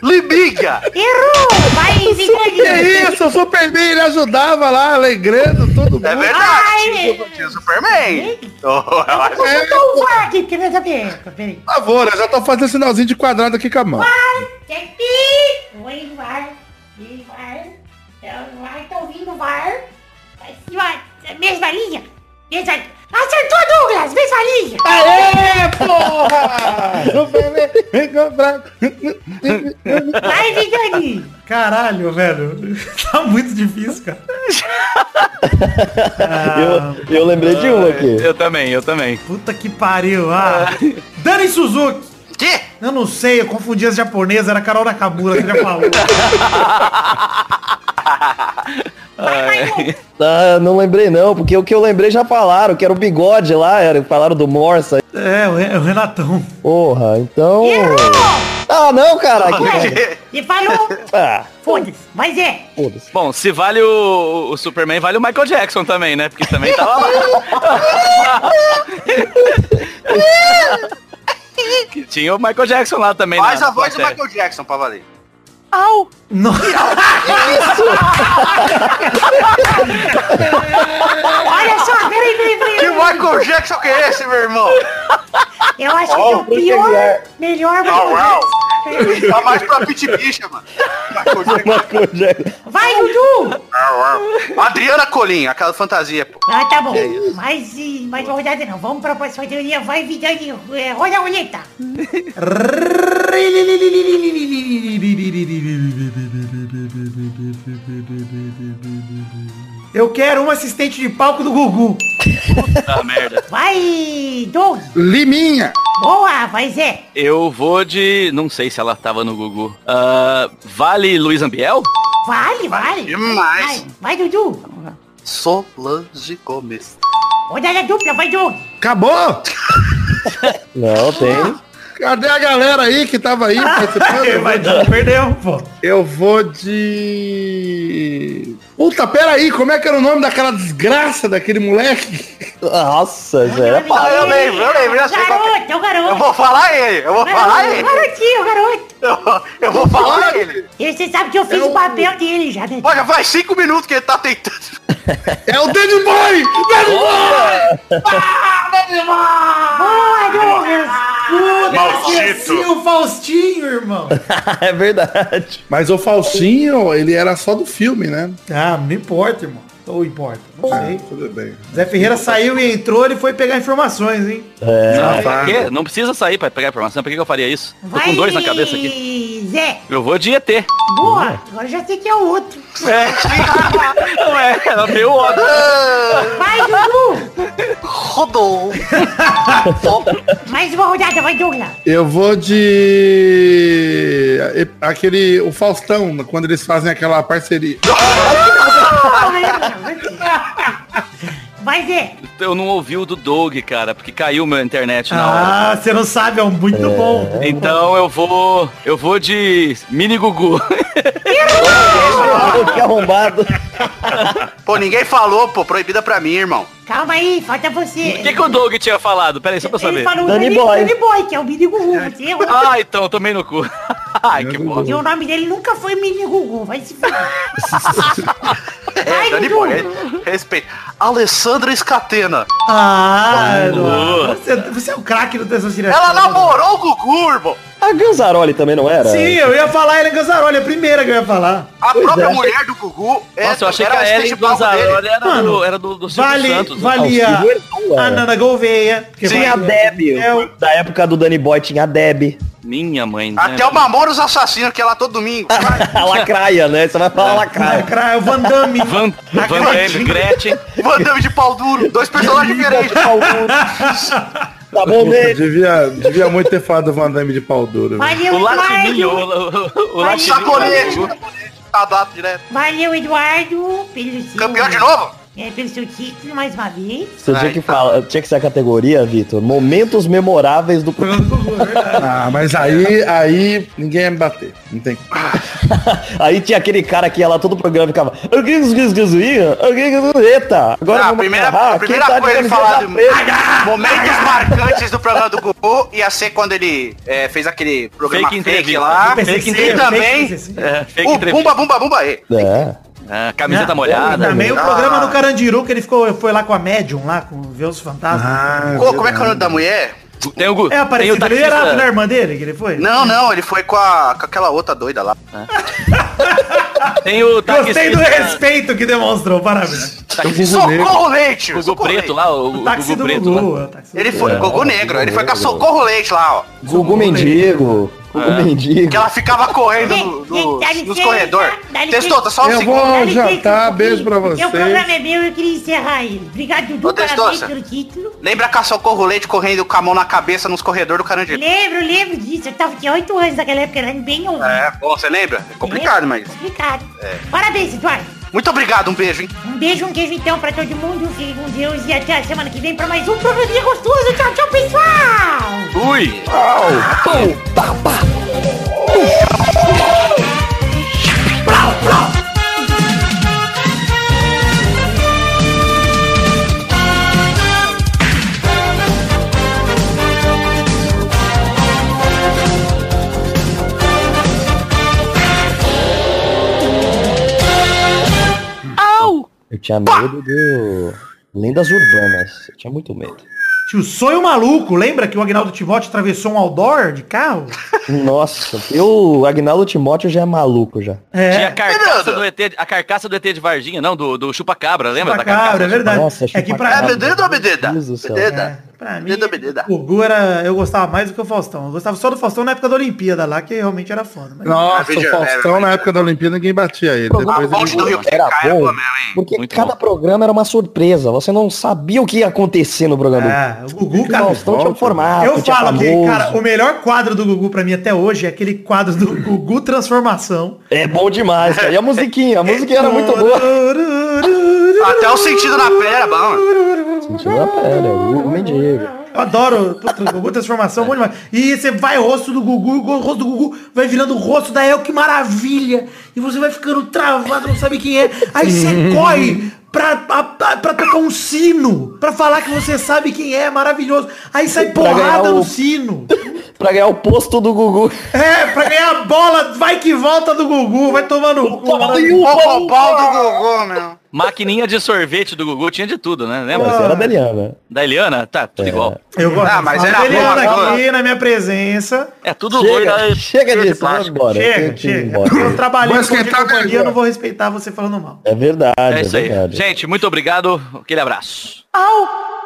[SPEAKER 5] Libiga!
[SPEAKER 10] Errou! Vai, Zicani!
[SPEAKER 6] Que é isso, o Superman ele ajudava lá, alegrando todo
[SPEAKER 5] É
[SPEAKER 6] mundo.
[SPEAKER 5] verdade. Tinha o Superman. Oh, ela-
[SPEAKER 10] Vou botar o VAR aqui, porque não é essa pergunta, peraí.
[SPEAKER 6] Por favor, eu já tô fazendo sinalzinho de quadrado aqui com a mão.
[SPEAKER 10] Tem pi! Oi, VAR! Oi, VAR! Então, VAR, tá ouvindo o VAR? Vai, sim, vai. É Mesma linha! Mesma... Acertou, Douglas! Mesma linha!
[SPEAKER 6] É. Aê, porra! Superman, vem comprar.
[SPEAKER 10] Vai, Zicani!
[SPEAKER 3] Caralho, velho. Tá muito difícil, cara. Ah,
[SPEAKER 2] Eu, eu lembrei de uma aqui.
[SPEAKER 4] Eu também, eu também.
[SPEAKER 3] Puta que pariu. Ah. Dani Suzuki.
[SPEAKER 5] Quê?
[SPEAKER 3] Eu não sei, eu confundi as japonesas, era a Carol Nakamura que já falou.
[SPEAKER 2] Ah, não lembrei não, porque o que eu lembrei já falaram, que era o bigode lá, era, falaram do Morsa.
[SPEAKER 3] é, o Re- o Renatão.
[SPEAKER 2] Porra, então...
[SPEAKER 10] Errou!
[SPEAKER 2] Ah, não, cara. que merda.
[SPEAKER 10] Você falou!
[SPEAKER 2] Ah,
[SPEAKER 10] Foda-se! Mas é!
[SPEAKER 2] foda-se.
[SPEAKER 4] Bom, se vale o, o Superman, vale o Michael Jackson também, né? Porque também tava lá. Que Tinha o Michael Jackson lá também.
[SPEAKER 5] Faz
[SPEAKER 4] na-
[SPEAKER 5] a voz do
[SPEAKER 4] na série.
[SPEAKER 5] Michael Jackson pra valer.
[SPEAKER 3] Não.
[SPEAKER 10] Olha só, peraí, peraí, peraí!
[SPEAKER 5] Que Michael Jackson que é esse, meu irmão?
[SPEAKER 10] Eu acho que
[SPEAKER 2] Ó,
[SPEAKER 10] o
[SPEAKER 2] Bruce
[SPEAKER 10] pior,
[SPEAKER 2] Aguiar.
[SPEAKER 10] melhor
[SPEAKER 5] é?
[SPEAKER 10] Michael
[SPEAKER 5] Au, au.
[SPEAKER 10] Jackson
[SPEAKER 5] Tá mais pra pit bicha, mano.
[SPEAKER 8] Vai, Dudu!
[SPEAKER 5] Adriana Colim, aquela fantasia, pô.
[SPEAKER 8] Ah, tá bom.
[SPEAKER 5] É isso.
[SPEAKER 8] Mas e mais uma rodada não. Vamos pra próxima teoria. Vai, Vidani. É, roda a roleta.
[SPEAKER 3] Eu quero um assistente de palco do Gugu.
[SPEAKER 4] Tá merda.
[SPEAKER 8] Vai, Doug.
[SPEAKER 6] Liminha.
[SPEAKER 8] Boa, é. vai, Zé.
[SPEAKER 4] Eu vou de. Não sei se ela tava no Gugu. Ah, vale Luiz Ambiel?
[SPEAKER 8] Vale, vale.
[SPEAKER 5] Demais.
[SPEAKER 8] Vai, vai, Dudu.
[SPEAKER 5] Solange Gomes.
[SPEAKER 8] Rodada dupla, vai, Doug.
[SPEAKER 6] Acabou?
[SPEAKER 2] Não, tem.
[SPEAKER 6] Cadê a galera aí que tava
[SPEAKER 2] Ah,
[SPEAKER 6] aí participando?
[SPEAKER 3] Vai, Dudu, perdeu, pô.
[SPEAKER 6] Eu vou de. Puta, peraí, como é que era o nome daquela desgraça daquele moleque?
[SPEAKER 2] Nossa, Zé. era pra-
[SPEAKER 5] Ah, eu lembro, eu lembro, eu sei qual que é.
[SPEAKER 8] Garoto, é o garoto.
[SPEAKER 5] Eu vou falar ele, eu vou falar
[SPEAKER 8] Garoto, é
[SPEAKER 5] ele.
[SPEAKER 8] garotinho, garoto.
[SPEAKER 5] Eu vou- Eu vou falar ele.
[SPEAKER 8] E você sabe que eu fiz o papel dele já, né?
[SPEAKER 5] Olha, faz cinco minutos que ele tá tentando.
[SPEAKER 6] É o Danny Boy! Danny Boy!
[SPEAKER 8] Boa, Douglas.
[SPEAKER 3] Esqueci o Faustinho, irmão.
[SPEAKER 2] é verdade.
[SPEAKER 6] Mas o Falsinho, ele era só do filme, né?
[SPEAKER 3] Ah, não importa, irmão. Ou importa. Não sei.
[SPEAKER 6] Tudo bem.
[SPEAKER 3] Zé Ferreira saiu e entrou, ele foi pegar informações, hein?
[SPEAKER 4] não, pra
[SPEAKER 6] vaga.
[SPEAKER 4] quê? Não precisa sair pra pegar informação. Por que que eu faria isso? Tô com dois na cabeça aqui. Uhum.
[SPEAKER 8] Zé.
[SPEAKER 4] Eu vou de ET.
[SPEAKER 8] Boa. Agora eu já sei que é o outro.
[SPEAKER 4] Não é, ela deu ódio.
[SPEAKER 8] Vai, Dudu.
[SPEAKER 5] Rodou.
[SPEAKER 8] Mais uma rodada, vai, Douglas.
[SPEAKER 6] Eu vou de. Aquele. O Faustão, quando eles fazem aquela parceria.
[SPEAKER 8] Tá né? Vai, Zé.
[SPEAKER 4] Eu não ouvi o do Doug, cara, porque caiu meu internet na hora.
[SPEAKER 3] Ah, você não sabe, é um muito bom.
[SPEAKER 4] Então eu vou. Eu vou de mini Gugu.
[SPEAKER 2] que arrombado.
[SPEAKER 5] Pô, ninguém falou, pô. Proibida pra mim, irmão.
[SPEAKER 8] Calma aí, falta
[SPEAKER 4] O
[SPEAKER 8] você.
[SPEAKER 4] que, que o Doug tinha falado? Pera aí, só pra eu saber.
[SPEAKER 8] Ele falou
[SPEAKER 2] Danny
[SPEAKER 8] Danny,
[SPEAKER 2] Boy.
[SPEAKER 8] Danny Boy, que é o Mini Gugu. Você errou.
[SPEAKER 4] Ah, então, tomei no cu. Ai, que bosta.
[SPEAKER 8] E o nome dele nunca foi Mini Gugu, vai se fuder. Vai,
[SPEAKER 5] É, Dani
[SPEAKER 8] Dudu.
[SPEAKER 5] Boy, re- respeito. Alessandra Escatena.
[SPEAKER 3] Ah,
[SPEAKER 4] Tá
[SPEAKER 3] Eduardo, você, você é um craque do Testosterona.
[SPEAKER 5] Ela namorou o Gugu, irmão.
[SPEAKER 2] A Ganzaroli também não era?
[SPEAKER 3] Sim, eu ia falar Ellen Ganzaroli, é a primeira que eu ia falar.
[SPEAKER 5] A
[SPEAKER 2] é.
[SPEAKER 5] própria mulher do Gugu é-
[SPEAKER 4] Nossa, eu achei que
[SPEAKER 5] era
[SPEAKER 4] a Ellen
[SPEAKER 5] assistente de palco dele.
[SPEAKER 4] Gonzalez era, do,
[SPEAKER 3] Mano,
[SPEAKER 4] era do, do Silvio
[SPEAKER 3] Vale,
[SPEAKER 4] Santos. né?
[SPEAKER 2] Ah,
[SPEAKER 3] valia
[SPEAKER 2] o Silvio era bom,
[SPEAKER 3] a
[SPEAKER 2] é.
[SPEAKER 3] Nana Gouveia. Que É
[SPEAKER 5] Sim,
[SPEAKER 2] Tinha
[SPEAKER 3] valia-
[SPEAKER 2] a Deb.
[SPEAKER 3] Eu-
[SPEAKER 2] Da época do Danny Boy tinha a Deb.
[SPEAKER 4] Minha mãe, né? Ah.
[SPEAKER 5] Até o Mamoros Assassino, que é lá todo domingo.
[SPEAKER 2] A lacraia, né? Você vai falar
[SPEAKER 3] Ah,
[SPEAKER 2] lacraia.
[SPEAKER 3] cra- o Van Damme.
[SPEAKER 4] Van, Van Damme, Gretchen.
[SPEAKER 5] Van Damme de pau duro. Dois personagens diferentes.
[SPEAKER 2] Tá bom,
[SPEAKER 6] Puta,
[SPEAKER 2] né?
[SPEAKER 6] devia, devia muito ter falado do Van Damme de pau duro. né? velho.
[SPEAKER 8] Valeu,
[SPEAKER 4] O Latininho,
[SPEAKER 8] Eduardo.
[SPEAKER 4] o, o, o
[SPEAKER 8] Vai,
[SPEAKER 5] Sacolete.
[SPEAKER 4] Latininho.
[SPEAKER 5] Cadastro direto.
[SPEAKER 8] Valeu, Eduardo, pelo seu...
[SPEAKER 5] Campeão de novo?
[SPEAKER 8] É, pelo seu título, mais uma vez.
[SPEAKER 2] Você tinha que, falar, tinha que ser a categoria, Vitor. Momentos memoráveis do...
[SPEAKER 6] Ah, mas aí, aí ninguém ia me bater. Não tem.
[SPEAKER 2] Aí tinha aquele cara que ia lá todo o programa e ficava. "Eu quis, quis, quis, ia, eu quis, quis, Eita! Agora
[SPEAKER 5] Ah, a
[SPEAKER 2] vamos
[SPEAKER 5] primeira,
[SPEAKER 2] agarrar
[SPEAKER 5] a
[SPEAKER 2] quem
[SPEAKER 5] primeira
[SPEAKER 2] tá de
[SPEAKER 5] coisa que
[SPEAKER 2] camiseta
[SPEAKER 5] falar do
[SPEAKER 2] preta."
[SPEAKER 5] momentos marcantes do programa do Gugu ia ser quando ele é, fez aquele programa
[SPEAKER 4] Fake
[SPEAKER 5] fake,
[SPEAKER 4] entrevista.
[SPEAKER 5] lá.
[SPEAKER 3] Eu pensei que
[SPEAKER 5] e
[SPEAKER 3] seria fake,
[SPEAKER 5] também
[SPEAKER 3] pensei assim.
[SPEAKER 4] É, fake
[SPEAKER 5] o
[SPEAKER 4] entrevista.
[SPEAKER 5] Bumba Bumba Bumba aí.
[SPEAKER 2] É.
[SPEAKER 4] Ah, camiseta
[SPEAKER 3] Não,
[SPEAKER 4] molhada.
[SPEAKER 3] Também o
[SPEAKER 5] Ah.
[SPEAKER 3] programa do Carandiru, que ele ficou, foi lá com a médium, lá, com ver os fantasmas.
[SPEAKER 6] Ah,
[SPEAKER 5] Pô, como é que é o nome da mulher?
[SPEAKER 4] Tem o, Gu-
[SPEAKER 3] É,
[SPEAKER 4] tem o
[SPEAKER 3] aparecido. Ele era da
[SPEAKER 4] taxista.
[SPEAKER 3] irmã dele que ele foi?
[SPEAKER 5] Não, não, ele foi com, a, com aquela outra doida lá.
[SPEAKER 4] Tem o
[SPEAKER 3] Gostei do
[SPEAKER 4] taxista.
[SPEAKER 3] respeito que demonstrou, parabéns.
[SPEAKER 5] Socorro Leite!
[SPEAKER 4] O Gugu
[SPEAKER 5] Socorro
[SPEAKER 4] Preto
[SPEAKER 5] Leite.
[SPEAKER 4] lá, o, o
[SPEAKER 3] O táxi
[SPEAKER 4] Gugu
[SPEAKER 3] do
[SPEAKER 4] Preto
[SPEAKER 3] Gugu.
[SPEAKER 4] lá.
[SPEAKER 3] é o táxi do
[SPEAKER 5] Ele
[SPEAKER 3] Gugu.
[SPEAKER 5] foi, Gugu Negro, ele foi com a Socorro Leite lá, ó.
[SPEAKER 2] Gugu Mendigo. Gugu Mendigo.
[SPEAKER 5] Que ela ficava correndo no, no,
[SPEAKER 8] Dá licença,
[SPEAKER 5] nos corredores.
[SPEAKER 8] dá licença.
[SPEAKER 5] Testota, só um
[SPEAKER 6] Eu
[SPEAKER 5] segundo.
[SPEAKER 6] vou
[SPEAKER 8] Dá licença
[SPEAKER 6] jantar,
[SPEAKER 8] um pouquinho.
[SPEAKER 6] beijo pra
[SPEAKER 8] Porque
[SPEAKER 6] vocês.
[SPEAKER 8] O programa é meu, eu queria encerrar ele. Obrigado, Dudu,
[SPEAKER 5] Ô,
[SPEAKER 8] parabéns
[SPEAKER 5] Testosta.
[SPEAKER 8] pelo título.
[SPEAKER 5] Lembra que a Socorro Leite correndo com a mão na cabeça nos corredores do Carandiru?
[SPEAKER 8] Lembro, lembro disso. Eu tava aqui há oito anos naquela época, era bem ouvido.
[SPEAKER 5] É, bom, você lembra? É complicado, mas... É.
[SPEAKER 8] Complicado. Parabéns, Eduardo.
[SPEAKER 5] Muito obrigado, um beijo, hein?
[SPEAKER 8] Um beijo, um queijo então pra todo mundo. Fiquem com Deus e até a semana que vem pra mais um programinha gostoso. Tchau, tchau, pessoal!
[SPEAKER 4] Ui!
[SPEAKER 2] Eu tinha medo do. Lendas urbanas. Eu tinha muito medo.
[SPEAKER 3] Tio, sonho maluco. Lembra que o Agnaldo Timóteo atravessou um outdoor de carro?
[SPEAKER 2] Nossa, eu, Agnaldo Timóteo já é maluco já.
[SPEAKER 4] Tinha
[SPEAKER 3] É,
[SPEAKER 4] a carcaça, do ET, a carcaça do ET de Varginha, não, do, do chupa-cabra, lembra? da
[SPEAKER 3] Cabra, é
[SPEAKER 4] carcaça?
[SPEAKER 3] verdade.
[SPEAKER 2] Nossa,
[SPEAKER 3] é que pra
[SPEAKER 2] chupa-cabra.
[SPEAKER 3] mim,
[SPEAKER 5] Dedo ou medida?
[SPEAKER 2] Deus do céu.
[SPEAKER 5] Medida.
[SPEAKER 3] pra mim,
[SPEAKER 5] Dedo ou medida?
[SPEAKER 3] o Gugu era... Eu gostava mais do que o Faustão. Eu gostava só do Faustão na época da Olimpíada lá, que realmente era foda. Mas...
[SPEAKER 6] Nossa,
[SPEAKER 5] Maravilha,
[SPEAKER 6] o Faustão
[SPEAKER 5] é,
[SPEAKER 6] na época da Olimpíada ninguém batia ele.
[SPEAKER 2] Pô,
[SPEAKER 5] A
[SPEAKER 6] Depois
[SPEAKER 5] ponte
[SPEAKER 6] ele...
[SPEAKER 5] do Rio
[SPEAKER 2] Era
[SPEAKER 5] Quincaia é
[SPEAKER 2] bom.
[SPEAKER 5] boa mesmo, hein?
[SPEAKER 2] Porque
[SPEAKER 4] Muito
[SPEAKER 2] cada
[SPEAKER 4] bom.
[SPEAKER 2] programa era uma surpresa. Você não sabia o que ia acontecer no programa. do-
[SPEAKER 3] Ah, o Gugu,
[SPEAKER 2] O
[SPEAKER 3] cara...
[SPEAKER 2] Faustão tinha um formato,
[SPEAKER 3] Eu
[SPEAKER 2] tinha
[SPEAKER 3] falo que,
[SPEAKER 2] famoso.
[SPEAKER 3] cara, o melhor quadro do Gugu pra mim até hoje é aquele quadro do Gugu Transformação.
[SPEAKER 2] É bom demais, cara. E a musiquinha? A musiquinha era muito boa.
[SPEAKER 5] Até o sentido na pele era bom.
[SPEAKER 2] Sentiu na pele, o mendigo.
[SPEAKER 3] Eu adoro puta, o Gugu Transformação, bom demais. E você vai o rosto do Gugu, o rosto do Gugu vai virando o rosto da El, que maravilha! E você vai ficando travado, não sabe quem é. Aí você corre pra, pra, pra- pra tocar um sino, pra falar que você sabe quem é, maravilhoso. Aí sai
[SPEAKER 2] Pra ganhar
[SPEAKER 3] porrada
[SPEAKER 2] o-
[SPEAKER 3] no sino.
[SPEAKER 2] Pra ganhar o posto do Gugu.
[SPEAKER 3] É, pra ganhar a bola, vai que volta do Gugu, vai tomando cu. maravilhoso.
[SPEAKER 5] Roubal do Gogô, meu.
[SPEAKER 4] Maquininha de sorvete do Gugu, tinha de tudo, né?
[SPEAKER 2] Mas
[SPEAKER 4] Lembra?
[SPEAKER 2] era da Eliana.
[SPEAKER 4] Da Eliana? Tá, tudo igual.
[SPEAKER 3] Eu gosto.
[SPEAKER 5] Ah, mas
[SPEAKER 3] A
[SPEAKER 5] era
[SPEAKER 3] Adriana
[SPEAKER 5] boa,
[SPEAKER 3] aqui na minha presença.
[SPEAKER 4] É tudo
[SPEAKER 2] Chega,
[SPEAKER 4] loira.
[SPEAKER 2] chega disso, né? vamos embora. Tem
[SPEAKER 3] Chega,
[SPEAKER 2] que ir
[SPEAKER 3] chega.
[SPEAKER 2] embora.
[SPEAKER 3] Eu trabalhei
[SPEAKER 6] Mas
[SPEAKER 3] com
[SPEAKER 6] quem
[SPEAKER 3] de
[SPEAKER 6] tá
[SPEAKER 3] companhia,
[SPEAKER 6] ganhando?
[SPEAKER 3] eu não vou respeitar você falando mal.
[SPEAKER 2] É verdade,
[SPEAKER 4] É
[SPEAKER 2] é
[SPEAKER 4] isso aí.
[SPEAKER 2] verdade.
[SPEAKER 4] Gente, muito obrigado. Aquele abraço.
[SPEAKER 10] Au!